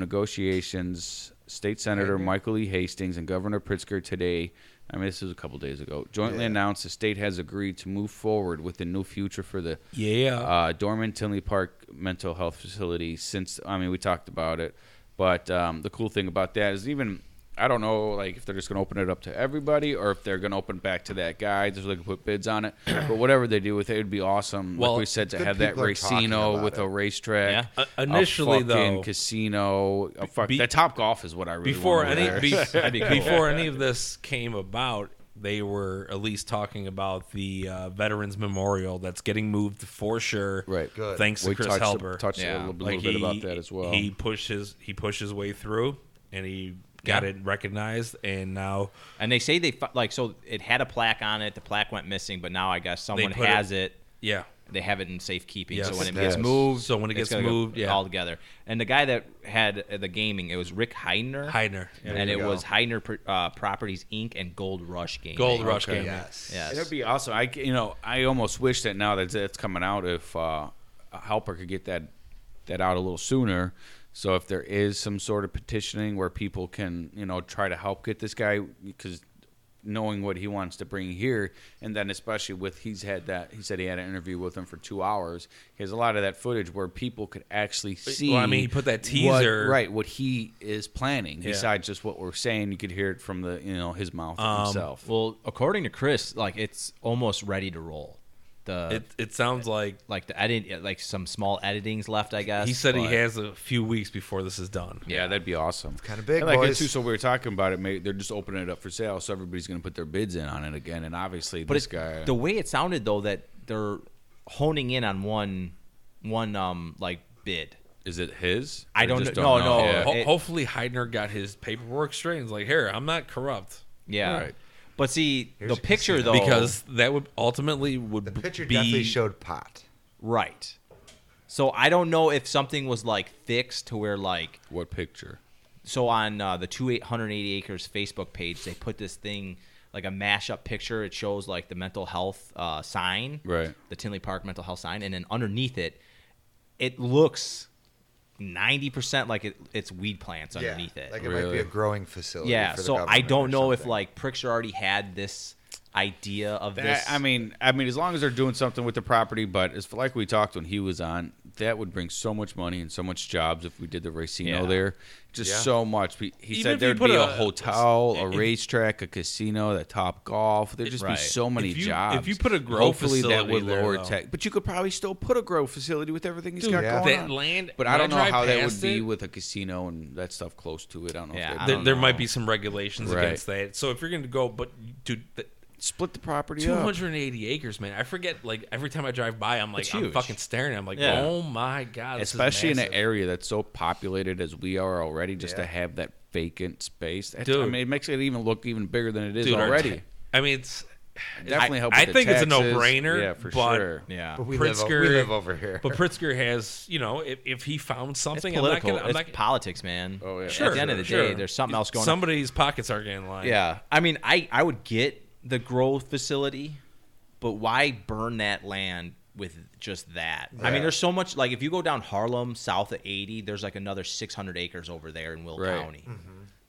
Speaker 1: negotiations, State Senator Michael E. Hastings and Governor Pritzker today. I mean, this was a couple days ago. Jointly announced the state has agreed to move forward with a new future for the
Speaker 4: Yeah.
Speaker 1: uh, Dorman Tinley Park Mental Health Facility. Since I mean, we talked about it, but um, the cool thing about that is even I don't know like if they're just going to open it up to everybody or if they're going to open back to that guy. Just like put bids on it, but whatever they do with it, it'd be awesome.
Speaker 4: Well,
Speaker 1: like we said, to
Speaker 2: good
Speaker 1: have that
Speaker 2: people are talking
Speaker 1: racino
Speaker 2: about
Speaker 1: with
Speaker 2: it.
Speaker 1: a racetrack.
Speaker 4: Yeah. Uh, initially,
Speaker 1: a fucking
Speaker 4: though-
Speaker 1: casino. A fuck,
Speaker 4: be-
Speaker 1: the top golf is what I really
Speaker 4: before
Speaker 1: want over
Speaker 4: any
Speaker 1: there.
Speaker 4: be,
Speaker 3: That'd be cool.
Speaker 4: before any of this came about, they were at least talking about the uh, Veterans Memorial that's getting moved for sure.
Speaker 1: Right.
Speaker 2: Good.
Speaker 4: Thanks
Speaker 1: we
Speaker 4: to Chris
Speaker 1: touched,
Speaker 4: Helper.
Speaker 1: touched
Speaker 3: Yeah.
Speaker 1: a little,
Speaker 4: Like,
Speaker 1: little bit
Speaker 4: he-
Speaker 1: about that as well.
Speaker 4: He pushed his he pushed his way through, and he got
Speaker 3: Yeah.
Speaker 4: it recognized, and now
Speaker 3: and they say they fu- like so it had a plaque on it. The plaque went missing, but now I guess someone
Speaker 4: put
Speaker 3: has it.
Speaker 4: yeah,
Speaker 3: They have it in safekeeping.
Speaker 4: Yes.
Speaker 3: so when it
Speaker 2: Yes.
Speaker 3: gets moved,
Speaker 4: So when it
Speaker 3: it's
Speaker 4: gets
Speaker 3: gonna go
Speaker 4: moved, yeah.
Speaker 3: all together. And the guy that had uh, the gaming, it was Rick Heidner.
Speaker 4: Heidner.
Speaker 3: and
Speaker 2: you
Speaker 3: it
Speaker 2: go.
Speaker 3: was Heidner Pro- uh, Properties Inc. and Gold Rush Gaming.
Speaker 4: Gold Rush
Speaker 1: Okay.
Speaker 4: game.
Speaker 2: Yes.
Speaker 3: Yes.
Speaker 1: That'd be awesome. I c- you know I almost wish that now that it's coming out, if uh, a helper could get that that out a little sooner. So if there is some sort of petitioning where people can you know try to help get this guy because knowing what he wants to bring here and then especially with he's had that he said he had an interview with him for two hours he has a lot of that footage where people could actually see
Speaker 4: Well, I mean, he put that
Speaker 1: what-
Speaker 4: teaser-
Speaker 1: right what he is planning
Speaker 4: Yeah.
Speaker 1: besides just what we're saying you could hear it from the you know his mouth
Speaker 4: Um,
Speaker 1: himself
Speaker 3: Well, according to Chris, like it's almost ready to roll. The
Speaker 4: It it sounds like
Speaker 3: like the edit, like some small editings left, I guess.
Speaker 4: he said he
Speaker 3: but-
Speaker 4: has a few weeks before this is done.
Speaker 1: Yeah, that'd be awesome. It's
Speaker 2: kinda big,
Speaker 1: I like
Speaker 2: boys.
Speaker 1: it too. So we were talking about it. Maybe they're just opening it up for sale, so everybody's going to put their bids in on it again. And obviously,
Speaker 3: But
Speaker 1: this
Speaker 3: it's
Speaker 1: guy.
Speaker 3: the way it sounded though that they're honing in on one, one um like bid.
Speaker 1: is it his?
Speaker 3: I
Speaker 1: Or
Speaker 3: don't
Speaker 1: just
Speaker 3: kn- no, no.
Speaker 1: Yeah.
Speaker 4: Ho-
Speaker 3: It-
Speaker 4: hopefully, Heidner got his paperwork straight. and He's like, here, I'm not corrupt.
Speaker 3: Yeah.
Speaker 1: Right.
Speaker 3: But see,
Speaker 2: Here's
Speaker 3: the
Speaker 2: a
Speaker 3: picture though,
Speaker 4: because that would ultimately would
Speaker 2: The picture
Speaker 4: be
Speaker 2: definitely showed pot.
Speaker 3: right. So I don't know if something was like fixed to where like
Speaker 1: What picture?
Speaker 3: so on uh, the two eight hundred eighty acres Facebook page, they put this thing like a mashup picture. It shows like the mental health uh, sign,
Speaker 1: Right.
Speaker 3: The Tinley Park mental health sign, and then underneath it, it looks ninety percent like it, it's weed plants underneath it.
Speaker 2: Like it might be
Speaker 1: Really?
Speaker 2: a growing facility.
Speaker 3: yeah.
Speaker 2: for the
Speaker 3: So I
Speaker 2: government or
Speaker 3: don't know if
Speaker 2: something.
Speaker 3: like Prickshire already had this idea of this.
Speaker 1: I mean, I mean, as long as they're doing something with the property, but as like we talked when he was on, that would bring so much money and so much jobs if we did the Racino
Speaker 3: Yeah.
Speaker 1: there. Just
Speaker 2: Yeah.
Speaker 1: so much. He, he said
Speaker 4: Even if you
Speaker 1: there'd
Speaker 4: put
Speaker 1: be a,
Speaker 4: a-
Speaker 1: hotel, a
Speaker 4: if-
Speaker 1: racetrack, a casino, the Top Golf. There'd just
Speaker 3: Right.
Speaker 1: be so many
Speaker 4: If you- if
Speaker 1: jobs.
Speaker 4: you put a grow
Speaker 1: hopefully that
Speaker 4: facility
Speaker 1: would
Speaker 4: there,
Speaker 1: lower
Speaker 4: though.
Speaker 1: tech, but you could probably still put a grow facility with everything he's
Speaker 4: Dude,
Speaker 1: got
Speaker 2: Yeah.
Speaker 1: going
Speaker 4: that
Speaker 1: on.
Speaker 4: land-
Speaker 1: but
Speaker 4: when
Speaker 1: I
Speaker 4: I
Speaker 1: don't know
Speaker 4: drive
Speaker 1: how that would
Speaker 4: past
Speaker 1: be
Speaker 4: it-
Speaker 1: with a casino and that stuff close to it. I don't know.
Speaker 3: Yeah,
Speaker 1: if they'd-
Speaker 3: I
Speaker 4: there,
Speaker 3: don't
Speaker 4: there
Speaker 3: know.
Speaker 4: might be some regulations
Speaker 1: Right.
Speaker 4: against that. So if you're going to go, but dude, the,
Speaker 1: split the property up.
Speaker 4: 280 acres, man. I forget. Like every time I drive by, I'm like,
Speaker 3: It's
Speaker 4: I'm
Speaker 3: huge.
Speaker 4: fucking staring. I'm like,
Speaker 3: Yeah.
Speaker 4: oh my god, this is
Speaker 1: especially in an
Speaker 4: massive.
Speaker 1: area that's so populated as we are already just to
Speaker 2: Yeah.
Speaker 1: have that vacant space that's, i
Speaker 4: Dude.
Speaker 1: mean it makes it even look even bigger than it is
Speaker 4: Dude, our
Speaker 1: already
Speaker 4: ta- I mean, it's
Speaker 1: definitely
Speaker 4: I,
Speaker 1: help
Speaker 4: I
Speaker 1: with the
Speaker 4: think it's a
Speaker 1: taxes.
Speaker 4: no-brainer.
Speaker 1: yeah for
Speaker 4: but
Speaker 1: sure
Speaker 3: yeah.
Speaker 2: But we, live, o-
Speaker 4: Pritzker,
Speaker 2: we live over here.
Speaker 4: But Pritzker has, you know, if, if he found
Speaker 3: It's
Speaker 4: something, I'm not
Speaker 3: political.
Speaker 4: gonna. I'm
Speaker 3: it's
Speaker 4: not,
Speaker 3: politics, man.
Speaker 1: Oh, yeah.
Speaker 4: sure,
Speaker 3: At the end of the
Speaker 4: sure.
Speaker 3: day, there's something else going on.
Speaker 4: Somebody's pockets are getting lined.
Speaker 3: Yeah, I mean, I I would get the grow facility, but why burn that land with just that? I
Speaker 2: Yeah.
Speaker 3: mean, there's so much. Like, if you go down Harlem, south of 80, there's like another 600 acres over there in Will
Speaker 1: Right.
Speaker 3: County.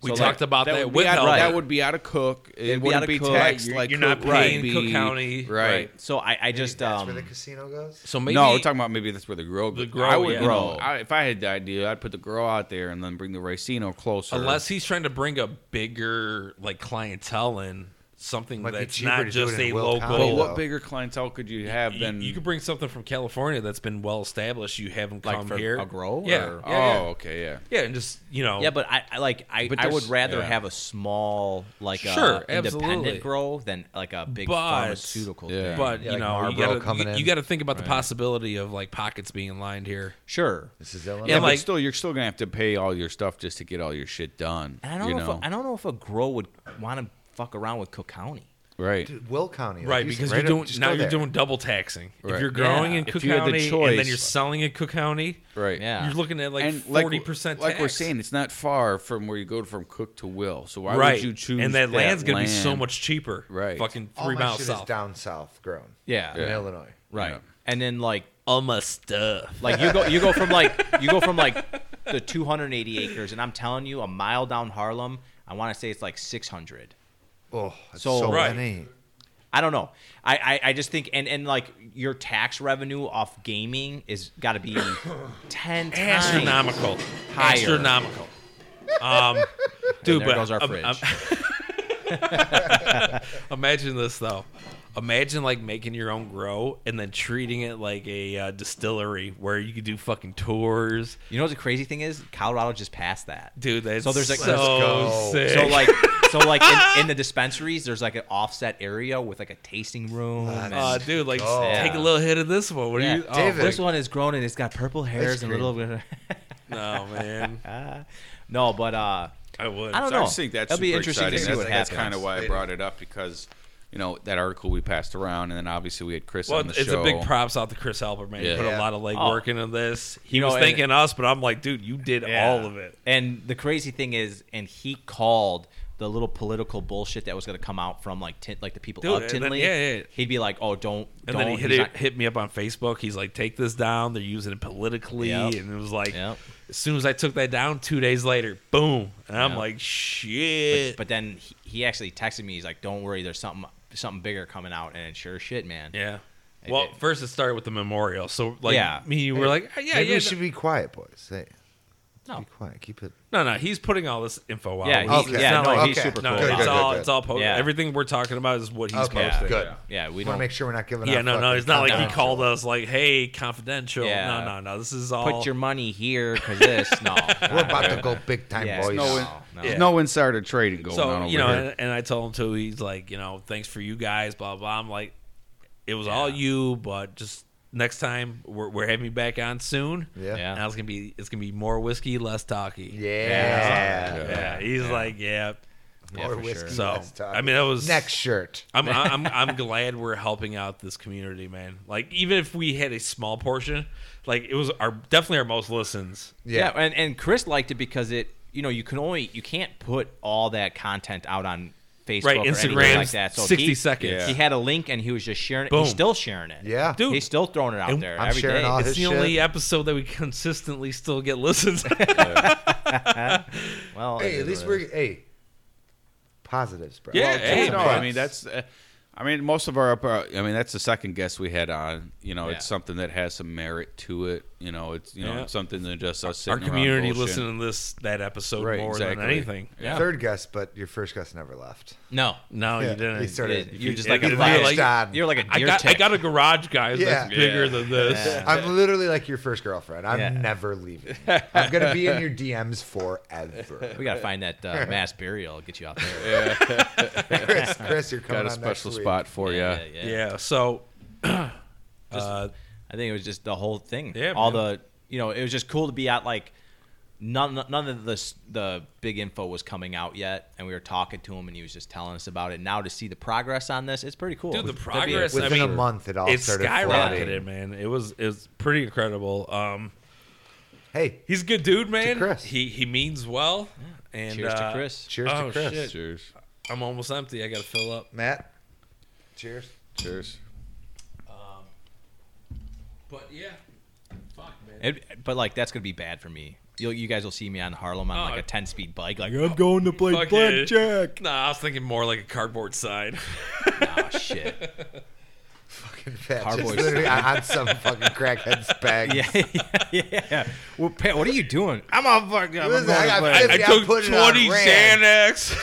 Speaker 4: We
Speaker 3: So, like,
Speaker 4: talked about
Speaker 1: that
Speaker 4: that,
Speaker 1: would be
Speaker 4: with
Speaker 1: out,
Speaker 4: Helen.
Speaker 1: that would be out of Cook. It
Speaker 3: It'd be out
Speaker 1: wouldn't
Speaker 3: of
Speaker 1: be,
Speaker 3: Cook.
Speaker 1: taxed
Speaker 5: You're-
Speaker 1: like
Speaker 5: you're
Speaker 1: Cook
Speaker 5: not
Speaker 1: would
Speaker 5: paying
Speaker 1: be.
Speaker 5: Cook County.
Speaker 1: right?
Speaker 3: So I, I just
Speaker 2: That's
Speaker 3: um,
Speaker 2: where the casino goes.
Speaker 4: so maybe
Speaker 1: no, we're talking about maybe that's where the grill.
Speaker 5: The
Speaker 1: go-
Speaker 5: grill,
Speaker 1: I would
Speaker 5: yeah.
Speaker 1: you know,
Speaker 4: Grill.
Speaker 1: I, if I had the idea, I'd put the grill out there and then bring the racino closer.
Speaker 4: Unless
Speaker 1: Unless
Speaker 4: he's trying to bring a bigger like clientele in something
Speaker 2: Might be
Speaker 4: that's
Speaker 2: cheaper
Speaker 4: not
Speaker 2: to do it
Speaker 4: just
Speaker 2: in
Speaker 4: a
Speaker 2: Will
Speaker 4: local.
Speaker 2: County,
Speaker 1: but
Speaker 2: though.
Speaker 1: what bigger clientele could you have
Speaker 4: you,
Speaker 1: than
Speaker 4: you could bring something from California that's been well established. You have them come
Speaker 3: Like for
Speaker 4: here.
Speaker 3: a grow
Speaker 4: Yeah.
Speaker 3: or-
Speaker 4: yeah, yeah.
Speaker 1: oh, okay, yeah.
Speaker 4: Yeah, and just you know.
Speaker 3: yeah, but I, I like I,
Speaker 4: But
Speaker 3: I would
Speaker 4: there's-
Speaker 3: rather
Speaker 1: yeah.
Speaker 3: have a small like uh,
Speaker 4: Sure, absolutely.
Speaker 3: independent grow than like a big
Speaker 4: But-
Speaker 3: pharmaceutical.
Speaker 1: Yeah.
Speaker 3: thing.
Speaker 4: But
Speaker 2: Yeah,
Speaker 4: you
Speaker 2: like
Speaker 4: know,
Speaker 2: Marlboro
Speaker 4: you gotta
Speaker 2: coming
Speaker 4: you,
Speaker 2: in.
Speaker 4: you gotta think about the possibility of like pockets being lined here.
Speaker 3: sure.
Speaker 2: This is Illinois.
Speaker 1: Yeah,
Speaker 4: And,
Speaker 1: but
Speaker 4: like-
Speaker 1: still, you're still gonna have to pay all your stuff just to get all your shit done.
Speaker 3: And I don't
Speaker 1: you
Speaker 3: know, if a, I don't know if a grow would want to fuck around with Cook County.
Speaker 1: right?
Speaker 2: Dude, Will County, like
Speaker 4: Right,
Speaker 2: you said,
Speaker 4: because
Speaker 2: right
Speaker 4: you're
Speaker 2: up-
Speaker 4: doing
Speaker 2: just
Speaker 4: now
Speaker 2: go
Speaker 4: you're
Speaker 2: there.
Speaker 4: doing double taxing.
Speaker 1: Right.
Speaker 4: If you're growing
Speaker 3: Yeah.
Speaker 4: in Cook
Speaker 1: you had the
Speaker 4: County and then
Speaker 1: choice-
Speaker 4: you're selling in Cook County,
Speaker 1: right.
Speaker 3: Yeah.
Speaker 4: you're looking at like
Speaker 1: and
Speaker 4: forty
Speaker 1: like
Speaker 4: percent.
Speaker 1: Like we're saying, it's not far from where you go from Cook to Will. So why
Speaker 4: right?
Speaker 1: would you choose?
Speaker 4: and that land's gonna be so
Speaker 1: land?
Speaker 4: much cheaper.
Speaker 1: Right.
Speaker 4: fucking
Speaker 2: All
Speaker 4: three
Speaker 2: my
Speaker 4: miles
Speaker 2: shit
Speaker 4: south.
Speaker 2: Is down south grown
Speaker 3: Yeah.
Speaker 2: in Illinois.
Speaker 3: Right.
Speaker 1: Yeah.
Speaker 3: And then like
Speaker 4: All my stuff.
Speaker 3: like you go you go from like you go from like the 280 acres and I'm telling you a mile down Harlem, I want to say it's like 600.
Speaker 2: Oh, that's
Speaker 3: So-
Speaker 2: so,
Speaker 4: Right.
Speaker 2: many.
Speaker 3: I don't know. I, I, I just think and, and like your tax revenue off gaming is got to be ten times
Speaker 4: astronomical,
Speaker 3: Higher.
Speaker 4: astronomical. Um, dude,
Speaker 3: there
Speaker 4: but
Speaker 3: goes our
Speaker 4: um,
Speaker 3: fridge.
Speaker 4: um, imagine this though. Imagine like making your own grow and then treating it like a uh, distillery where you could do fucking tours.
Speaker 3: You know what the crazy thing is? Colorado just passed that.
Speaker 4: Dude, that's
Speaker 3: So there's, like,
Speaker 4: so
Speaker 3: Let's
Speaker 2: go.
Speaker 4: sick.
Speaker 3: So like so like in, in the dispensaries, there's like an offset area with like a tasting room. and-
Speaker 4: Uh, dude, like
Speaker 2: Oh.
Speaker 4: take a little hit of this one. What
Speaker 3: Yeah.
Speaker 4: are you?
Speaker 2: David.
Speaker 3: this one is grown and it's got purple hairs and
Speaker 2: cream.
Speaker 3: little bit.
Speaker 4: no, man.
Speaker 3: no, but uh,
Speaker 4: I would.
Speaker 3: I don't
Speaker 1: I
Speaker 3: know.
Speaker 1: just think that's
Speaker 3: That'd be
Speaker 1: super
Speaker 3: interesting to
Speaker 1: exciting.
Speaker 3: see
Speaker 1: that's,
Speaker 3: what
Speaker 1: that's
Speaker 3: happens.
Speaker 1: kind of why I brought it up because you know that article we passed around, and then obviously we had Chris
Speaker 4: Well,
Speaker 1: on the
Speaker 4: it's
Speaker 1: show.
Speaker 4: a big props out to Chris Albert, man. He
Speaker 1: Yeah.
Speaker 4: put a
Speaker 2: Yeah.
Speaker 4: lot of legwork
Speaker 3: Oh.
Speaker 4: work into this. He
Speaker 3: You know,
Speaker 4: was
Speaker 3: and-
Speaker 4: thinking us, but I'm like, dude, you did
Speaker 3: Yeah.
Speaker 4: all of it.
Speaker 3: And the crazy thing is, and he called the little political bullshit that was going to come out from like tin, like the people
Speaker 4: Dude,
Speaker 3: of
Speaker 4: and then-
Speaker 3: Tinley.
Speaker 4: yeah, yeah.
Speaker 3: He'd be like, "Oh, don't."
Speaker 4: And
Speaker 3: don't.
Speaker 4: then he hit,
Speaker 3: he's
Speaker 4: it,
Speaker 3: not-
Speaker 4: hit me up on Facebook. He's like, take this down. They're using it politically.
Speaker 3: Yep.
Speaker 4: And it was like,
Speaker 3: Yep.
Speaker 4: as soon as I took that down, two days later, boom. And I'm
Speaker 3: Yep.
Speaker 4: like, shit.
Speaker 3: But then he, he actually texted me. He's like, "Don't worry, there's something something bigger coming out," and it sure shit, man.
Speaker 4: yeah.
Speaker 3: I
Speaker 4: Well,
Speaker 3: did.
Speaker 4: first it started with the memorial. So, like,
Speaker 3: Yeah.
Speaker 4: me, you were like, "Oh, yeah,
Speaker 2: Maybe
Speaker 4: yeah.
Speaker 2: we should be quiet, boys. Hey,
Speaker 3: No.
Speaker 2: be quiet. Keep it.
Speaker 4: No, no, he's putting all this info out.
Speaker 3: Yeah, he-
Speaker 4: It's
Speaker 2: Okay.
Speaker 3: yeah,
Speaker 4: not
Speaker 3: no,
Speaker 4: like-
Speaker 3: he's
Speaker 2: okay.
Speaker 3: super
Speaker 4: no,
Speaker 3: cool.
Speaker 2: good,
Speaker 4: it's
Speaker 2: good,
Speaker 4: all
Speaker 2: good.
Speaker 4: it's all posted.
Speaker 3: Yeah.
Speaker 4: Everything we're talking about is what he's
Speaker 2: Okay.
Speaker 4: posting.
Speaker 2: Good.
Speaker 3: Yeah,
Speaker 2: We
Speaker 3: we
Speaker 2: want
Speaker 3: don't
Speaker 2: to make sure we're not giving.
Speaker 4: Yeah,
Speaker 2: out
Speaker 4: no, no,
Speaker 2: fucking
Speaker 4: it's not like he
Speaker 2: confidential.
Speaker 4: called us like, "Hey, confidential."
Speaker 3: Yeah.
Speaker 4: No, no, no. This is all.
Speaker 3: put your money here because this. No,
Speaker 2: We're about to go big time,
Speaker 3: Yeah,
Speaker 2: boys.
Speaker 3: no,
Speaker 1: no,
Speaker 3: No, no.
Speaker 1: there's no insider trading going on
Speaker 4: so
Speaker 1: over
Speaker 4: you know,
Speaker 1: here.
Speaker 4: and, and I told him too. He's like, you know, thanks for you guys, blah blah. I'm like, it was all you, but just next time we're, we're having you back on soon.
Speaker 2: Yeah.
Speaker 3: Yeah.
Speaker 4: Now it's gonna be it's gonna be more whiskey, less talkie.
Speaker 2: Yeah.
Speaker 4: Yeah. He's like, yeah.
Speaker 3: Yeah,
Speaker 2: More
Speaker 3: for sure.
Speaker 2: whiskey.
Speaker 4: So,
Speaker 2: less talk.
Speaker 4: I mean, that was-
Speaker 2: next shirt.
Speaker 4: I'm, I'm I'm glad we're helping out this community, man. Like even if we had a small portion, like it was our definitely our most listens.
Speaker 3: Yeah.
Speaker 2: Yeah.
Speaker 3: and and Chris liked it because it, you know, you can only you can't put all that content out on Facebook
Speaker 4: Right,
Speaker 3: or anything
Speaker 4: Instagram's
Speaker 3: like that. So
Speaker 4: 60
Speaker 3: he,
Speaker 4: seconds. Yeah.
Speaker 3: He had a link and he was just sharing it.
Speaker 4: Boom.
Speaker 3: He's still sharing it.
Speaker 2: Yeah.
Speaker 4: Dude.
Speaker 3: he's still throwing it out
Speaker 4: And
Speaker 3: there.
Speaker 2: I'm
Speaker 3: every
Speaker 2: sharing
Speaker 3: day.
Speaker 2: all
Speaker 4: It's
Speaker 2: his
Speaker 4: the
Speaker 2: shit.
Speaker 4: only episistely that we consistently still get listens.
Speaker 3: Well, it
Speaker 2: Hey,
Speaker 3: is
Speaker 2: at least
Speaker 3: what it
Speaker 2: we're hey positives, bro.
Speaker 4: Yeah,
Speaker 1: Hey,
Speaker 4: hey,
Speaker 1: no,
Speaker 4: man.
Speaker 1: I mean that's. Uh, I mean, most of our upper. I mean, that's the second guest we had on. You know,
Speaker 3: Yeah.
Speaker 1: it's something that has some merit to it. You know, it's you know
Speaker 4: Yeah.
Speaker 1: it's something than just us. Sitting
Speaker 4: our community
Speaker 1: around bullshitting.
Speaker 4: listening to this that episode
Speaker 1: Right,
Speaker 4: more
Speaker 1: exactly.
Speaker 4: than anything.
Speaker 1: Yeah.
Speaker 2: Third guest, but your first guest never left.
Speaker 3: is. no.
Speaker 4: No,
Speaker 2: Yeah,
Speaker 4: you didn't.
Speaker 2: he started-
Speaker 4: You-
Speaker 3: You're just
Speaker 4: you-
Speaker 3: like
Speaker 4: you
Speaker 3: a
Speaker 4: were
Speaker 3: flash.
Speaker 4: like,
Speaker 2: God.
Speaker 3: You're like a
Speaker 4: I
Speaker 3: deer
Speaker 4: got I
Speaker 3: tick.
Speaker 4: got a garage, guys. That's
Speaker 2: Yeah.
Speaker 4: bigger
Speaker 1: Yeah.
Speaker 4: than this.
Speaker 2: I'm literally like your first girlfriend. I'm
Speaker 3: Yeah.
Speaker 2: never leaving. I'm gonna be in your DMs forever.
Speaker 3: We gotta find that uh, mass burial. Get you out there.
Speaker 2: Chris, Chris, you're coming
Speaker 1: Got a
Speaker 2: on next
Speaker 1: special
Speaker 2: week.
Speaker 1: spot for you.
Speaker 3: yeah, yeah.
Speaker 4: Yeah. So, uh,
Speaker 3: I think it was just the whole thing.
Speaker 4: Yeah,
Speaker 3: all
Speaker 4: man.
Speaker 3: the you know, it was just cool to be out like none none of the s- the big info was coming out yet, and we were talking to him, and he was just telling us about it. Now to see the progress on this, it's pretty cool.
Speaker 4: Dude, the
Speaker 3: That'd be-
Speaker 4: progress- I
Speaker 2: Within a
Speaker 4: mean,
Speaker 2: month, it all
Speaker 4: it
Speaker 2: started
Speaker 4: skyrocketed,
Speaker 2: flooding.
Speaker 4: man. It was it was pretty incredible. Um,
Speaker 2: Hey,
Speaker 4: he's a good dude, man.
Speaker 2: Chris.
Speaker 4: He he means well. And
Speaker 3: Cheers to
Speaker 4: uh,
Speaker 3: Chris.
Speaker 2: cheers
Speaker 4: oh,
Speaker 2: to Chris.
Speaker 4: shit.
Speaker 1: Cheers.
Speaker 4: I'm almost empty. I gotta fill up.
Speaker 2: Matt, cheers.
Speaker 1: Cheers.
Speaker 4: But yeah, fuck, man.
Speaker 3: It, but like that's gonna be bad for me You'll, you guys will see me on Harlem on
Speaker 4: Oh.
Speaker 3: like a ten speed bike. Like I'm going to play
Speaker 4: Fuck it.
Speaker 3: blackjack.
Speaker 4: Nah, I was thinking more like a cardboard sign.
Speaker 3: Ah shit.
Speaker 2: That's just
Speaker 3: Cardboard
Speaker 2: literally on on some fucking crackhead's bag.
Speaker 3: Yeah, yeah, yeah. Well, Pat, what are you doing? I'm on fucking. I'm
Speaker 2: Listen,
Speaker 3: on
Speaker 2: I got
Speaker 3: black-
Speaker 2: fifty-
Speaker 4: I
Speaker 2: Yeah,
Speaker 4: took
Speaker 2: put it on
Speaker 4: 20
Speaker 2: Rand.
Speaker 4: Xanax.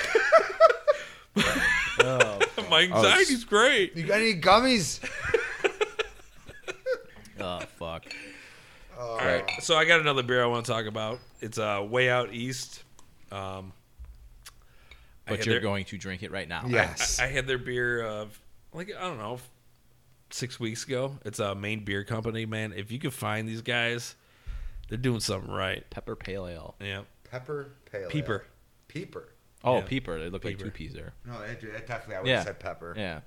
Speaker 4: My anxiety's great.
Speaker 2: You got any gummies?
Speaker 3: Oh fuck.
Speaker 4: All right. So I got another beer I want to talk about. It's uh, Way Out East. Um, I
Speaker 3: But
Speaker 4: had
Speaker 3: you're
Speaker 4: their-
Speaker 3: going to drink it right now.
Speaker 2: Yeah.
Speaker 4: I, I had their beer of like I don't know six weeks ago. It's a main beer company, man. If you can find these guys, they're doing something right.
Speaker 3: Pepper pale ale.
Speaker 4: Yeah.
Speaker 2: Pepper pale. ale.
Speaker 4: Peeper.
Speaker 2: Peeper.
Speaker 3: Oh,
Speaker 4: Yeah.
Speaker 3: peeper. They look like two
Speaker 4: Peeper.
Speaker 3: peas there.
Speaker 2: No, it, it definitely I would
Speaker 3: Yeah.
Speaker 2: have said pepper.
Speaker 3: Yeah.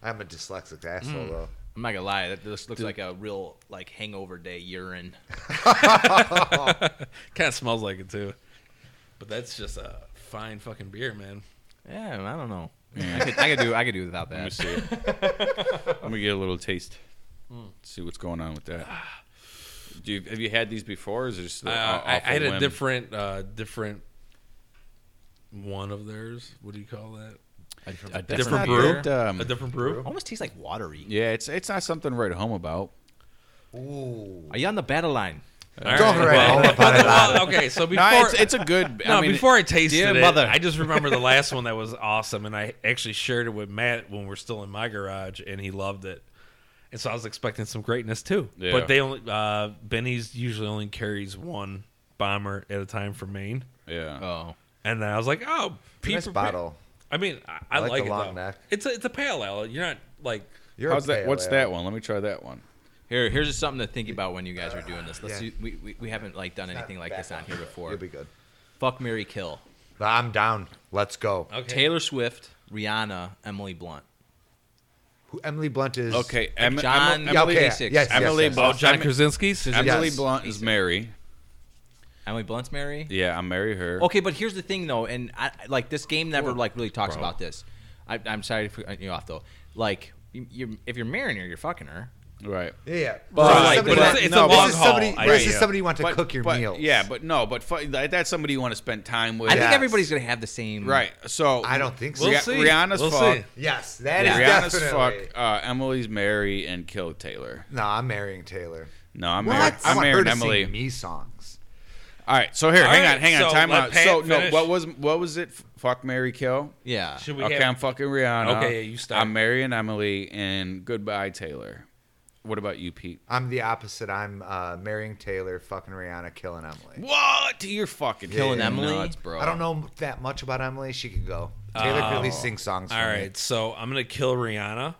Speaker 2: I'm a dyslexic asshole though.
Speaker 3: I'm not gonna lie. That this looks like a real like hangover day urine.
Speaker 4: Kind of smells like it too. But that's just a fine fucking beer, man.
Speaker 3: Yeah, I don't know. I could, I could do. I could do without
Speaker 1: Let me
Speaker 3: that.
Speaker 1: see it. I'm gonna get a little taste.
Speaker 4: Hmm.
Speaker 1: See what's going on with that. Do you, have you had these before? Or is it just
Speaker 4: Uh,
Speaker 1: a- off
Speaker 4: I, I had
Speaker 1: whim?
Speaker 4: a different, uh, different one of theirs. What do you call that?
Speaker 3: A, a
Speaker 1: That's not
Speaker 4: different brew?
Speaker 1: that, um,
Speaker 4: a different brew.
Speaker 3: Almost tastes like watery.
Speaker 1: yeah, it's it's not something to write home about.
Speaker 2: Ooh.
Speaker 3: Are you on the battle line?
Speaker 4: All
Speaker 2: Don't write
Speaker 4: well-
Speaker 2: home about it.
Speaker 4: well, okay, so before
Speaker 1: No, it's, it's a good.
Speaker 4: No,
Speaker 1: I mean,
Speaker 4: before I tasted it,
Speaker 3: mother.
Speaker 4: I just remember the last one that was awesome, and I actually shared it with Matt when we were still in my garage, and he loved it. And so I was expecting some greatness too.
Speaker 1: Yeah.
Speaker 4: But they only uh, Benny's usually only carries one bomber at a time from Maine,
Speaker 1: yeah.
Speaker 3: Oh,
Speaker 4: and then I was like, oh,
Speaker 2: Nice
Speaker 4: Peeper-
Speaker 2: bottle.
Speaker 4: I mean, I, I,
Speaker 2: like
Speaker 4: like,
Speaker 2: the
Speaker 4: it
Speaker 2: long
Speaker 4: though.
Speaker 2: neck.
Speaker 4: It's a, it's a pale ale. You're not like
Speaker 2: You're a
Speaker 1: How's that?
Speaker 2: pale
Speaker 1: What's
Speaker 2: ale.
Speaker 1: that one? Let me try that one.
Speaker 3: here, here's just something to think about when you guys are doing this. Let's
Speaker 2: Yeah.
Speaker 3: do, we, we we haven't like done anything like this on here before.
Speaker 2: You'll be good.
Speaker 3: Fuck Mary Kill.
Speaker 2: I'm down. Let's go.
Speaker 3: Taylor Swift, Rihanna, Emily Blunt.
Speaker 2: Who, Emily Blunt is
Speaker 1: Okay,
Speaker 3: Em- John-
Speaker 2: Yeah,
Speaker 3: Emily-
Speaker 2: okay.
Speaker 3: Emily
Speaker 2: Yes,
Speaker 3: Six.
Speaker 2: yes,
Speaker 1: Emily
Speaker 2: yes, yes.
Speaker 1: Blunt.
Speaker 4: John
Speaker 1: Emily-
Speaker 4: Krasinski's.
Speaker 3: Krasinski.
Speaker 1: Emily
Speaker 2: Yes.
Speaker 1: Blunt is Mary.
Speaker 3: Emily Blunt's Mary.
Speaker 1: Yeah, I marry her.
Speaker 3: Okay, but here's the thing though, and I I- like this game never like really talks
Speaker 1: bro.
Speaker 3: about this. I, I'm sorry to cut you off though. Like, you, you, if you're marrying her, you're fucking her.
Speaker 1: Right.
Speaker 2: Yeah, yeah.
Speaker 1: But-
Speaker 2: This is
Speaker 1: But it's-
Speaker 2: that-
Speaker 1: it's a
Speaker 2: no,
Speaker 1: long
Speaker 2: this is somebody.
Speaker 4: haul, I
Speaker 2: This
Speaker 4: hear
Speaker 2: is
Speaker 4: you.
Speaker 2: somebody you want to
Speaker 1: But-
Speaker 2: cook your
Speaker 1: but-
Speaker 2: meals.
Speaker 1: Yeah, but no, but fu- that- that's somebody you want to spend time with.
Speaker 3: I think
Speaker 2: Yes.
Speaker 3: everybody's gonna have the same.
Speaker 1: Right. So
Speaker 2: I don't think so.
Speaker 1: Ri-
Speaker 4: We'll see.
Speaker 1: Rihanna's
Speaker 4: We'll
Speaker 1: fuck.
Speaker 4: see.
Speaker 2: yes, that is
Speaker 3: Yeah.
Speaker 1: Rihanna's
Speaker 2: definitely.
Speaker 1: fuck. Uh, Emily's Mary and kill Taylor.
Speaker 2: No, I'm marrying Taylor.
Speaker 1: No, I'm
Speaker 2: What?
Speaker 1: marrying.
Speaker 2: I
Speaker 1: I'm
Speaker 2: want her
Speaker 1: marrying
Speaker 2: to sing
Speaker 1: Emily.
Speaker 2: me songs.
Speaker 1: All right. So here,
Speaker 4: All
Speaker 1: hang
Speaker 4: right,
Speaker 1: on, hang on.
Speaker 4: so
Speaker 1: Time
Speaker 4: let
Speaker 1: out.
Speaker 4: Pat
Speaker 1: So no,
Speaker 4: finish.
Speaker 1: what was what was it? F- Fuck Mary kill.
Speaker 3: Yeah.
Speaker 4: Should we
Speaker 1: okay,
Speaker 4: have-
Speaker 1: I'm fucking Rihanna.
Speaker 4: Okay, yeah, you stop.
Speaker 1: I'm marrying Emily and goodbye Taylor. What about you, Pete?
Speaker 2: I'm the opposite. I'm uh, marrying Taylor, fucking Rihanna, killing Emily.
Speaker 1: What? You're fucking
Speaker 2: Killing
Speaker 1: hitting
Speaker 3: Emily?
Speaker 1: nuts, bro.
Speaker 2: I don't know that much about Emily. She could go. Taylor could at least
Speaker 1: Oh,
Speaker 2: sing songs.
Speaker 4: All
Speaker 2: for me.
Speaker 4: right, so I'm gonna kill Rihanna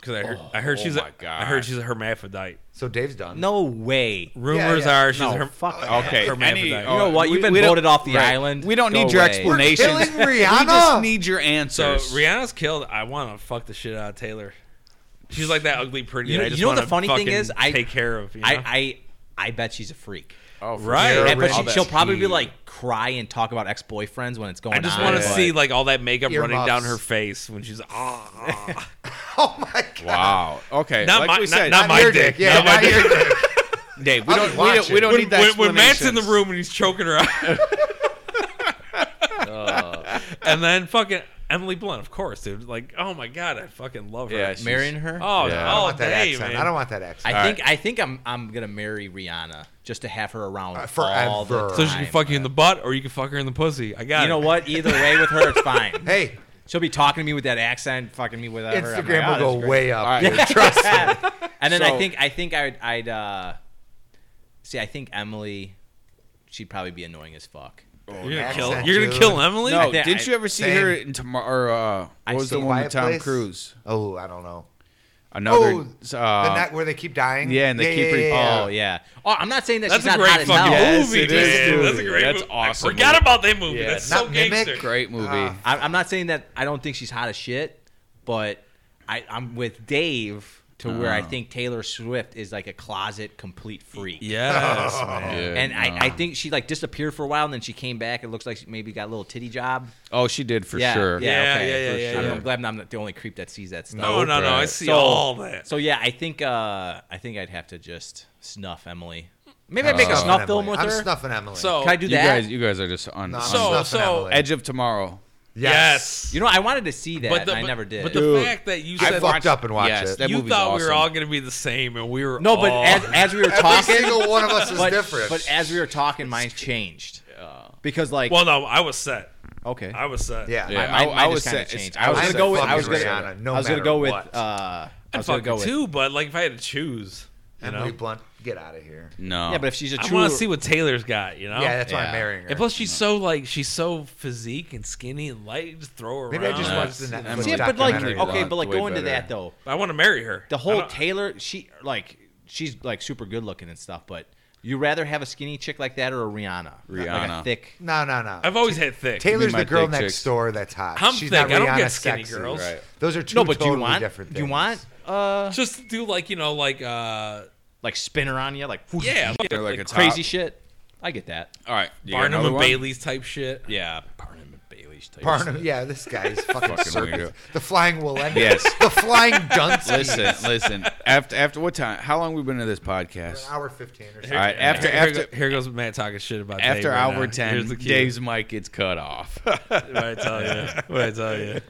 Speaker 4: because I heard I heard
Speaker 1: oh
Speaker 4: she's
Speaker 1: my
Speaker 4: a,
Speaker 1: God.
Speaker 4: I heard she's a hermaphrodite.
Speaker 2: So Dave's done.
Speaker 3: No way.
Speaker 4: Rumors
Speaker 2: yeah.
Speaker 4: are she's
Speaker 3: No,
Speaker 4: a her-
Speaker 3: fuck that.
Speaker 1: Okay. Any, oh, uh,
Speaker 4: Hermaphrodite.
Speaker 3: You know what? You've been
Speaker 1: don't-
Speaker 3: voted off the island.
Speaker 1: We don't
Speaker 3: Go
Speaker 1: need your
Speaker 3: away.
Speaker 1: explanations.
Speaker 2: We're killing
Speaker 1: We just
Speaker 2: Rihanna.
Speaker 1: need your
Speaker 4: So
Speaker 1: answers.
Speaker 4: Rihanna's killed. I want to fuck the shit out of Taylor. She's like that ugly pretty.
Speaker 3: You
Speaker 4: that
Speaker 3: know-
Speaker 4: I just
Speaker 3: you know what the
Speaker 4: wanna
Speaker 3: funny thing
Speaker 4: fucking
Speaker 3: is? I-
Speaker 4: take care of. You know?
Speaker 3: I, I I bet she's a freak.
Speaker 1: Oh, for
Speaker 4: Right.
Speaker 1: sure.
Speaker 3: And- but
Speaker 1: I'll
Speaker 3: she,
Speaker 1: bet.
Speaker 3: she'll probably be like cry and talk about ex boyfriends when it's going
Speaker 4: I
Speaker 3: on.
Speaker 4: just want to
Speaker 3: but-
Speaker 4: see like all that makeup running down
Speaker 2: Earmuffs.
Speaker 4: her face when she's ah.
Speaker 2: Oh my god.
Speaker 1: Wow. Okay.
Speaker 4: Not
Speaker 1: like
Speaker 4: my-
Speaker 1: we
Speaker 4: not-
Speaker 1: said,
Speaker 4: not my
Speaker 2: your
Speaker 4: dick.
Speaker 2: Yeah,
Speaker 4: Not my
Speaker 2: not your dick.
Speaker 1: Dave, we
Speaker 2: I'll
Speaker 1: don't,
Speaker 2: just
Speaker 1: we
Speaker 2: watch
Speaker 1: don't, we
Speaker 2: it.
Speaker 1: don't
Speaker 4: when,
Speaker 1: need that.
Speaker 4: when, when Matt's in the room and he's choking her out. and then fucking Emily Blunt, of course, dude. Like, oh my god, I fucking love her.
Speaker 1: Yeah, she-
Speaker 3: marrying her.
Speaker 4: oh,
Speaker 1: Yeah. I
Speaker 2: I don't
Speaker 4: all
Speaker 2: want that
Speaker 4: day,
Speaker 2: accent.
Speaker 4: man.
Speaker 2: I don't want that accent.
Speaker 3: I think I think I'm I'm gonna marry Rihanna just to have her around all the
Speaker 2: forever.
Speaker 4: so she can
Speaker 3: time.
Speaker 4: fuck you in the butt, or you can fuck her in the pussy. I got
Speaker 3: You know
Speaker 4: it.
Speaker 3: what? Either way with her, it's fine.
Speaker 2: hey,
Speaker 3: She'll be talking to me with that accent, fucking me with whatever. I'm
Speaker 2: Instagram
Speaker 3: like, "Oh,
Speaker 2: will
Speaker 3: this
Speaker 2: go
Speaker 3: is
Speaker 2: way up.
Speaker 1: All right.
Speaker 2: dude. Trust me.
Speaker 3: great." And then
Speaker 1: So-
Speaker 3: I think I think I'd I'd uh, see. I think Emily, she'd probably be annoying as fuck.
Speaker 4: You're gonna kill.
Speaker 2: accent,
Speaker 4: You're gonna
Speaker 2: dude.
Speaker 4: kill Emily.
Speaker 1: No,
Speaker 3: I think-
Speaker 1: didn't you ever see
Speaker 2: Same.
Speaker 1: her in tomorrow? Or, uh,
Speaker 3: I
Speaker 1: what was
Speaker 3: see
Speaker 1: the one with
Speaker 2: Quiet
Speaker 1: Tom
Speaker 2: Place?
Speaker 1: Cruise?
Speaker 2: Oh, I don't know.
Speaker 1: Another.
Speaker 2: oh,
Speaker 1: uh,
Speaker 2: the net where they keep dying.
Speaker 1: yeah, and they keep re-
Speaker 3: Oh yeah. Oh, I'm not saying that
Speaker 4: That's
Speaker 3: she's not
Speaker 4: a great
Speaker 3: hot as
Speaker 4: fucking
Speaker 3: hell.
Speaker 1: Yeah. Yes,
Speaker 4: movie,
Speaker 1: it is,
Speaker 4: dude.
Speaker 1: dude.
Speaker 4: That's a great
Speaker 1: That's
Speaker 4: movie.
Speaker 1: awesome
Speaker 4: I forgot
Speaker 1: movie.
Speaker 4: about that movie.
Speaker 1: Yeah,
Speaker 4: That's
Speaker 2: not
Speaker 4: so gangster.
Speaker 2: Mimic.
Speaker 1: great movie.
Speaker 2: Ah.
Speaker 3: I- I'm not saying that I don't think she's hot as shit, but I, I'm with Dave to where
Speaker 4: Uh-huh.
Speaker 3: I think Taylor Swift is like a closet complete freak.
Speaker 2: Oh,
Speaker 4: Yes, man.
Speaker 1: Yeah,
Speaker 3: And
Speaker 1: no.
Speaker 3: I, I think she like disappeared for a while and then she came back. It looks like she maybe got a little titty job.
Speaker 1: Oh, she did for
Speaker 3: yeah,
Speaker 1: sure.
Speaker 3: Yeah, okay,
Speaker 4: Yeah, yeah,
Speaker 3: for
Speaker 4: yeah,
Speaker 3: sure.
Speaker 4: yeah,
Speaker 3: I'm
Speaker 4: yeah.
Speaker 3: glad I'm not the only creep that sees that stuff.
Speaker 4: No, no, no. I
Speaker 1: Right.
Speaker 4: see all that.
Speaker 3: So yeah, I think uh, I think I'd have to just snuff Emily. Maybe I make a
Speaker 2: I'm
Speaker 3: snuff
Speaker 2: snuffing
Speaker 3: film
Speaker 2: Emily.
Speaker 3: with
Speaker 2: I'm
Speaker 3: her.
Speaker 2: snuffing Emily.
Speaker 4: So
Speaker 3: Can I do
Speaker 1: Oh. you
Speaker 3: that?
Speaker 1: guys, you guys are just on
Speaker 2: no,
Speaker 1: on
Speaker 2: I'm
Speaker 4: So-
Speaker 2: snuffing
Speaker 4: so-
Speaker 2: Emily.
Speaker 1: edge of tomorrow.
Speaker 4: yes.
Speaker 3: you know, I wanted to see that,
Speaker 4: But the-
Speaker 3: and I
Speaker 4: but-
Speaker 3: never did.
Speaker 4: But the
Speaker 1: Dude.
Speaker 4: fact that you
Speaker 2: I
Speaker 4: said
Speaker 2: fucked up and watched
Speaker 1: yes,
Speaker 2: it.
Speaker 1: that
Speaker 4: you
Speaker 1: movie's
Speaker 4: thought we
Speaker 1: awesome.
Speaker 4: were all going to be the same, and we were
Speaker 3: no, but
Speaker 4: all-
Speaker 3: as, as we were
Speaker 2: Every
Speaker 3: talking,
Speaker 2: single one of us is
Speaker 3: but,
Speaker 2: different.
Speaker 3: but as we were talking, mine's changed because like
Speaker 4: well, no, I was set.
Speaker 3: okay,
Speaker 4: I was set.
Speaker 2: yeah.
Speaker 1: Yeah.
Speaker 3: Mine- mine
Speaker 1: I- I
Speaker 3: just
Speaker 1: was
Speaker 3: kinda
Speaker 1: set-
Speaker 3: changed.
Speaker 1: I
Speaker 3: I was
Speaker 1: was
Speaker 3: gonna
Speaker 1: set
Speaker 3: go with I
Speaker 2: fucking
Speaker 3: was gonna
Speaker 2: Rihanna, no
Speaker 3: I was gonna
Speaker 2: matter
Speaker 3: go with
Speaker 2: what.
Speaker 3: uh I
Speaker 4: I'd
Speaker 3: was gonna
Speaker 4: fuck
Speaker 3: go
Speaker 4: it
Speaker 3: with
Speaker 4: too, but like if I had to choose, you
Speaker 2: Emily
Speaker 4: know,
Speaker 2: Blunt, get out of here.
Speaker 1: No.
Speaker 3: yeah, but if she's a
Speaker 4: I
Speaker 3: true
Speaker 4: want to see what Taylor's got. You know,
Speaker 2: Yeah, that's why
Speaker 3: Yeah.
Speaker 2: I'm marrying her.
Speaker 4: and plus she's so like she's so physique and skinny and light. Just throw her
Speaker 2: Maybe I
Speaker 4: around.
Speaker 2: just
Speaker 1: Nah.
Speaker 2: watched the
Speaker 1: Yeah,
Speaker 2: Netflix
Speaker 3: yeah, but like
Speaker 2: documentary.
Speaker 1: though.
Speaker 3: okay, but like
Speaker 1: Way
Speaker 3: going to
Speaker 1: better.
Speaker 3: that though,
Speaker 4: I want to marry her.
Speaker 3: the
Speaker 4: I
Speaker 3: whole
Speaker 4: don't-
Speaker 3: Taylor she like she's like super good looking and stuff, but you rather have a skinny chick like that or a Rihanna, like a
Speaker 1: Rihanna.
Speaker 3: thick.
Speaker 2: No, no, no.
Speaker 4: I've always had thick.
Speaker 2: Taylor's
Speaker 1: Give me my
Speaker 2: the girl
Speaker 1: thick
Speaker 2: next
Speaker 1: chicks.
Speaker 2: door that's hot.
Speaker 4: I'm
Speaker 2: She's
Speaker 4: thick.
Speaker 2: not
Speaker 4: I don't
Speaker 2: Rihanna
Speaker 4: get skinny
Speaker 2: sexy.
Speaker 4: girls.
Speaker 1: Right.
Speaker 2: Those are two
Speaker 3: No, but do
Speaker 2: totally
Speaker 3: you want?
Speaker 2: different things.
Speaker 3: Do you want uh
Speaker 4: just do like you know like uh
Speaker 3: like spinner on you like whoosh,
Speaker 4: yeah like,
Speaker 1: They're like a
Speaker 4: like
Speaker 1: top-
Speaker 3: crazy shit? I get that.
Speaker 1: all right, you got
Speaker 4: Barnum
Speaker 1: another
Speaker 4: and
Speaker 1: one?
Speaker 4: Bailey's type shit.
Speaker 3: Yeah, Barnum and Bailey's type.
Speaker 2: Barnum? Yeah, this guy's fucking
Speaker 1: Fucking
Speaker 2: circus.
Speaker 1: weirdo.
Speaker 2: The flying Willem.
Speaker 1: Yes.
Speaker 2: The flying dunce.
Speaker 1: Listen, listen. After after what time? How long we been to this
Speaker 2: An
Speaker 1: podcast?
Speaker 2: hour fifteen or
Speaker 1: All
Speaker 2: something.
Speaker 1: right, after
Speaker 4: here,
Speaker 1: after
Speaker 4: go- here goes Matt talking shit about Dave
Speaker 1: after
Speaker 4: right
Speaker 1: hour
Speaker 4: now.
Speaker 1: ten,
Speaker 4: Here's the cue.
Speaker 1: Dave's mic gets cut off.
Speaker 4: What I tell you, what I tell you.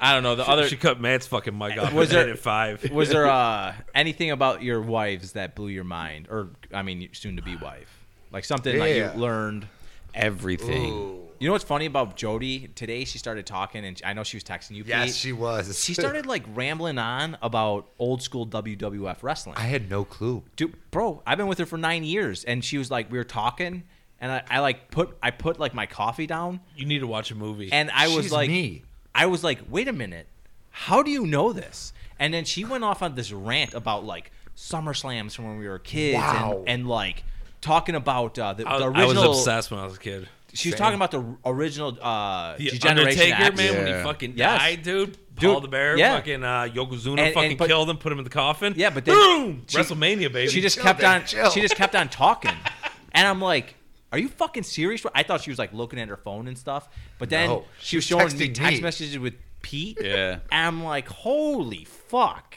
Speaker 3: I don't know the other.
Speaker 4: she cut Matt's fucking mic off.
Speaker 3: Was
Speaker 4: Was
Speaker 3: there-
Speaker 4: there at five?
Speaker 3: Was there uh, anything about your wives that blew your mind, or I mean, your soon-to-be wife, like something like
Speaker 2: Yeah.
Speaker 3: you learned?
Speaker 1: Everything.
Speaker 2: Ooh.
Speaker 3: You know what's funny about Jody today? She started talking, and I know she was texting you.
Speaker 2: Yes,
Speaker 3: Pete.
Speaker 2: she was.
Speaker 3: She started like rambling on about old school WWF wrestling.
Speaker 2: I had no clue.
Speaker 3: Dude, bro, I've been with her for nine years, and she was like, we were talking, and I, I like put I put like my coffee down,
Speaker 4: You need to watch a movie.
Speaker 3: and I was
Speaker 2: She's
Speaker 3: like,
Speaker 2: me.
Speaker 3: I was like, wait a minute, how do you know this? And then she went off on this rant about like Summer Slams from when we were kids,
Speaker 2: Wow.
Speaker 3: and, and like talking about uh, the,
Speaker 4: I,
Speaker 3: the
Speaker 4: I was
Speaker 3: original.
Speaker 4: obsessed when I was a kid.
Speaker 3: She was talking about the original uh,
Speaker 4: The
Speaker 3: Degeneration
Speaker 4: Undertaker,
Speaker 3: X.
Speaker 4: man, when he
Speaker 1: Yeah.
Speaker 4: fucking
Speaker 3: Yes.
Speaker 4: died, dude.
Speaker 3: Dude,
Speaker 4: Paul the Bear,
Speaker 3: yeah.
Speaker 4: fucking uh, Yokozuna,
Speaker 3: And- and-
Speaker 4: fucking
Speaker 3: but-
Speaker 4: killed him, put him in the coffin.
Speaker 3: Yeah, but then
Speaker 4: boom,
Speaker 3: she-
Speaker 4: WrestleMania, baby.
Speaker 3: She just
Speaker 2: Chill,
Speaker 3: kept
Speaker 2: babe,
Speaker 3: on.
Speaker 2: chill.
Speaker 3: She just kept on talking, and I'm like, "Are you fucking serious?" I thought she was like looking at her phone and stuff, but then
Speaker 2: No,
Speaker 3: she
Speaker 2: she
Speaker 3: was
Speaker 2: was
Speaker 3: showing me
Speaker 2: texting
Speaker 3: text
Speaker 2: me.
Speaker 3: messages with Pete.
Speaker 1: Yeah.
Speaker 3: and I'm like, "Holy fuck!"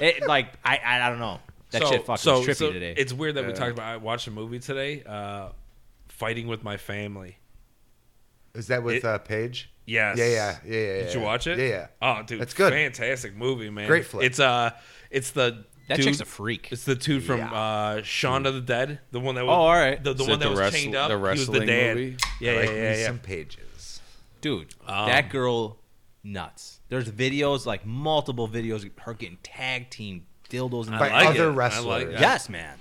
Speaker 3: It, like I, I I don't know. That shit fucking was trippy today.
Speaker 4: It's weird that we
Speaker 1: Yeah.
Speaker 4: talked about. I watched a movie today, uh, fighting with my family.
Speaker 2: Is that with
Speaker 4: It-
Speaker 2: uh, Paige?
Speaker 4: Yes.
Speaker 2: Yeah, yeah, yeah, yeah.
Speaker 4: Did
Speaker 2: yeah.
Speaker 4: you watch it?
Speaker 2: Yeah, yeah.
Speaker 4: Oh, dude,
Speaker 2: That's good.
Speaker 4: Fantastic movie, man.
Speaker 2: Great flick.
Speaker 4: It's uh, it's the
Speaker 3: that
Speaker 4: dude,
Speaker 3: chick's a freak.
Speaker 4: It's the dude from
Speaker 2: Yeah.
Speaker 4: uh, Shaun of the Dead, the one that was
Speaker 3: Oh, all right.
Speaker 4: the, the
Speaker 1: Is
Speaker 4: one
Speaker 1: it
Speaker 4: that
Speaker 1: the
Speaker 4: was
Speaker 1: wrestl-
Speaker 4: chained up.
Speaker 1: the
Speaker 4: he
Speaker 1: wrestling
Speaker 4: was the dad.
Speaker 1: movie?
Speaker 4: Yeah,
Speaker 2: I like
Speaker 4: yeah,
Speaker 2: me
Speaker 4: yeah, yeah.
Speaker 2: some pages.
Speaker 3: Dude, that girl nuts. There's videos like multiple videos of her getting tag team dildos and
Speaker 2: By
Speaker 4: like it. I
Speaker 2: other
Speaker 4: like
Speaker 2: wrestlers.
Speaker 4: it.
Speaker 3: yes, man.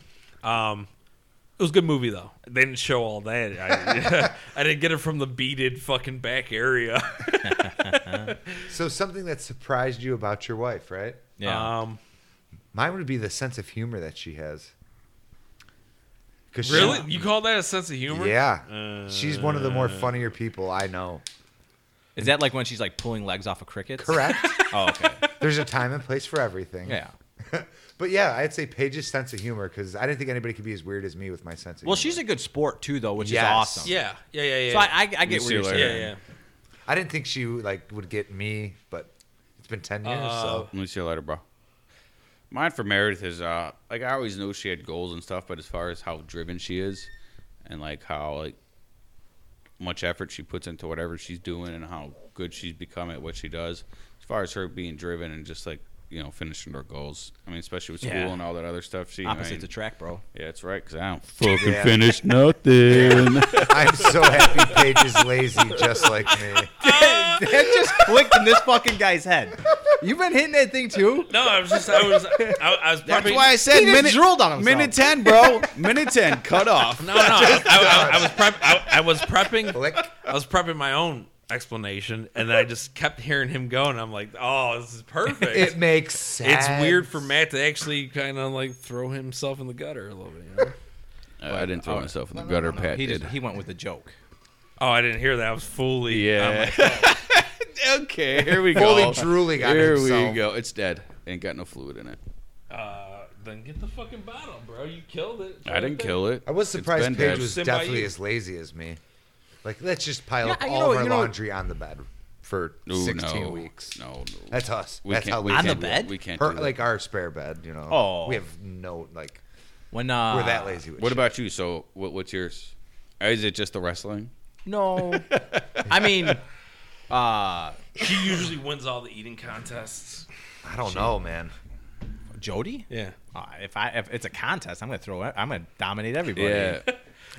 Speaker 4: It was a good movie though. They didn't show all that. I, I didn't get it from the beaded fucking back area.
Speaker 2: So something that surprised you about your wife, right?
Speaker 3: Yeah.
Speaker 4: Um,
Speaker 2: Mine would be the sense of humor that she has. 'Cause she-
Speaker 4: really, you call that a sense of humor? Uh.
Speaker 2: yeah. She's one of the more funnier people I know.
Speaker 3: Is that like when she's like pulling legs off of crickets?
Speaker 2: Correct.
Speaker 3: Oh, okay.
Speaker 2: There's a time and place for everything.
Speaker 3: Yeah.
Speaker 2: But yeah, I'd say Paige's sense of humor because I didn't think anybody could be as weird as me with my sense of
Speaker 3: Well,
Speaker 2: humor.
Speaker 3: she's a good sport too, though, which
Speaker 2: Yes.
Speaker 3: is awesome.
Speaker 4: yeah, yeah, yeah, yeah.
Speaker 3: So I, I, I get what
Speaker 1: see
Speaker 3: you're
Speaker 1: you
Speaker 3: saying.
Speaker 1: later.
Speaker 4: yeah, yeah.
Speaker 2: I didn't think she like would get me, but it's been ten years. so
Speaker 1: Let me see you later, bro. Mine for Meredith is uh like I always knew she had goals and stuff, but as far as how driven she is and like how like much effort she puts into whatever she's doing and how good she's become at what she does, as far as her being driven and just like you know finishing her goals. I mean, especially with school
Speaker 3: Yeah.
Speaker 1: and all that other stuff. She I mean,
Speaker 3: Opposites attract, bro.
Speaker 1: Yeah, that's right. Because I don't fucking
Speaker 2: Yeah.
Speaker 1: finish nothing. Uh,
Speaker 2: I'm so happy Paige is lazy, just like me.
Speaker 3: that just clicked in this fucking guy's head. You've been hitting that thing too.
Speaker 4: No, I was just, I was, I, I was
Speaker 1: That's
Speaker 4: probably.
Speaker 1: why I said
Speaker 3: He just
Speaker 1: minute
Speaker 3: drilled on himself.
Speaker 1: Minute ten, bro. minute ten, cut off.
Speaker 4: No, no, I, I, I, I was prep, I, I was prepping.
Speaker 2: Click.
Speaker 4: I was prepping my own explanation, and I just kept hearing him go, and I'm like, oh, this is perfect.
Speaker 2: It makes sense.
Speaker 4: it's weird for Matt to actually kind of like throw himself in the gutter a little bit. You know?
Speaker 1: I didn't
Speaker 2: Oh,
Speaker 1: throw myself in the gutter, Pat.
Speaker 3: He
Speaker 1: did.
Speaker 3: just he went with a joke.
Speaker 4: oh, I didn't hear that. I was fully.
Speaker 1: Yeah. okay, here we
Speaker 2: Fully
Speaker 1: go.
Speaker 2: drooling on
Speaker 1: Here
Speaker 2: himself.
Speaker 1: we go. It's dead. Ain't got no fluid in it.
Speaker 4: Uh, then get the fucking bottle, bro. You killed it.
Speaker 1: I didn't kill it.
Speaker 2: I was
Speaker 1: It's
Speaker 2: surprised
Speaker 1: been
Speaker 2: Paige
Speaker 1: dead.
Speaker 2: was
Speaker 4: Sit by
Speaker 2: definitely
Speaker 4: you.
Speaker 2: as lazy as me. Like, let's just pile
Speaker 3: Yeah,
Speaker 2: up
Speaker 3: you
Speaker 2: all
Speaker 3: know-
Speaker 2: of our
Speaker 3: you know-
Speaker 2: laundry on the bed for
Speaker 1: Ooh,
Speaker 2: 16
Speaker 1: no.
Speaker 2: weeks.
Speaker 1: No, no.
Speaker 2: That's us.
Speaker 1: We
Speaker 2: That's
Speaker 1: can't-
Speaker 2: how we
Speaker 1: we
Speaker 3: On the
Speaker 1: can't do
Speaker 3: bed?
Speaker 1: it. We can't
Speaker 2: Her,
Speaker 1: do that.
Speaker 2: like our spare bed, you know.
Speaker 3: Oh.
Speaker 2: We have no like
Speaker 3: When uh,
Speaker 2: We're that lazy. With
Speaker 1: Ah. What
Speaker 2: shit.
Speaker 1: about you? So, what, what's yours? Is it just the wrestling?
Speaker 3: No, I mean, uh,
Speaker 4: She usually wins all the eating contests.
Speaker 2: I don't know, man.
Speaker 3: Jody.
Speaker 4: Yeah.
Speaker 3: Uh, if I if it's a contest, I'm gonna throw. it- I'm gonna dominate everybody.
Speaker 1: Yeah.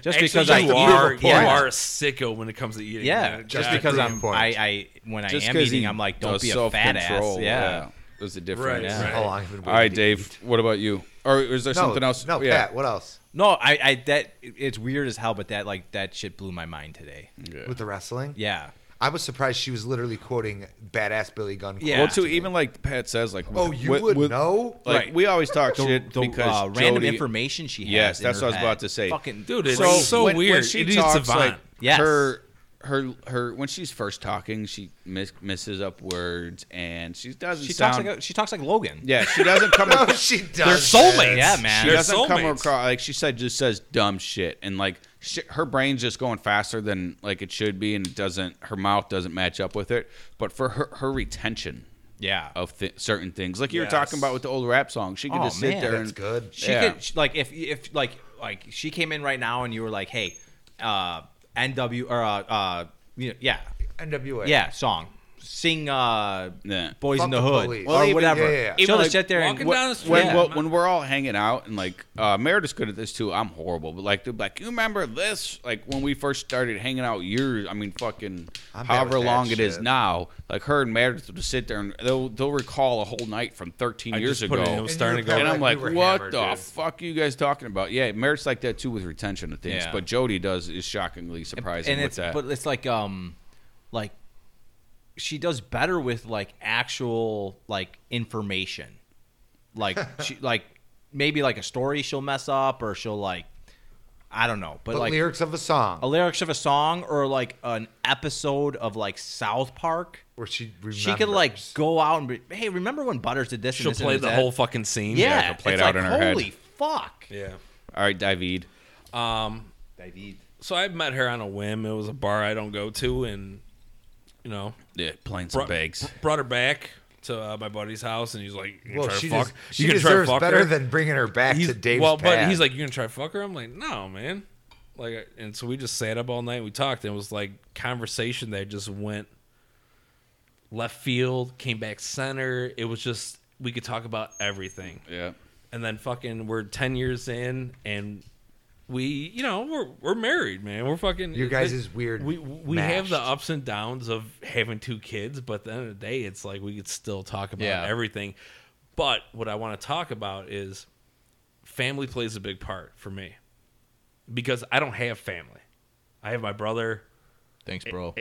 Speaker 3: Just
Speaker 4: Actually,
Speaker 3: because
Speaker 4: you
Speaker 3: I
Speaker 4: are,
Speaker 3: eat,
Speaker 4: you
Speaker 3: yeah,
Speaker 4: are a sicko when it comes to eating.
Speaker 3: yeah. Just
Speaker 4: God.
Speaker 3: because I'm
Speaker 2: Point.
Speaker 3: I, I when I
Speaker 1: Just
Speaker 3: am
Speaker 1: 'cause
Speaker 3: eating,
Speaker 1: he
Speaker 3: I'm like, don't
Speaker 1: does
Speaker 3: be a fat ass.
Speaker 1: self-control,
Speaker 3: Yeah.
Speaker 1: There's a difference.
Speaker 4: Right,
Speaker 3: Yeah.
Speaker 2: How long have you been
Speaker 1: All right,
Speaker 2: waiting to
Speaker 1: Dave.
Speaker 2: eat?
Speaker 1: What about you? Or is there
Speaker 2: No,
Speaker 1: something else?
Speaker 2: No,
Speaker 1: yeah.
Speaker 2: Pat. What else?
Speaker 3: No, I, I that it's weird as hell, but that like that shit blew my mind today.
Speaker 1: Yeah.
Speaker 2: With the wrestling?
Speaker 3: Yeah.
Speaker 2: I was surprised she was literally quoting badass Billy Gunn. quotes.
Speaker 3: Yeah.
Speaker 1: Well, too. Even like Pat says, like
Speaker 2: Oh, you would know?
Speaker 1: Like
Speaker 3: Right.
Speaker 1: we always talk
Speaker 3: The,
Speaker 1: shit
Speaker 3: the,
Speaker 1: because
Speaker 3: uh, random
Speaker 1: Jody-
Speaker 3: information she has.
Speaker 1: Yes,
Speaker 3: in
Speaker 1: that's what I
Speaker 3: her
Speaker 1: was
Speaker 3: head.
Speaker 1: about to say.
Speaker 3: Fucking
Speaker 4: Dude, it's
Speaker 3: crazy.
Speaker 4: so
Speaker 1: when, When
Speaker 4: weird.
Speaker 1: she
Speaker 4: It is
Speaker 1: talks,
Speaker 4: savant.
Speaker 1: like
Speaker 3: Yes.
Speaker 1: her, her, her. When she's first talking, she mis- misses up words, and she doesn't
Speaker 3: She
Speaker 1: sound.
Speaker 3: talks like a, she talks like Logan.
Speaker 1: yeah, she doesn't come.
Speaker 2: No,
Speaker 1: ac-
Speaker 2: oh, she does.
Speaker 3: They're soulmates. Yeah,
Speaker 2: this.
Speaker 3: man.
Speaker 1: She
Speaker 4: They're
Speaker 1: doesn't come
Speaker 4: soulmates.
Speaker 1: across like she said. Just says dumb shit, and like shit, her brain's just going faster than like it should be, and it doesn't. Her mouth doesn't match up with it. But for her, her retention
Speaker 3: yeah.
Speaker 1: of th- certain things, like you were
Speaker 4: Yes.
Speaker 1: talking about with the old rap song, she could
Speaker 3: Oh,
Speaker 1: just sit
Speaker 3: man.
Speaker 1: there
Speaker 2: That's
Speaker 1: and
Speaker 2: good.
Speaker 3: She
Speaker 1: Yeah.
Speaker 3: could she- like if if like like she came in right now and you were like, hey, uh, NW or uh, uh you know, yeah
Speaker 2: NWA.
Speaker 3: yeah song sing uh
Speaker 1: Yeah.
Speaker 3: boys
Speaker 2: Fuck
Speaker 3: in the
Speaker 2: the
Speaker 3: hood
Speaker 2: police.
Speaker 3: or
Speaker 2: Well, even-
Speaker 3: whatever.
Speaker 2: yeah, yeah, yeah.
Speaker 3: She'll
Speaker 1: Even,
Speaker 3: just
Speaker 1: like,
Speaker 3: sit there and
Speaker 4: walking down the street.
Speaker 1: when,
Speaker 4: Yeah.
Speaker 1: well, when we're all hanging out and like uh, Meredith's good at this too. I'm horrible, but like, dude, like you remember this? Like when we first started hanging out years, I mean, fucking
Speaker 2: I'm bad
Speaker 1: however
Speaker 2: with that
Speaker 1: long it is
Speaker 2: shit.
Speaker 1: now. Like her and Meredith would sit there and they'll they'll recall a whole night from 13
Speaker 4: I
Speaker 1: years
Speaker 4: just put
Speaker 1: ago.
Speaker 4: it in, it was
Speaker 2: And
Speaker 4: starting to
Speaker 2: you're
Speaker 4: go.
Speaker 1: and
Speaker 2: Like,
Speaker 1: I'm
Speaker 2: we
Speaker 1: like,
Speaker 2: were
Speaker 1: what
Speaker 4: hammered,
Speaker 1: the
Speaker 4: dude."
Speaker 1: fuck are you guys talking about? Yeah, Merritt's like that too with retention of things,
Speaker 3: Yeah.
Speaker 1: but Jody does is shockingly surprising
Speaker 3: and
Speaker 1: with
Speaker 3: it's
Speaker 1: that.
Speaker 3: but it's like um like she does better with like actual like information like she like maybe like a story she'll mess up or she'll like i don't know but,
Speaker 2: But
Speaker 3: like
Speaker 2: lyrics of a song
Speaker 3: a lyrics of a song or like an episode of like south park
Speaker 2: where she remembers.
Speaker 3: she could like go out and be hey remember when butters did this
Speaker 4: She'll
Speaker 3: and this
Speaker 4: play
Speaker 3: and
Speaker 4: the
Speaker 3: that?
Speaker 4: whole fucking scene.
Speaker 3: yeah,
Speaker 1: she'll play
Speaker 3: it's
Speaker 1: it out
Speaker 3: like,
Speaker 1: in her head.
Speaker 3: holy fuck
Speaker 4: Yeah.
Speaker 1: all right, David.
Speaker 4: So I met her on a whim. It was a bar I don't go to, and you know,
Speaker 1: Yeah, playing some
Speaker 4: brought-
Speaker 1: bags.
Speaker 4: Brought her back to uh, my buddy's house, and he's like, "You gonna
Speaker 2: Well,
Speaker 4: try
Speaker 2: she,
Speaker 4: to fuck?
Speaker 2: des-
Speaker 4: you
Speaker 2: she
Speaker 4: gonna try to
Speaker 2: deserves
Speaker 4: fuck
Speaker 2: better
Speaker 4: her?"
Speaker 2: than bringing her back
Speaker 4: He's-
Speaker 2: to Dave's
Speaker 4: well, but
Speaker 2: pad.
Speaker 4: he's like, "You gonna try to fuck her?" I'm like, "No, man." Like, and so we just sat up all night. We talked, and it was like conversation that just went left field, came back center. It was just we could talk about everything
Speaker 1: Yeah.
Speaker 4: and then fucking we're 10 years in and we you know we're we're married man we're fucking
Speaker 2: Your guys is weird
Speaker 4: we we have
Speaker 2: mashed.
Speaker 4: the ups and downs of having two kids but at the end of the day it's like we could still talk about
Speaker 3: Yeah.
Speaker 4: everything but what i want to talk about is family plays a big part for me because i don't have family i have my brother
Speaker 3: thanks bro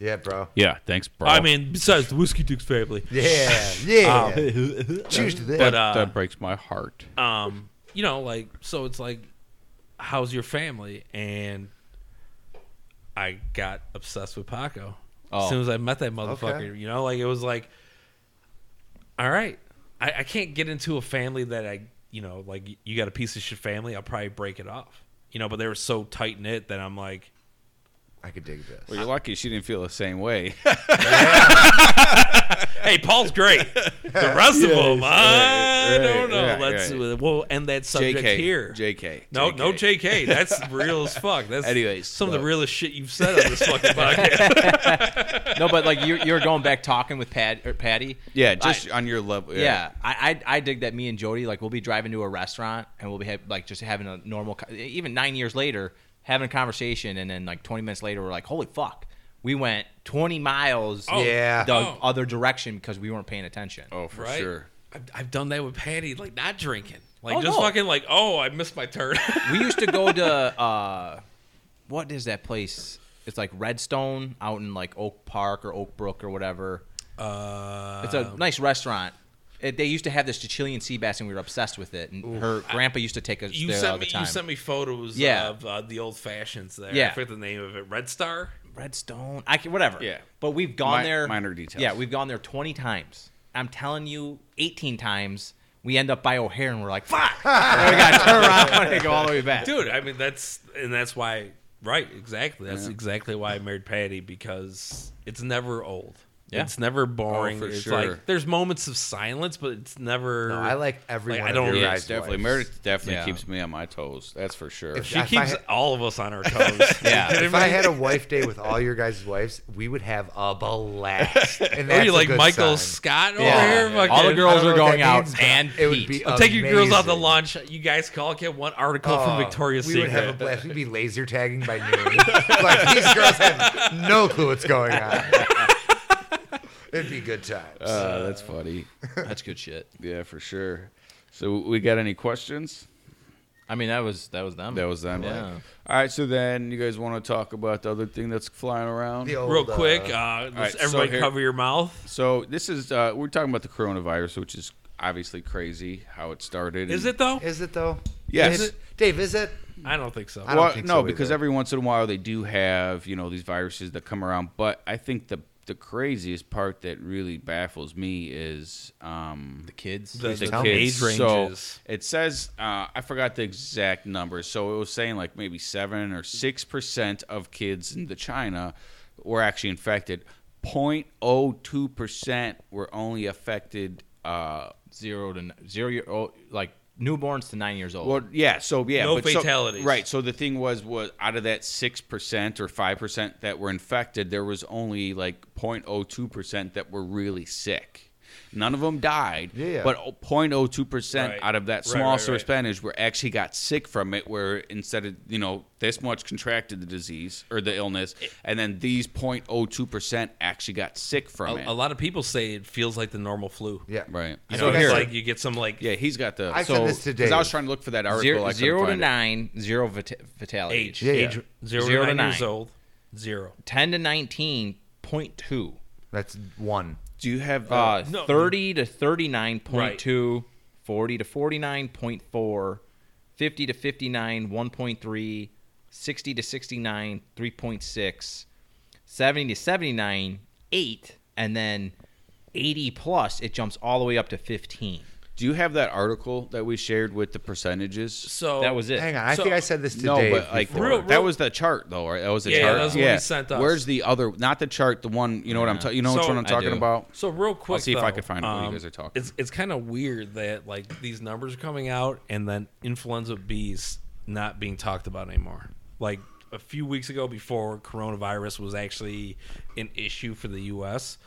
Speaker 2: yeah, bro.
Speaker 1: Yeah. Thanks, bro.
Speaker 4: i mean besides the whiskey duke's family
Speaker 2: Yeah,
Speaker 4: Oh.
Speaker 2: yeah. Choose to this.
Speaker 4: but
Speaker 1: that,
Speaker 4: uh
Speaker 1: that breaks my heart.
Speaker 4: um you know like so it's like how's your family and i got obsessed with paco
Speaker 3: Oh.
Speaker 4: as soon as i met that motherfucker you know like it was like all right I, I can't get into a family that i you know like you got a piece of shit family i'll probably break it off you know but they were so tight knit that i'm like
Speaker 2: I could dig this.
Speaker 1: Well, you're lucky she didn't feel the same way.
Speaker 4: hey paul's great the rest of them
Speaker 1: right,
Speaker 4: i don't know
Speaker 1: right,
Speaker 4: let's
Speaker 1: right.
Speaker 4: we'll end that subject
Speaker 1: JK.
Speaker 4: here
Speaker 1: JK.
Speaker 4: No, no, JK. That's real as fuck. That's
Speaker 1: Anyways,
Speaker 4: some of
Speaker 1: look.
Speaker 4: the realest shit you've said on this fucking podcast.
Speaker 3: no but like you're, you're going back talking with Pat, or patty
Speaker 1: Yeah,
Speaker 3: I-
Speaker 1: just on your level.
Speaker 3: Yeah, I, I I dig that. Me and Jody like we'll be driving to a restaurant and we'll be ha- like just having a normal, co- even nine years later, having a conversation, and then like twenty minutes later, we're like, holy fuck, we went twenty miles
Speaker 4: Oh,
Speaker 2: yeah.
Speaker 3: the
Speaker 4: oh.
Speaker 3: other direction because we weren't paying attention.
Speaker 1: Oh, for
Speaker 4: right?
Speaker 1: sure.
Speaker 4: I've, I've done that with Patty, like not drinking, like
Speaker 3: Oh,
Speaker 4: just
Speaker 3: no.
Speaker 4: fucking like, oh, I missed my turn.
Speaker 3: We used to go to uh, what is that place? It's like Redstone out in like Oak Park or Oak Brook or whatever.
Speaker 4: uh,
Speaker 3: It's a nice restaurant. It, they used to have this Chilean sea bass, and we were obsessed with it. And her grandpa used to take us
Speaker 4: you
Speaker 3: there all
Speaker 4: sent
Speaker 3: the
Speaker 4: me
Speaker 3: time.
Speaker 4: you sent me photos
Speaker 3: Yeah.
Speaker 4: of uh, the old fashions there.
Speaker 3: Yeah.
Speaker 4: I forget the name of it. Red Star.
Speaker 3: Redstone. I can whatever.
Speaker 1: Yeah.
Speaker 3: But we've gone
Speaker 1: Mi-
Speaker 3: there.
Speaker 1: minor details.
Speaker 3: Yeah, we've gone there twenty times. I'm telling you, eighteen times. We end up by O'Hare and we're like, fuck. and we gotta turn around and go all the way back.
Speaker 4: dude i mean that's and that's why right exactly that's exactly why i married patty because it's never old
Speaker 3: Yeah.
Speaker 4: It's
Speaker 2: Oh,
Speaker 4: never boring.
Speaker 1: for
Speaker 4: it's
Speaker 1: sure.
Speaker 4: like there's moments of silence, but it's never.
Speaker 2: No, I like every
Speaker 4: Like,
Speaker 2: one
Speaker 4: I
Speaker 2: of
Speaker 4: don't-
Speaker 2: your
Speaker 4: yeah,
Speaker 1: Yeah,
Speaker 2: guys'
Speaker 1: it's definitely.
Speaker 2: wives.
Speaker 1: Meredith definitely
Speaker 3: Yeah.
Speaker 1: keeps me on my toes. That's for sure.
Speaker 2: If
Speaker 4: She
Speaker 2: I
Speaker 4: keeps
Speaker 2: had-
Speaker 4: all of us on our toes.
Speaker 3: Yeah.
Speaker 4: You kidding
Speaker 2: If I
Speaker 4: me?
Speaker 2: had a wife day with all your guys' wives, we would have a blast. And
Speaker 4: What are
Speaker 2: that's
Speaker 4: you
Speaker 2: a
Speaker 4: like
Speaker 2: good
Speaker 4: Michael
Speaker 2: sign.
Speaker 4: Scott over
Speaker 3: Yeah.
Speaker 4: here?
Speaker 3: Yeah.
Speaker 4: Fucking-
Speaker 3: All the
Speaker 2: I
Speaker 3: girls
Speaker 2: don't
Speaker 3: are
Speaker 2: know what
Speaker 3: going
Speaker 2: that
Speaker 3: out
Speaker 2: means, but
Speaker 3: and
Speaker 2: it would
Speaker 3: Pete.
Speaker 2: be
Speaker 4: I'll take your girls out to
Speaker 2: amazing.
Speaker 4: lunch. You guys call, get one article
Speaker 2: Oh,
Speaker 4: from Victoria's
Speaker 2: we
Speaker 4: Secret.
Speaker 2: would have a blast. We'd be laser tagging by noon. like these girls have no clue what's going on. It'd be good times.
Speaker 1: uh, that's funny.
Speaker 3: That's good shit.
Speaker 1: Yeah, for sure. So we got any questions?
Speaker 3: I mean, that was that was them.
Speaker 1: That was them.
Speaker 3: Yeah.
Speaker 1: like- All right. So then you guys want to talk about the other thing that's flying around?
Speaker 2: The old,
Speaker 4: Real
Speaker 2: uh,
Speaker 4: quick, uh, let's
Speaker 1: right, so
Speaker 4: everybody
Speaker 1: here-
Speaker 4: cover your mouth.
Speaker 1: So this is uh, we're talking about the coronavirus, which is obviously crazy how it started.
Speaker 4: Is
Speaker 1: and-
Speaker 4: it though?
Speaker 2: is it though?
Speaker 1: Yes.
Speaker 2: Is it- Dave, is it?
Speaker 4: I don't think so.
Speaker 2: I don't
Speaker 1: Well,
Speaker 2: think
Speaker 1: no,
Speaker 2: so
Speaker 1: because
Speaker 2: either.
Speaker 1: every once in a while they do have you know these viruses that come around. But I think the the craziest part that really baffles me is um,
Speaker 3: The kids.
Speaker 4: The-
Speaker 1: the
Speaker 4: Tell me.
Speaker 1: kids.
Speaker 4: Age
Speaker 1: so
Speaker 4: ranges.
Speaker 1: it says uh, I forgot the exact number. So it was saying like maybe seven or six percent of kids in the China were actually infected. 002 percent were only affected. Uh,
Speaker 3: zero to n- zero year old, like newborns to nine years old.
Speaker 1: well, yeah. So yeah,
Speaker 4: No
Speaker 1: but so-
Speaker 4: fatalities.
Speaker 1: right. So the thing was, was out of that six percent or five percent that were infected, there was only like 0.02 percent that were really sick. None of them died,
Speaker 2: Yeah, yeah.
Speaker 1: but 0.02 percent
Speaker 4: Right.
Speaker 1: out of that
Speaker 4: Right,
Speaker 1: small
Speaker 4: right, right.
Speaker 1: percentage were actually got sick from it. Where instead of you know this much contracted the disease or the illness, and then these 0.02 percent actually got sick from it.
Speaker 4: A, a lot of people say it feels like the normal flu.
Speaker 2: Yeah.
Speaker 1: Right.
Speaker 4: You
Speaker 2: So
Speaker 4: know,
Speaker 2: here-
Speaker 4: it's like you get some like
Speaker 1: Yeah, he's got the.
Speaker 2: I
Speaker 1: so,
Speaker 2: said this to
Speaker 1: 'cause I
Speaker 2: Dave.
Speaker 1: was trying to look for that article. I
Speaker 3: zero,
Speaker 1: couldn't
Speaker 3: zero to
Speaker 1: find it.
Speaker 3: nine, zero vita- fatality.
Speaker 4: age,
Speaker 2: Yeah, yeah.
Speaker 4: age zero,
Speaker 3: Zero
Speaker 4: to
Speaker 3: to
Speaker 4: nine, years
Speaker 3: nine.
Speaker 4: old, zero.
Speaker 3: Ten to nineteen point two.
Speaker 2: That's one.
Speaker 1: Do you have
Speaker 2: Oh.
Speaker 1: the-
Speaker 3: Uh,
Speaker 4: no.
Speaker 3: thirty to thirty nine point two. Forty to forty nine point four. Fifty to fifty nine one point three. Sixty to sixty nine three point six. Seventy to seventy nine eight, and then eighty plus it jumps all the way up to fifteen.
Speaker 1: Do you have that article that we shared with the percentages?
Speaker 4: So
Speaker 3: That was it.
Speaker 2: Hang on, I
Speaker 4: So-
Speaker 2: think I said this to
Speaker 1: No,
Speaker 2: Dave.
Speaker 1: but like
Speaker 2: before.
Speaker 4: Real-
Speaker 1: that
Speaker 4: real-
Speaker 1: was the chart though, right? That was the
Speaker 4: Yeah,
Speaker 1: chart.
Speaker 4: that was the one you sent us.
Speaker 1: Where's the other? Not the chart. The one you know what I'm talking. You know which
Speaker 4: So-
Speaker 1: one I'm
Speaker 4: I
Speaker 1: talking
Speaker 3: do.
Speaker 1: about?
Speaker 4: So real quick,
Speaker 1: see if I
Speaker 4: though, um,
Speaker 1: can find out what you guys are talking
Speaker 4: It's it's kind of weird that like these numbers are coming out and then influenza B's not being talked about anymore. Like a few weeks ago, before coronavirus was actually an issue for the U.S.,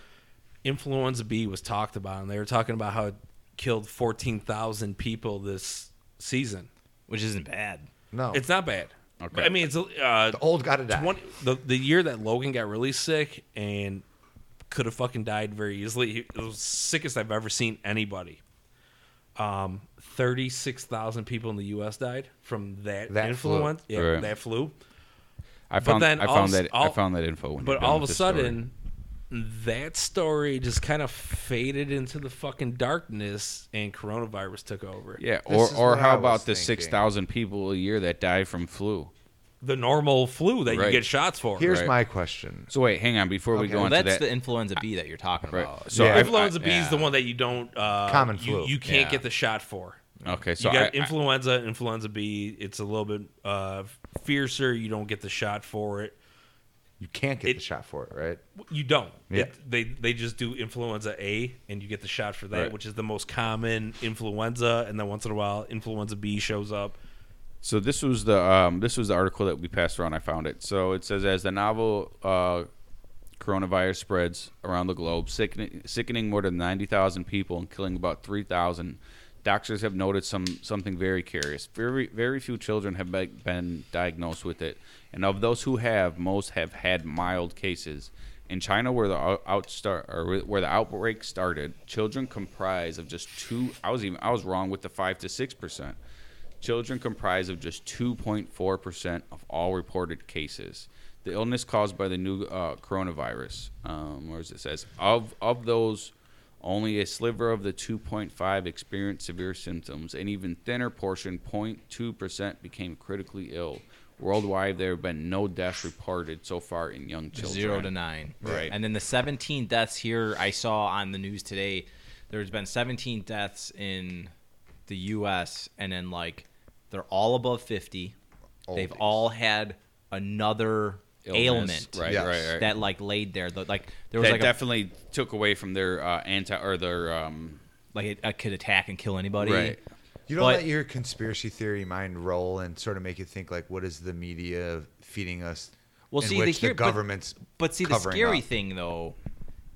Speaker 4: influenza B was talked about, and they were talking about how it killed fourteen thousand people this season.
Speaker 3: which isn't bad.
Speaker 2: no,
Speaker 4: It's not bad.
Speaker 1: Oh. Okay.
Speaker 4: I mean, it's uh,
Speaker 2: the old got to die.
Speaker 4: 20, the the year that Logan got really sick and could have fucking died very easily. He, it was the sickest I've ever seen anybody. Um, thirty six thousand people in the U.S. died from that,
Speaker 2: That
Speaker 4: influenza.
Speaker 1: flu.
Speaker 4: Yeah,
Speaker 1: Right.
Speaker 4: that flu.
Speaker 1: I found.
Speaker 4: then
Speaker 1: I
Speaker 4: all
Speaker 1: found
Speaker 4: of
Speaker 1: that.
Speaker 4: a- all-
Speaker 1: I found that info. When you're
Speaker 4: But
Speaker 1: done
Speaker 4: all
Speaker 1: with
Speaker 4: of a
Speaker 1: this story.
Speaker 4: sudden, that story just kind of faded into the fucking darkness, and coronavirus took over.
Speaker 1: yeah.
Speaker 2: This
Speaker 1: Or
Speaker 2: is
Speaker 1: or
Speaker 2: what I
Speaker 1: how
Speaker 2: was
Speaker 1: about the
Speaker 2: thinking.
Speaker 1: six thousand people a year that die from flu?
Speaker 4: The normal flu that
Speaker 1: Right.
Speaker 4: you get shots for.
Speaker 2: Here's
Speaker 1: Right.
Speaker 2: my question.
Speaker 1: So wait, hang on. Before we
Speaker 2: Okay.
Speaker 1: go
Speaker 3: Well,
Speaker 1: into that,
Speaker 3: that's the influenza B that you're talking
Speaker 1: right.
Speaker 3: about.
Speaker 1: So
Speaker 2: Yeah.
Speaker 1: I-
Speaker 4: influenza
Speaker 1: I-
Speaker 4: B is the
Speaker 1: yeah.
Speaker 4: one that you don't uh,
Speaker 2: Common
Speaker 4: you-
Speaker 2: flu.
Speaker 4: You, can't
Speaker 3: Yeah.
Speaker 4: get the shot for.
Speaker 1: Okay, so
Speaker 4: you got
Speaker 1: I- I-
Speaker 4: influenza, influenza B. It's a little bit uh, fiercer. You don't get the shot for it.
Speaker 2: You can't get
Speaker 4: It-
Speaker 2: the shot for it, right?
Speaker 4: You don't.
Speaker 2: Yeah.
Speaker 4: It- they they just do influenza A, and you get the shot for that,
Speaker 1: Right.
Speaker 4: which is the most common influenza. And then once in a while, influenza B shows up.
Speaker 1: So this was the um, this was the article that we passed around. I found it. So it says as the novel uh, coronavirus spreads around the globe, sickening, sickening more than ninety thousand people and killing about three thousand, doctors have noticed some something very curious. Very very few children have be- been diagnosed with it, and of those who have, most have had mild cases. In China, where the out- out start, or where the outbreak started, children comprise of just two. I was even I was wrong with the five to six percent. Children comprise of just 2.4% of all reported cases. The illness caused by the new uh, coronavirus, um, or as it says, of, of those, only a sliver of the 2.5 experienced severe symptoms. An even thinner portion, 0.2%, became critically ill. Worldwide, there have been no deaths reported so far in young children.
Speaker 3: zero to nine.
Speaker 1: Right.
Speaker 3: And then the 17 deaths here I saw on the news today. There's been 17 deaths in the U.S. and then like they're all above 50. They've
Speaker 2: Oldies.
Speaker 3: all had another
Speaker 1: illness,
Speaker 3: ailment.
Speaker 1: right?
Speaker 2: Yes.
Speaker 1: Right, right.
Speaker 3: that like laid there. the- Like there was
Speaker 1: that
Speaker 3: like a,
Speaker 1: definitely took away from their uh, anti or their um,
Speaker 3: like it could attack and kill anybody.
Speaker 1: Right.
Speaker 2: You don't
Speaker 3: But-
Speaker 2: let your conspiracy theory mind roll and sort of make you think like, what is the media feeding us?
Speaker 3: Well,
Speaker 2: in
Speaker 3: see,
Speaker 2: which
Speaker 3: they hear-
Speaker 2: the
Speaker 3: but-
Speaker 2: government's
Speaker 3: But see, the
Speaker 2: covering
Speaker 3: scary
Speaker 2: up.
Speaker 3: thing though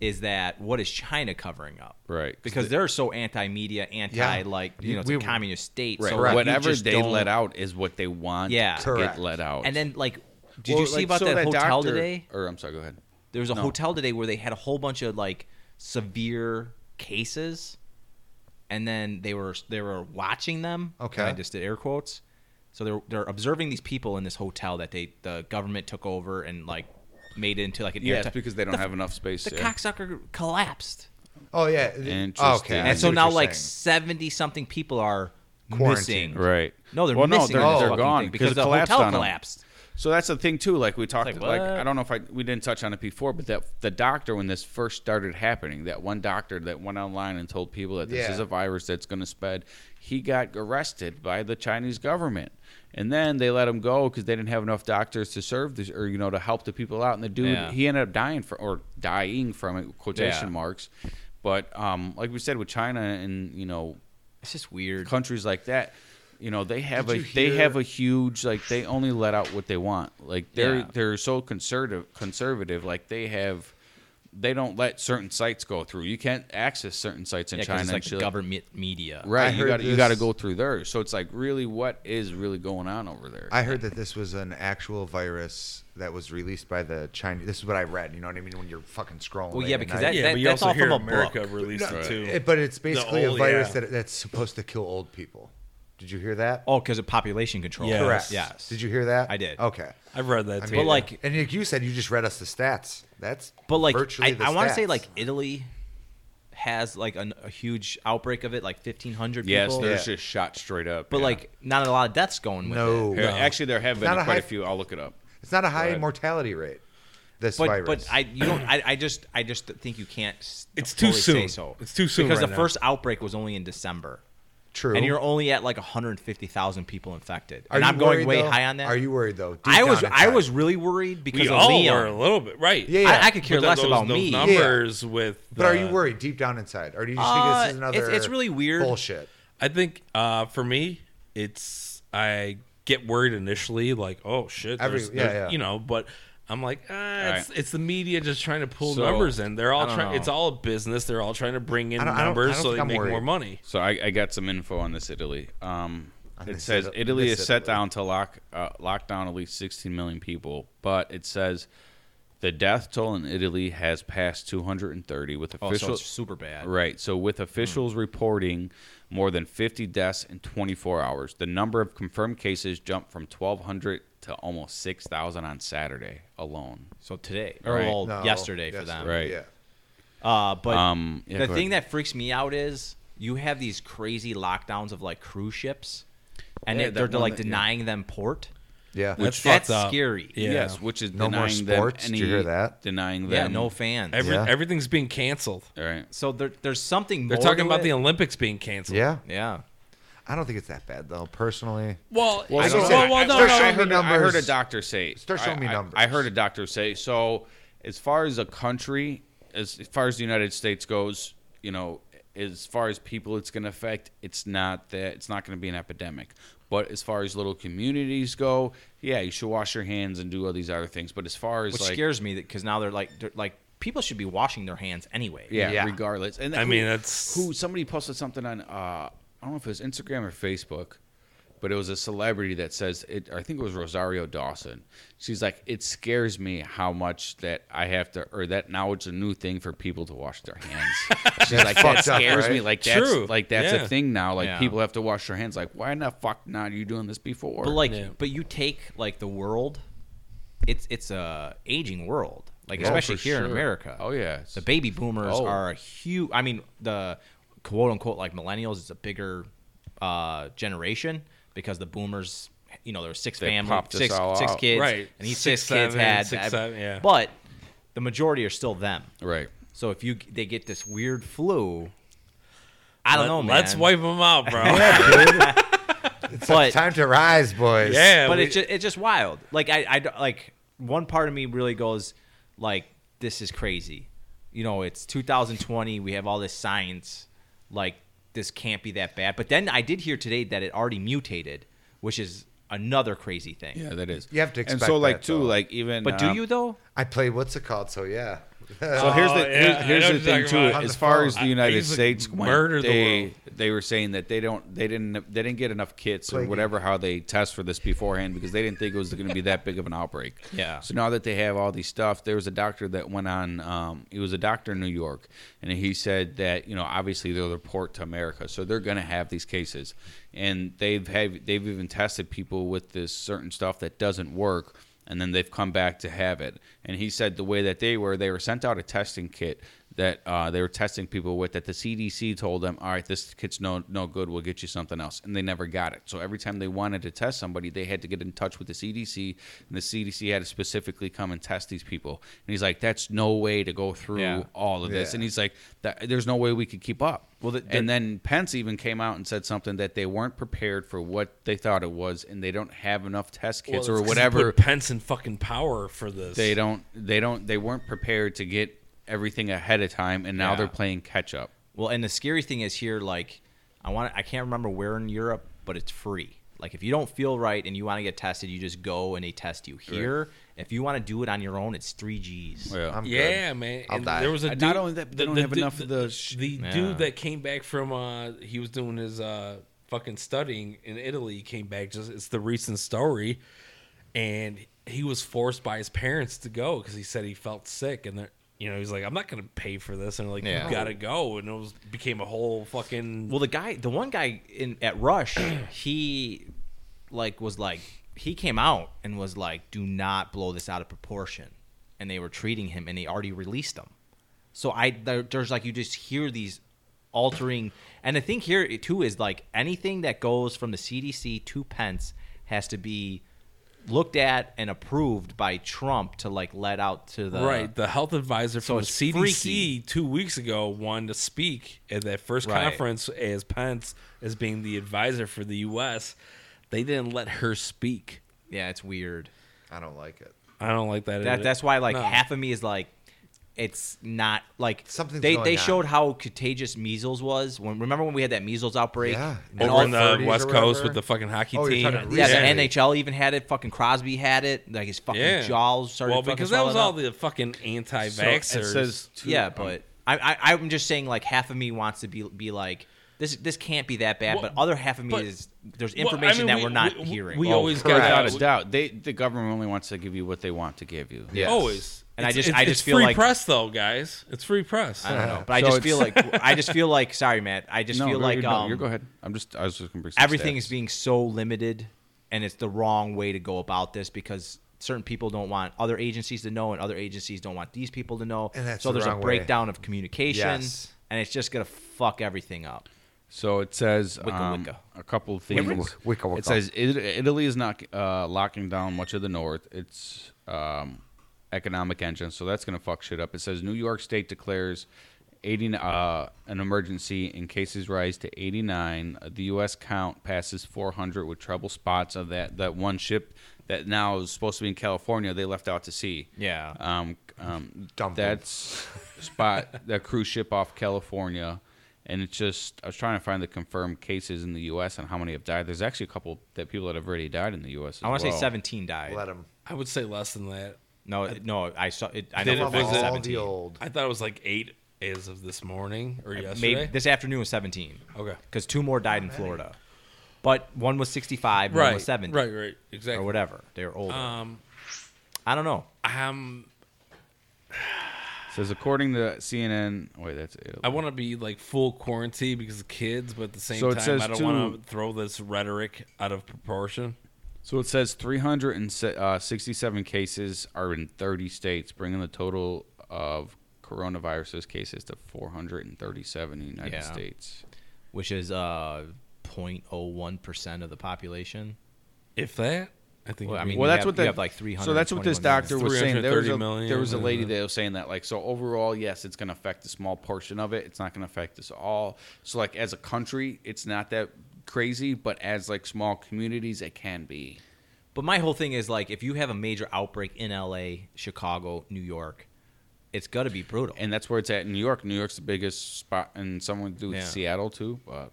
Speaker 3: is that what is China covering up?
Speaker 1: Right.
Speaker 3: Because they're so anti-media, anti
Speaker 2: Yeah.
Speaker 3: like you
Speaker 2: You-
Speaker 3: know, it's
Speaker 2: we
Speaker 3: a
Speaker 2: were-
Speaker 3: communist state.
Speaker 1: right.
Speaker 3: So
Speaker 2: Correct.
Speaker 3: you
Speaker 1: Whatever
Speaker 3: just
Speaker 1: they
Speaker 3: don't-
Speaker 1: let out is what they want.
Speaker 3: Yeah.
Speaker 1: to
Speaker 2: Correct.
Speaker 1: get let out.
Speaker 3: And then like, did
Speaker 1: Well,
Speaker 3: you see
Speaker 1: like,
Speaker 3: about
Speaker 1: so
Speaker 3: that, hotel
Speaker 1: doctor-
Speaker 3: today?
Speaker 1: Or I'm sorry, go ahead.
Speaker 3: There was a
Speaker 1: No.
Speaker 3: hotel today where they had a whole bunch of like severe cases, and then they were they were watching them. and
Speaker 2: Okay.
Speaker 3: I just did air quotes. So they're they're observing these people in this hotel that they the government took over and like made into like an
Speaker 1: Yes,
Speaker 3: airti-
Speaker 1: because they don't have enough space.
Speaker 3: the
Speaker 1: yeah.
Speaker 3: cocksucker collapsed,
Speaker 2: Oh yeah.
Speaker 1: Interesting.
Speaker 2: Okay. I
Speaker 3: and
Speaker 2: see
Speaker 3: so
Speaker 2: what
Speaker 3: now
Speaker 2: you're
Speaker 3: like
Speaker 2: saying.
Speaker 3: seventy something people are
Speaker 2: Quarantined.
Speaker 3: missing.
Speaker 1: Right.
Speaker 3: No, they're
Speaker 1: well,
Speaker 3: missing.
Speaker 1: No,
Speaker 3: this
Speaker 1: they're, they're
Speaker 3: fucking
Speaker 1: gone
Speaker 3: thing because
Speaker 1: it
Speaker 3: the
Speaker 1: collapsed
Speaker 3: hotel
Speaker 1: on 'em.
Speaker 3: collapsed.
Speaker 1: So that's the thing too. Like we talked,
Speaker 3: like,
Speaker 1: like,
Speaker 3: what?
Speaker 1: I don't know if I we didn't touch on it before, but that the doctor when this first started happening, that one doctor that went online and told people that this
Speaker 2: Yeah.
Speaker 1: is a virus that's going to spread, he got arrested by the Chinese government, and then they let him go because they didn't have enough doctors to serve this or you know to help the people out. And the dude
Speaker 3: Yeah.
Speaker 1: he ended up dying for or dying from it quotation
Speaker 3: Yeah.
Speaker 1: marks. But um, like we said with China and you know
Speaker 3: It's just weird.
Speaker 1: countries like that you know they have a
Speaker 2: Did you
Speaker 1: they have
Speaker 2: hear-
Speaker 1: a huge like they only let out what they want like they're
Speaker 3: Yeah.
Speaker 1: they're so conservative conservative like they have they don't let certain sites go through you can't access certain sites in
Speaker 3: Yeah, 'cause
Speaker 1: china
Speaker 3: it's
Speaker 1: and
Speaker 3: like
Speaker 1: shit like-
Speaker 3: government media.
Speaker 1: right
Speaker 2: I
Speaker 1: you
Speaker 2: heard
Speaker 1: got you got to
Speaker 2: this-
Speaker 1: go through theirs so it's like really what is really going on over there
Speaker 2: I heard that this was an actual virus that was released by the Chinese. This is what I read. You know what I mean? When you're fucking scrolling.
Speaker 3: Well,
Speaker 2: late
Speaker 3: yeah,
Speaker 2: at
Speaker 3: because
Speaker 2: night.
Speaker 3: that,
Speaker 4: Yeah,
Speaker 3: that
Speaker 4: but you
Speaker 3: that's
Speaker 4: also
Speaker 3: all
Speaker 4: hear
Speaker 3: from a
Speaker 4: America
Speaker 3: book.
Speaker 4: released it too.
Speaker 2: It- but it's basically
Speaker 4: old-
Speaker 2: a virus
Speaker 4: yeah.
Speaker 2: that that's supposed to kill old people. Did you hear that?
Speaker 3: Oh, because of population control.
Speaker 4: Yes.
Speaker 2: Correct.
Speaker 3: Yes.
Speaker 2: Did you hear that?
Speaker 3: I did.
Speaker 2: Okay.
Speaker 4: I've read that too.
Speaker 3: mean- But like-
Speaker 2: and like you said, you just read us the stats. That's
Speaker 3: But like,
Speaker 2: virtually
Speaker 3: I,
Speaker 2: the
Speaker 3: I want to say
Speaker 2: stats.
Speaker 3: like Italy has like an, a huge outbreak of it, like fifteen hundred
Speaker 1: yes
Speaker 3: people.
Speaker 1: there's
Speaker 2: Yeah.
Speaker 1: just shot straight up
Speaker 3: But
Speaker 1: yeah.
Speaker 3: like, not a lot of deaths going with
Speaker 2: no,
Speaker 3: it.
Speaker 1: Here, actually there have been
Speaker 2: Not a
Speaker 1: quite
Speaker 2: high-
Speaker 1: a few i'll look it up
Speaker 2: it's not a high
Speaker 1: Right.
Speaker 2: mortality rate. This
Speaker 3: But
Speaker 2: virus,
Speaker 3: but I you don't I, I just I just think you can't. s-
Speaker 4: It's too
Speaker 3: fully say
Speaker 4: soon.
Speaker 3: so.
Speaker 4: It's too soon
Speaker 3: because
Speaker 4: right
Speaker 3: the
Speaker 4: now.
Speaker 3: first outbreak was only in December,
Speaker 2: true.
Speaker 3: and you're only at like one hundred fifty thousand people infected.
Speaker 2: Are
Speaker 3: and
Speaker 2: you
Speaker 3: I'm going
Speaker 2: worried,
Speaker 3: way
Speaker 2: though?
Speaker 3: high on that.
Speaker 2: Are you worried though? Deep
Speaker 3: I
Speaker 2: down
Speaker 3: was I
Speaker 2: inside.
Speaker 3: was really worried because
Speaker 4: we
Speaker 3: of
Speaker 4: all
Speaker 3: Leon.
Speaker 4: were a little bit, right?
Speaker 2: Yeah, yeah.
Speaker 3: I, I could care
Speaker 4: But then
Speaker 3: less
Speaker 4: those-
Speaker 3: about
Speaker 4: those
Speaker 3: me.
Speaker 4: numbers with.
Speaker 2: But are you
Speaker 4: the-
Speaker 2: worried deep down inside, or do you just
Speaker 3: Uh,
Speaker 2: think this is another?
Speaker 3: it's- it's really weird.
Speaker 2: bullshit.
Speaker 4: I think uh, for me, it's I get worried initially, like, oh shit,
Speaker 2: Every-
Speaker 4: there's-
Speaker 2: yeah,
Speaker 4: there's-
Speaker 2: yeah.
Speaker 4: you know, but I'm like, ah, it's,
Speaker 1: right.
Speaker 4: it's the media just trying to pull
Speaker 1: So,
Speaker 4: numbers in. They're all
Speaker 3: don't
Speaker 4: trying.
Speaker 3: know.
Speaker 4: It's all a business. They're all trying to bring in
Speaker 2: I don't- I don't- I
Speaker 4: numbers
Speaker 2: don't
Speaker 4: so
Speaker 2: think
Speaker 4: they
Speaker 2: I'm
Speaker 4: make more
Speaker 2: worried.
Speaker 4: money.
Speaker 1: So I, I got some info on this Italy. Um,
Speaker 2: On
Speaker 1: it
Speaker 2: this
Speaker 1: says
Speaker 2: Ita-
Speaker 1: Italy
Speaker 2: this
Speaker 1: is set
Speaker 2: Italy.
Speaker 1: down to lock uh, lock down at least 16 million people, but it says the death toll in Italy has passed 230 with
Speaker 3: Oh, so
Speaker 1: official
Speaker 3: it's Hmm. super bad.
Speaker 1: right. So with officials reporting more than 50 deaths in 24 hours, the number of confirmed cases jumped from 1,200 to almost 6,000 on Saturday alone.
Speaker 3: So today, or
Speaker 1: Right.
Speaker 3: well,
Speaker 2: No,
Speaker 3: yesterday for them.
Speaker 1: Right.
Speaker 2: Yeah.
Speaker 3: Uh, but
Speaker 1: Um, yeah,
Speaker 3: the
Speaker 1: go
Speaker 3: thing
Speaker 1: ahead.
Speaker 3: that freaks me out is you have these crazy lockdowns of like cruise ships, and
Speaker 1: Yeah,
Speaker 3: it- they're
Speaker 1: that one
Speaker 3: like
Speaker 1: that- yeah.
Speaker 3: denying them port.
Speaker 2: Yeah.
Speaker 4: Which-
Speaker 3: That's
Speaker 4: fucked up.
Speaker 3: scary.
Speaker 4: Yeah.
Speaker 1: Yes, which is
Speaker 2: No more
Speaker 1: denying them
Speaker 2: sports? Did you
Speaker 1: any-
Speaker 2: hear that?
Speaker 1: Denying them.
Speaker 3: Yeah, no fans.
Speaker 4: Every,
Speaker 2: Yeah.
Speaker 4: Everything's being canceled.
Speaker 1: All right.
Speaker 3: so there, there's something.
Speaker 4: They're
Speaker 3: more
Speaker 4: talking
Speaker 3: to
Speaker 4: about
Speaker 3: it.
Speaker 4: the Olympics being canceled.
Speaker 2: yeah.
Speaker 3: yeah.
Speaker 2: I don't think it's that bad though, personally.
Speaker 4: Well,
Speaker 1: Well,
Speaker 4: I
Speaker 1: so-
Speaker 4: don't
Speaker 1: well,
Speaker 4: know.
Speaker 1: well,
Speaker 4: I-
Speaker 1: no,
Speaker 2: Start
Speaker 1: no, I
Speaker 2: showing
Speaker 1: heard,
Speaker 2: me
Speaker 1: I heard a
Speaker 2: numbers.
Speaker 1: doctor say.
Speaker 2: Start showing
Speaker 1: I-
Speaker 2: me
Speaker 1: I-
Speaker 2: numbers.
Speaker 1: I, heard a doctor say. So, as far as a country, as, as far as the United States goes, you know, as far as people it's going to affect, it's not that it's not going to be an epidemic. But as far as little communities go, yeah, you should wash your hands and do all these other things. But as far as
Speaker 3: Which
Speaker 1: like,
Speaker 3: scares me because now they're like they're like people should be washing their hands anyway.
Speaker 1: yeah,
Speaker 2: Yeah.
Speaker 1: regardless. And
Speaker 4: I
Speaker 1: who-
Speaker 4: mean, that's-
Speaker 1: who somebody posted something on. Uh, I don't know if it was Instagram or Facebook, but it was a celebrity that says it. I think it was Rosario Dawson. She's like, it scares me how much that I have to, or that now it's a new thing for people to wash their hands. She's like, that
Speaker 2: fucked up,
Speaker 1: scares me.
Speaker 2: right?
Speaker 1: Like that's
Speaker 4: True.
Speaker 1: like that's
Speaker 4: Yeah.
Speaker 1: a thing now. Like
Speaker 3: Yeah.
Speaker 1: people have to wash their hands. Like why in the fuck not you doing this before?
Speaker 3: But like,
Speaker 4: Yeah.
Speaker 3: but you take like the world, it's it's a aging world, like
Speaker 1: Oh,
Speaker 3: especially
Speaker 1: for
Speaker 3: here in
Speaker 1: sure.
Speaker 3: America.
Speaker 1: Oh, yeah.
Speaker 3: the baby boomers
Speaker 1: Oh.
Speaker 3: are a huge. I mean, the quote unquote like millennials is a bigger uh, generation because the boomers, you know, there were six
Speaker 1: They
Speaker 3: family,
Speaker 1: popped us
Speaker 3: six
Speaker 1: all
Speaker 3: six
Speaker 1: out.
Speaker 3: kids,
Speaker 4: Right.
Speaker 3: and these
Speaker 4: Six,
Speaker 3: six, kids
Speaker 4: seven,
Speaker 3: had,
Speaker 4: six, seven, yeah.
Speaker 3: but the majority are still them.
Speaker 1: right.
Speaker 3: So if you they get this weird flu, I don't
Speaker 4: Let-
Speaker 3: know, man.
Speaker 4: Let's wipe them out, bro.
Speaker 3: but
Speaker 2: Time to rise, boys.
Speaker 4: yeah,
Speaker 3: but
Speaker 4: we-
Speaker 3: it's just, it's just wild. Like I, I d- like one part of me really goes like, this is crazy. You know, it's 2020. We have all this science. Like this can't be that bad. But then I did hear today that it already mutated, which is another crazy thing.
Speaker 1: Yeah, that is.
Speaker 2: You have to
Speaker 1: And
Speaker 2: expect
Speaker 1: so, like,
Speaker 2: that,
Speaker 1: too,
Speaker 2: though.
Speaker 1: like even.
Speaker 3: But do
Speaker 1: um,
Speaker 3: you though?
Speaker 2: I play what's it called? So yeah,
Speaker 1: So here's the
Speaker 6: Oh, yeah, I
Speaker 1: here's,
Speaker 6: know
Speaker 1: here's
Speaker 6: what
Speaker 1: the
Speaker 6: you're
Speaker 1: thing
Speaker 6: talking
Speaker 1: too.
Speaker 6: about.
Speaker 2: On
Speaker 1: As
Speaker 2: the
Speaker 1: far
Speaker 2: phone.
Speaker 1: as the
Speaker 6: I-
Speaker 1: United
Speaker 6: he's like,
Speaker 1: States went,
Speaker 6: murder the
Speaker 1: they
Speaker 6: world.
Speaker 1: they were saying that they don't they didn't they didn't get enough kits or
Speaker 2: Plague.
Speaker 1: whatever how they test for this beforehand because they didn't think it was going to be that big of an outbreak.
Speaker 3: Yeah.
Speaker 1: So now that they have all these stuff, there was a doctor that went on. Um, he was a doctor in New York, and he said that you know obviously they'll report to America, so they're going to have these cases, and they've have they've even tested people with this certain stuff that doesn't work and then they've come back to have it. And he said the way that they were, they were sent out a testing kit that uh, they were testing people with that the CDC told them, all right, this kit's no no good. We'll get you something else, and they never got it. So every time they wanted to test somebody, they had to get in touch with the CDC, and the CDC had to specifically come and test these people. And he's like, that's no way to go through
Speaker 3: Yeah.
Speaker 1: all of this.
Speaker 2: Yeah.
Speaker 1: And he's like, that, there's no way we could keep up.
Speaker 3: Well,
Speaker 1: Well,
Speaker 3: the-
Speaker 1: and then Pence even came out and said something that they weren't prepared for what they thought it was, and they don't have enough test kits
Speaker 4: Well,
Speaker 1: or
Speaker 4: it's 'cause you
Speaker 1: whatever
Speaker 4: Put Pence in fucking power for this.
Speaker 1: they don't they don't they weren't prepared to get everything ahead of time and now
Speaker 3: Yeah.
Speaker 1: they're playing catch up
Speaker 3: Well, and the scary thing is here, like, I want I can't remember where in Europe, but it's free. Like, if you don't feel right and you want to get tested, you just go and they test you. Here, if you want to do it on your own, it's three G's.
Speaker 2: I'm
Speaker 4: yeah,
Speaker 2: good.
Speaker 4: man.
Speaker 2: I'll
Speaker 4: and
Speaker 2: die.
Speaker 4: There was a
Speaker 1: And
Speaker 4: dude,
Speaker 1: not only that, but they don't have
Speaker 4: dude-
Speaker 1: enough of the sh-
Speaker 4: the
Speaker 3: Yeah.
Speaker 4: dude that came back from uh, he was doing his uh, fucking studying in Italy. He came back just it's the recent story, and he was forced by his parents to go because he said he felt sick and. They're, you know, he's like, I'm not gonna pay for this, and they're like,
Speaker 3: Yeah.
Speaker 4: you gotta go, and it was became a whole fucking.
Speaker 3: Well, the guy, the one guy in at Rush, he like was like he came out and was like, "Do not blow this out of proportion," and they were treating him, and they already released him. So I there, there's like you just hear these altering, and the thing here too is like anything that goes from the CDC to Pence has to be looked at and approved by Trump to like let out to the
Speaker 4: right, the health advisor
Speaker 3: So
Speaker 4: from the
Speaker 3: it's
Speaker 4: CDC
Speaker 3: freaky.
Speaker 4: two weeks ago wanted to speak at that first
Speaker 3: Right.
Speaker 4: conference as Pence as being the advisor for the U.S. They didn't let her speak.
Speaker 3: Yeah, it's weird.
Speaker 2: I don't like it.
Speaker 4: I don't like that.
Speaker 3: That,
Speaker 4: either.
Speaker 3: that's why like
Speaker 4: No.
Speaker 3: half of me is like, it's not like
Speaker 2: Something's
Speaker 3: They
Speaker 2: going
Speaker 3: they
Speaker 2: on.
Speaker 3: showed how contagious measles was when remember when we had that measles outbreak.
Speaker 2: Yeah.
Speaker 3: and
Speaker 4: over
Speaker 3: all,
Speaker 4: in the
Speaker 2: 30s or
Speaker 4: West Coast
Speaker 2: whatever.
Speaker 4: with the fucking hockey
Speaker 2: Oh, you're
Speaker 4: team.
Speaker 2: talking about
Speaker 3: yeah,
Speaker 2: recently.
Speaker 3: the NHL even had it. Fucking Crosby had it. Like his fucking
Speaker 4: Yeah.
Speaker 3: jaws started.
Speaker 4: Well,
Speaker 3: fucking
Speaker 4: because that was all
Speaker 3: swelling up.
Speaker 4: the fucking
Speaker 1: So it
Speaker 4: anti-vaxxers.
Speaker 1: says two-
Speaker 3: yeah,
Speaker 1: um,
Speaker 3: but I, I I'm just saying like half of me wants to be be like this this can't be that bad,
Speaker 4: Well,
Speaker 3: but other half of me
Speaker 4: but-
Speaker 3: is there's
Speaker 4: well, I
Speaker 3: information
Speaker 4: mean,
Speaker 3: that
Speaker 4: we-
Speaker 3: we're not
Speaker 4: we-
Speaker 3: hearing.
Speaker 4: we
Speaker 1: Oh,
Speaker 4: always
Speaker 1: correct.
Speaker 4: got-
Speaker 1: without a doubt they the government only wants to give you what they want to give you
Speaker 2: Yes.
Speaker 4: Always.
Speaker 3: And I
Speaker 4: It's-
Speaker 3: just-
Speaker 4: it's-
Speaker 3: I just
Speaker 4: it's
Speaker 3: feel
Speaker 4: free
Speaker 3: like-
Speaker 4: press though, guys. It's free press.
Speaker 3: I don't know, but I
Speaker 1: So
Speaker 3: just
Speaker 1: it's-
Speaker 3: feel like I just feel like sorry, Matt. I just
Speaker 1: no,
Speaker 3: feel
Speaker 1: no,
Speaker 3: like
Speaker 1: you're, no,
Speaker 3: um,
Speaker 1: you're go ahead i'm just i was just gonna bring some
Speaker 3: everything is
Speaker 1: stats.
Speaker 3: being so limited and it's the wrong way to go about this because certain people don't want other agencies to know and other agencies don't want these people to know
Speaker 2: And that's
Speaker 3: so
Speaker 2: the
Speaker 3: there's a
Speaker 2: wrong way.
Speaker 3: breakdown of communication
Speaker 2: Yes.
Speaker 3: and it's just gonna fuck everything up
Speaker 1: so it says
Speaker 3: Wicca,
Speaker 1: um,
Speaker 3: wicca.
Speaker 1: a couple of things
Speaker 2: wicca,
Speaker 1: it
Speaker 2: wicca.
Speaker 1: says It- italy is not uh, locking down much of the north it's um economic engine so that's gonna fuck shit up it says new york state declares 80, uh, an emergency in cases rise to 89. The U.S. count passes 400 with trouble spots of that, that one ship that now is supposed to be in California. They left out to sea.
Speaker 3: Yeah.
Speaker 1: Um, um,
Speaker 2: Dump 'em.
Speaker 1: that's spot that cruise ship off California, and it's just I was trying to find the confirmed cases in the U.S. and how many have died. There's actually a couple that people that have already died in the U.S.
Speaker 3: i want to
Speaker 1: well.
Speaker 3: say 17 died
Speaker 2: Let them.
Speaker 4: I would say less than that.
Speaker 3: no it- no i saw it i
Speaker 4: Did
Speaker 3: know
Speaker 2: Love
Speaker 4: it
Speaker 3: for a fact
Speaker 4: visit-
Speaker 2: all
Speaker 3: 17
Speaker 2: the old.
Speaker 4: I thought it was like eight as of this morning or yesterday.
Speaker 3: Maybe this afternoon was 17
Speaker 4: Okay.
Speaker 3: because two more died in florida but one was 65 one
Speaker 4: right.
Speaker 3: was 70
Speaker 4: Right. Right. Exactly.
Speaker 3: or whatever they were older
Speaker 4: Um.
Speaker 3: i don't know
Speaker 4: Um.
Speaker 1: It says according to CNN. Wait, that's Italy.
Speaker 4: I want to be like full quarantine because of kids, but at the same
Speaker 1: So it
Speaker 4: time,
Speaker 1: says
Speaker 4: I don't
Speaker 1: to-
Speaker 4: want to throw this rhetoric out of proportion.
Speaker 1: So it says 367 uh, cases are in 30 states, bringing the total of coronavirus cases to 437 in the United
Speaker 3: Yeah.
Speaker 1: States.
Speaker 3: which is uh 0.01% of the population
Speaker 4: If that, I think.
Speaker 3: Well,
Speaker 4: it'd
Speaker 3: I
Speaker 4: be-
Speaker 3: mean,
Speaker 1: Well,
Speaker 3: you
Speaker 1: that's
Speaker 3: have-
Speaker 1: what
Speaker 3: you
Speaker 1: that,
Speaker 3: have, like,
Speaker 1: So that's what this
Speaker 3: 321
Speaker 1: doctor was saying. There was a
Speaker 4: 330 million,
Speaker 1: there was a lady
Speaker 4: whatever.
Speaker 1: that was saying that like so overall, yes, it's going to affect a small portion of it. It's not going to affect us all. So like as a country, it's not that crazy, but as like small communities, it can be.
Speaker 3: But my whole thing is like, if you have a major outbreak in L.A., Chicago, New York, it's got to be brutal.
Speaker 1: and that's where it's at in New York. New York's the biggest spot, and someone do
Speaker 3: Yeah.
Speaker 1: Seattle too. But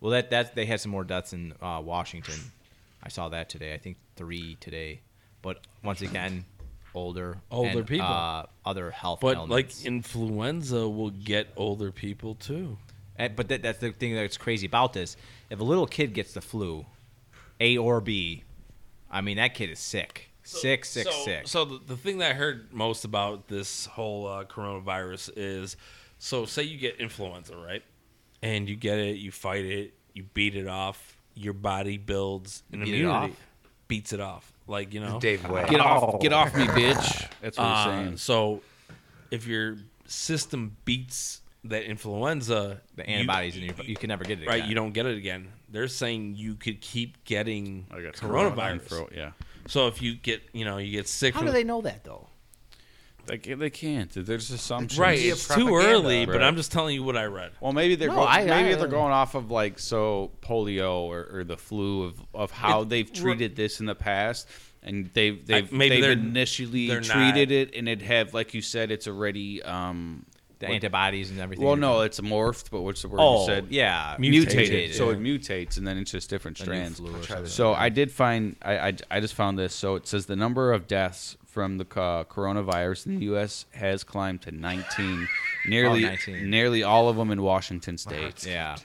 Speaker 3: Well, that that they had some more deaths in uh, Washington. I saw that today. I think three today. But once again, older
Speaker 4: Older
Speaker 3: and,
Speaker 4: people.
Speaker 3: uh, other health.
Speaker 4: But
Speaker 3: ailments.
Speaker 4: like influenza will get older people too.
Speaker 3: And, Eh, but that, that's the thing that's crazy about this. If a little kid gets the flu, A or B, I mean that kid is sick, sick, sick,
Speaker 4: so,
Speaker 3: sick.
Speaker 4: So the, the thing that I heard most about this whole uh, coronavirus is, so say you get influenza, right? And you get it, you fight it, you beat it off. Your body builds an
Speaker 3: Beat it
Speaker 4: immunity,
Speaker 3: off?
Speaker 4: beats it off. Like you
Speaker 3: Oh,
Speaker 4: know,
Speaker 2: Dave Way.
Speaker 1: get off, get off me, bitch. That's what
Speaker 4: Uh,
Speaker 1: he's saying.
Speaker 4: so if your system beats that influenza,
Speaker 3: the
Speaker 4: you-
Speaker 3: antibodies in your you can never get it.
Speaker 4: right,
Speaker 3: again.
Speaker 4: you don't get it again. They're saying you could keep getting
Speaker 1: I got
Speaker 4: coronavirus.
Speaker 1: throat, yeah,
Speaker 4: So if you get, you know, you get sick.
Speaker 3: How
Speaker 4: from-
Speaker 3: do they know that though?
Speaker 1: they, ca- they can't. There's assumptions.
Speaker 4: Right,
Speaker 2: Media
Speaker 4: it's too
Speaker 2: propaganda.
Speaker 4: early, but
Speaker 1: Right.
Speaker 4: I'm just telling you what I read.
Speaker 1: Well, maybe they're
Speaker 3: No,
Speaker 1: going,
Speaker 3: I-
Speaker 1: maybe
Speaker 3: I-
Speaker 1: they're going off of like so polio or, or the flu of, of how they've treated this in the past, and they've they've
Speaker 4: maybe
Speaker 1: they've
Speaker 4: they're-
Speaker 1: initially
Speaker 4: they're not-
Speaker 1: treated it and it have like you said it's already um
Speaker 3: The
Speaker 1: what-
Speaker 3: antibodies and everything.
Speaker 1: well no it's morphed but what's the word
Speaker 3: Oh,
Speaker 1: you said
Speaker 3: yeah,
Speaker 1: mutated,
Speaker 3: mutated.
Speaker 1: so it mutates and then it's just different
Speaker 3: A new
Speaker 1: strands.
Speaker 3: flu or
Speaker 2: try this.
Speaker 1: So I did find I, I, I just found this. So it says the number of deaths from the co- coronavirus in the U.S. has climbed to 19, nearly
Speaker 3: 19.
Speaker 1: nearly all of them in Washington State.
Speaker 3: something. Oh, yeah.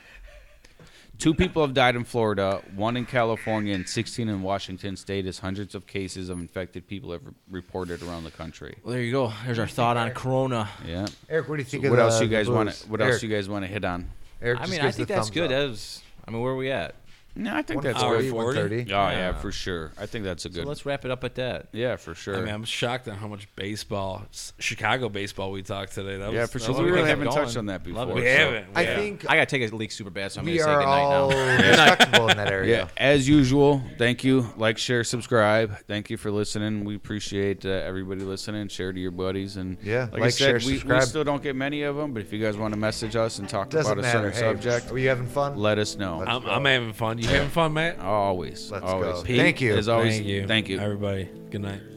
Speaker 1: Two people have died in Florida, one in California, and 16 in Washington State. As hundreds of cases of infected people have re- reported around the country.
Speaker 3: Well, there you go. There's our thought on Corona.
Speaker 1: Yeah.
Speaker 2: Eric, what do you think? of
Speaker 1: What
Speaker 2: the,
Speaker 1: else you
Speaker 2: the
Speaker 1: guys want?
Speaker 2: booze?
Speaker 1: to What
Speaker 2: Eric,
Speaker 1: else you guys want to hit on?
Speaker 2: Eric
Speaker 3: I
Speaker 2: just
Speaker 3: mean, I
Speaker 2: gives
Speaker 3: think
Speaker 2: the
Speaker 3: that's
Speaker 2: thumbs
Speaker 3: good.
Speaker 2: up.
Speaker 3: That was. I mean, where are we at?
Speaker 1: No, I think that's
Speaker 4: Hour
Speaker 1: good.
Speaker 2: 140,
Speaker 1: Oh
Speaker 2: 130.
Speaker 1: yeah,
Speaker 3: Yeah.
Speaker 1: for sure. I think that's a
Speaker 3: So
Speaker 1: good.
Speaker 3: let's wrap it up at that.
Speaker 1: yeah, for sure.
Speaker 4: I mean, I'm shocked at how much baseball, s- Chicago baseball, we talked today. That was,
Speaker 1: yeah, for
Speaker 4: that
Speaker 1: sure.
Speaker 4: was
Speaker 1: We
Speaker 4: a
Speaker 1: really
Speaker 4: great-
Speaker 1: haven't
Speaker 3: kept
Speaker 1: touched
Speaker 3: going.
Speaker 1: on that before.
Speaker 3: Love it.
Speaker 4: We
Speaker 1: so-
Speaker 4: haven't.
Speaker 2: I
Speaker 4: yeah.
Speaker 2: think
Speaker 3: I gotta take a leak super bad, so I'm
Speaker 2: we
Speaker 3: gonna say
Speaker 2: are
Speaker 3: good night
Speaker 2: all
Speaker 3: now.
Speaker 2: respectable in that area.
Speaker 1: Yeah, as usual, thank you. Like, share, subscribe. Thank you for listening. We appreciate uh, everybody listening. Share to your buddies and
Speaker 2: Yeah,
Speaker 1: like, I
Speaker 2: like, share,
Speaker 1: said, we, we
Speaker 2: subscribe.
Speaker 1: still don't get many of them. But if you guys want to message us and talk
Speaker 2: Doesn't
Speaker 1: about a
Speaker 2: matter.
Speaker 1: certain
Speaker 2: Hey,
Speaker 1: subject,
Speaker 2: are you having fun?
Speaker 1: let us know.
Speaker 2: Let's-
Speaker 4: I'm, I'm having fun. You having fun, Matt?
Speaker 1: always,
Speaker 2: Let's
Speaker 1: always.
Speaker 2: go. Thank you.
Speaker 1: As always,
Speaker 4: Thank you.
Speaker 1: Thank you.
Speaker 4: Everybody, good night.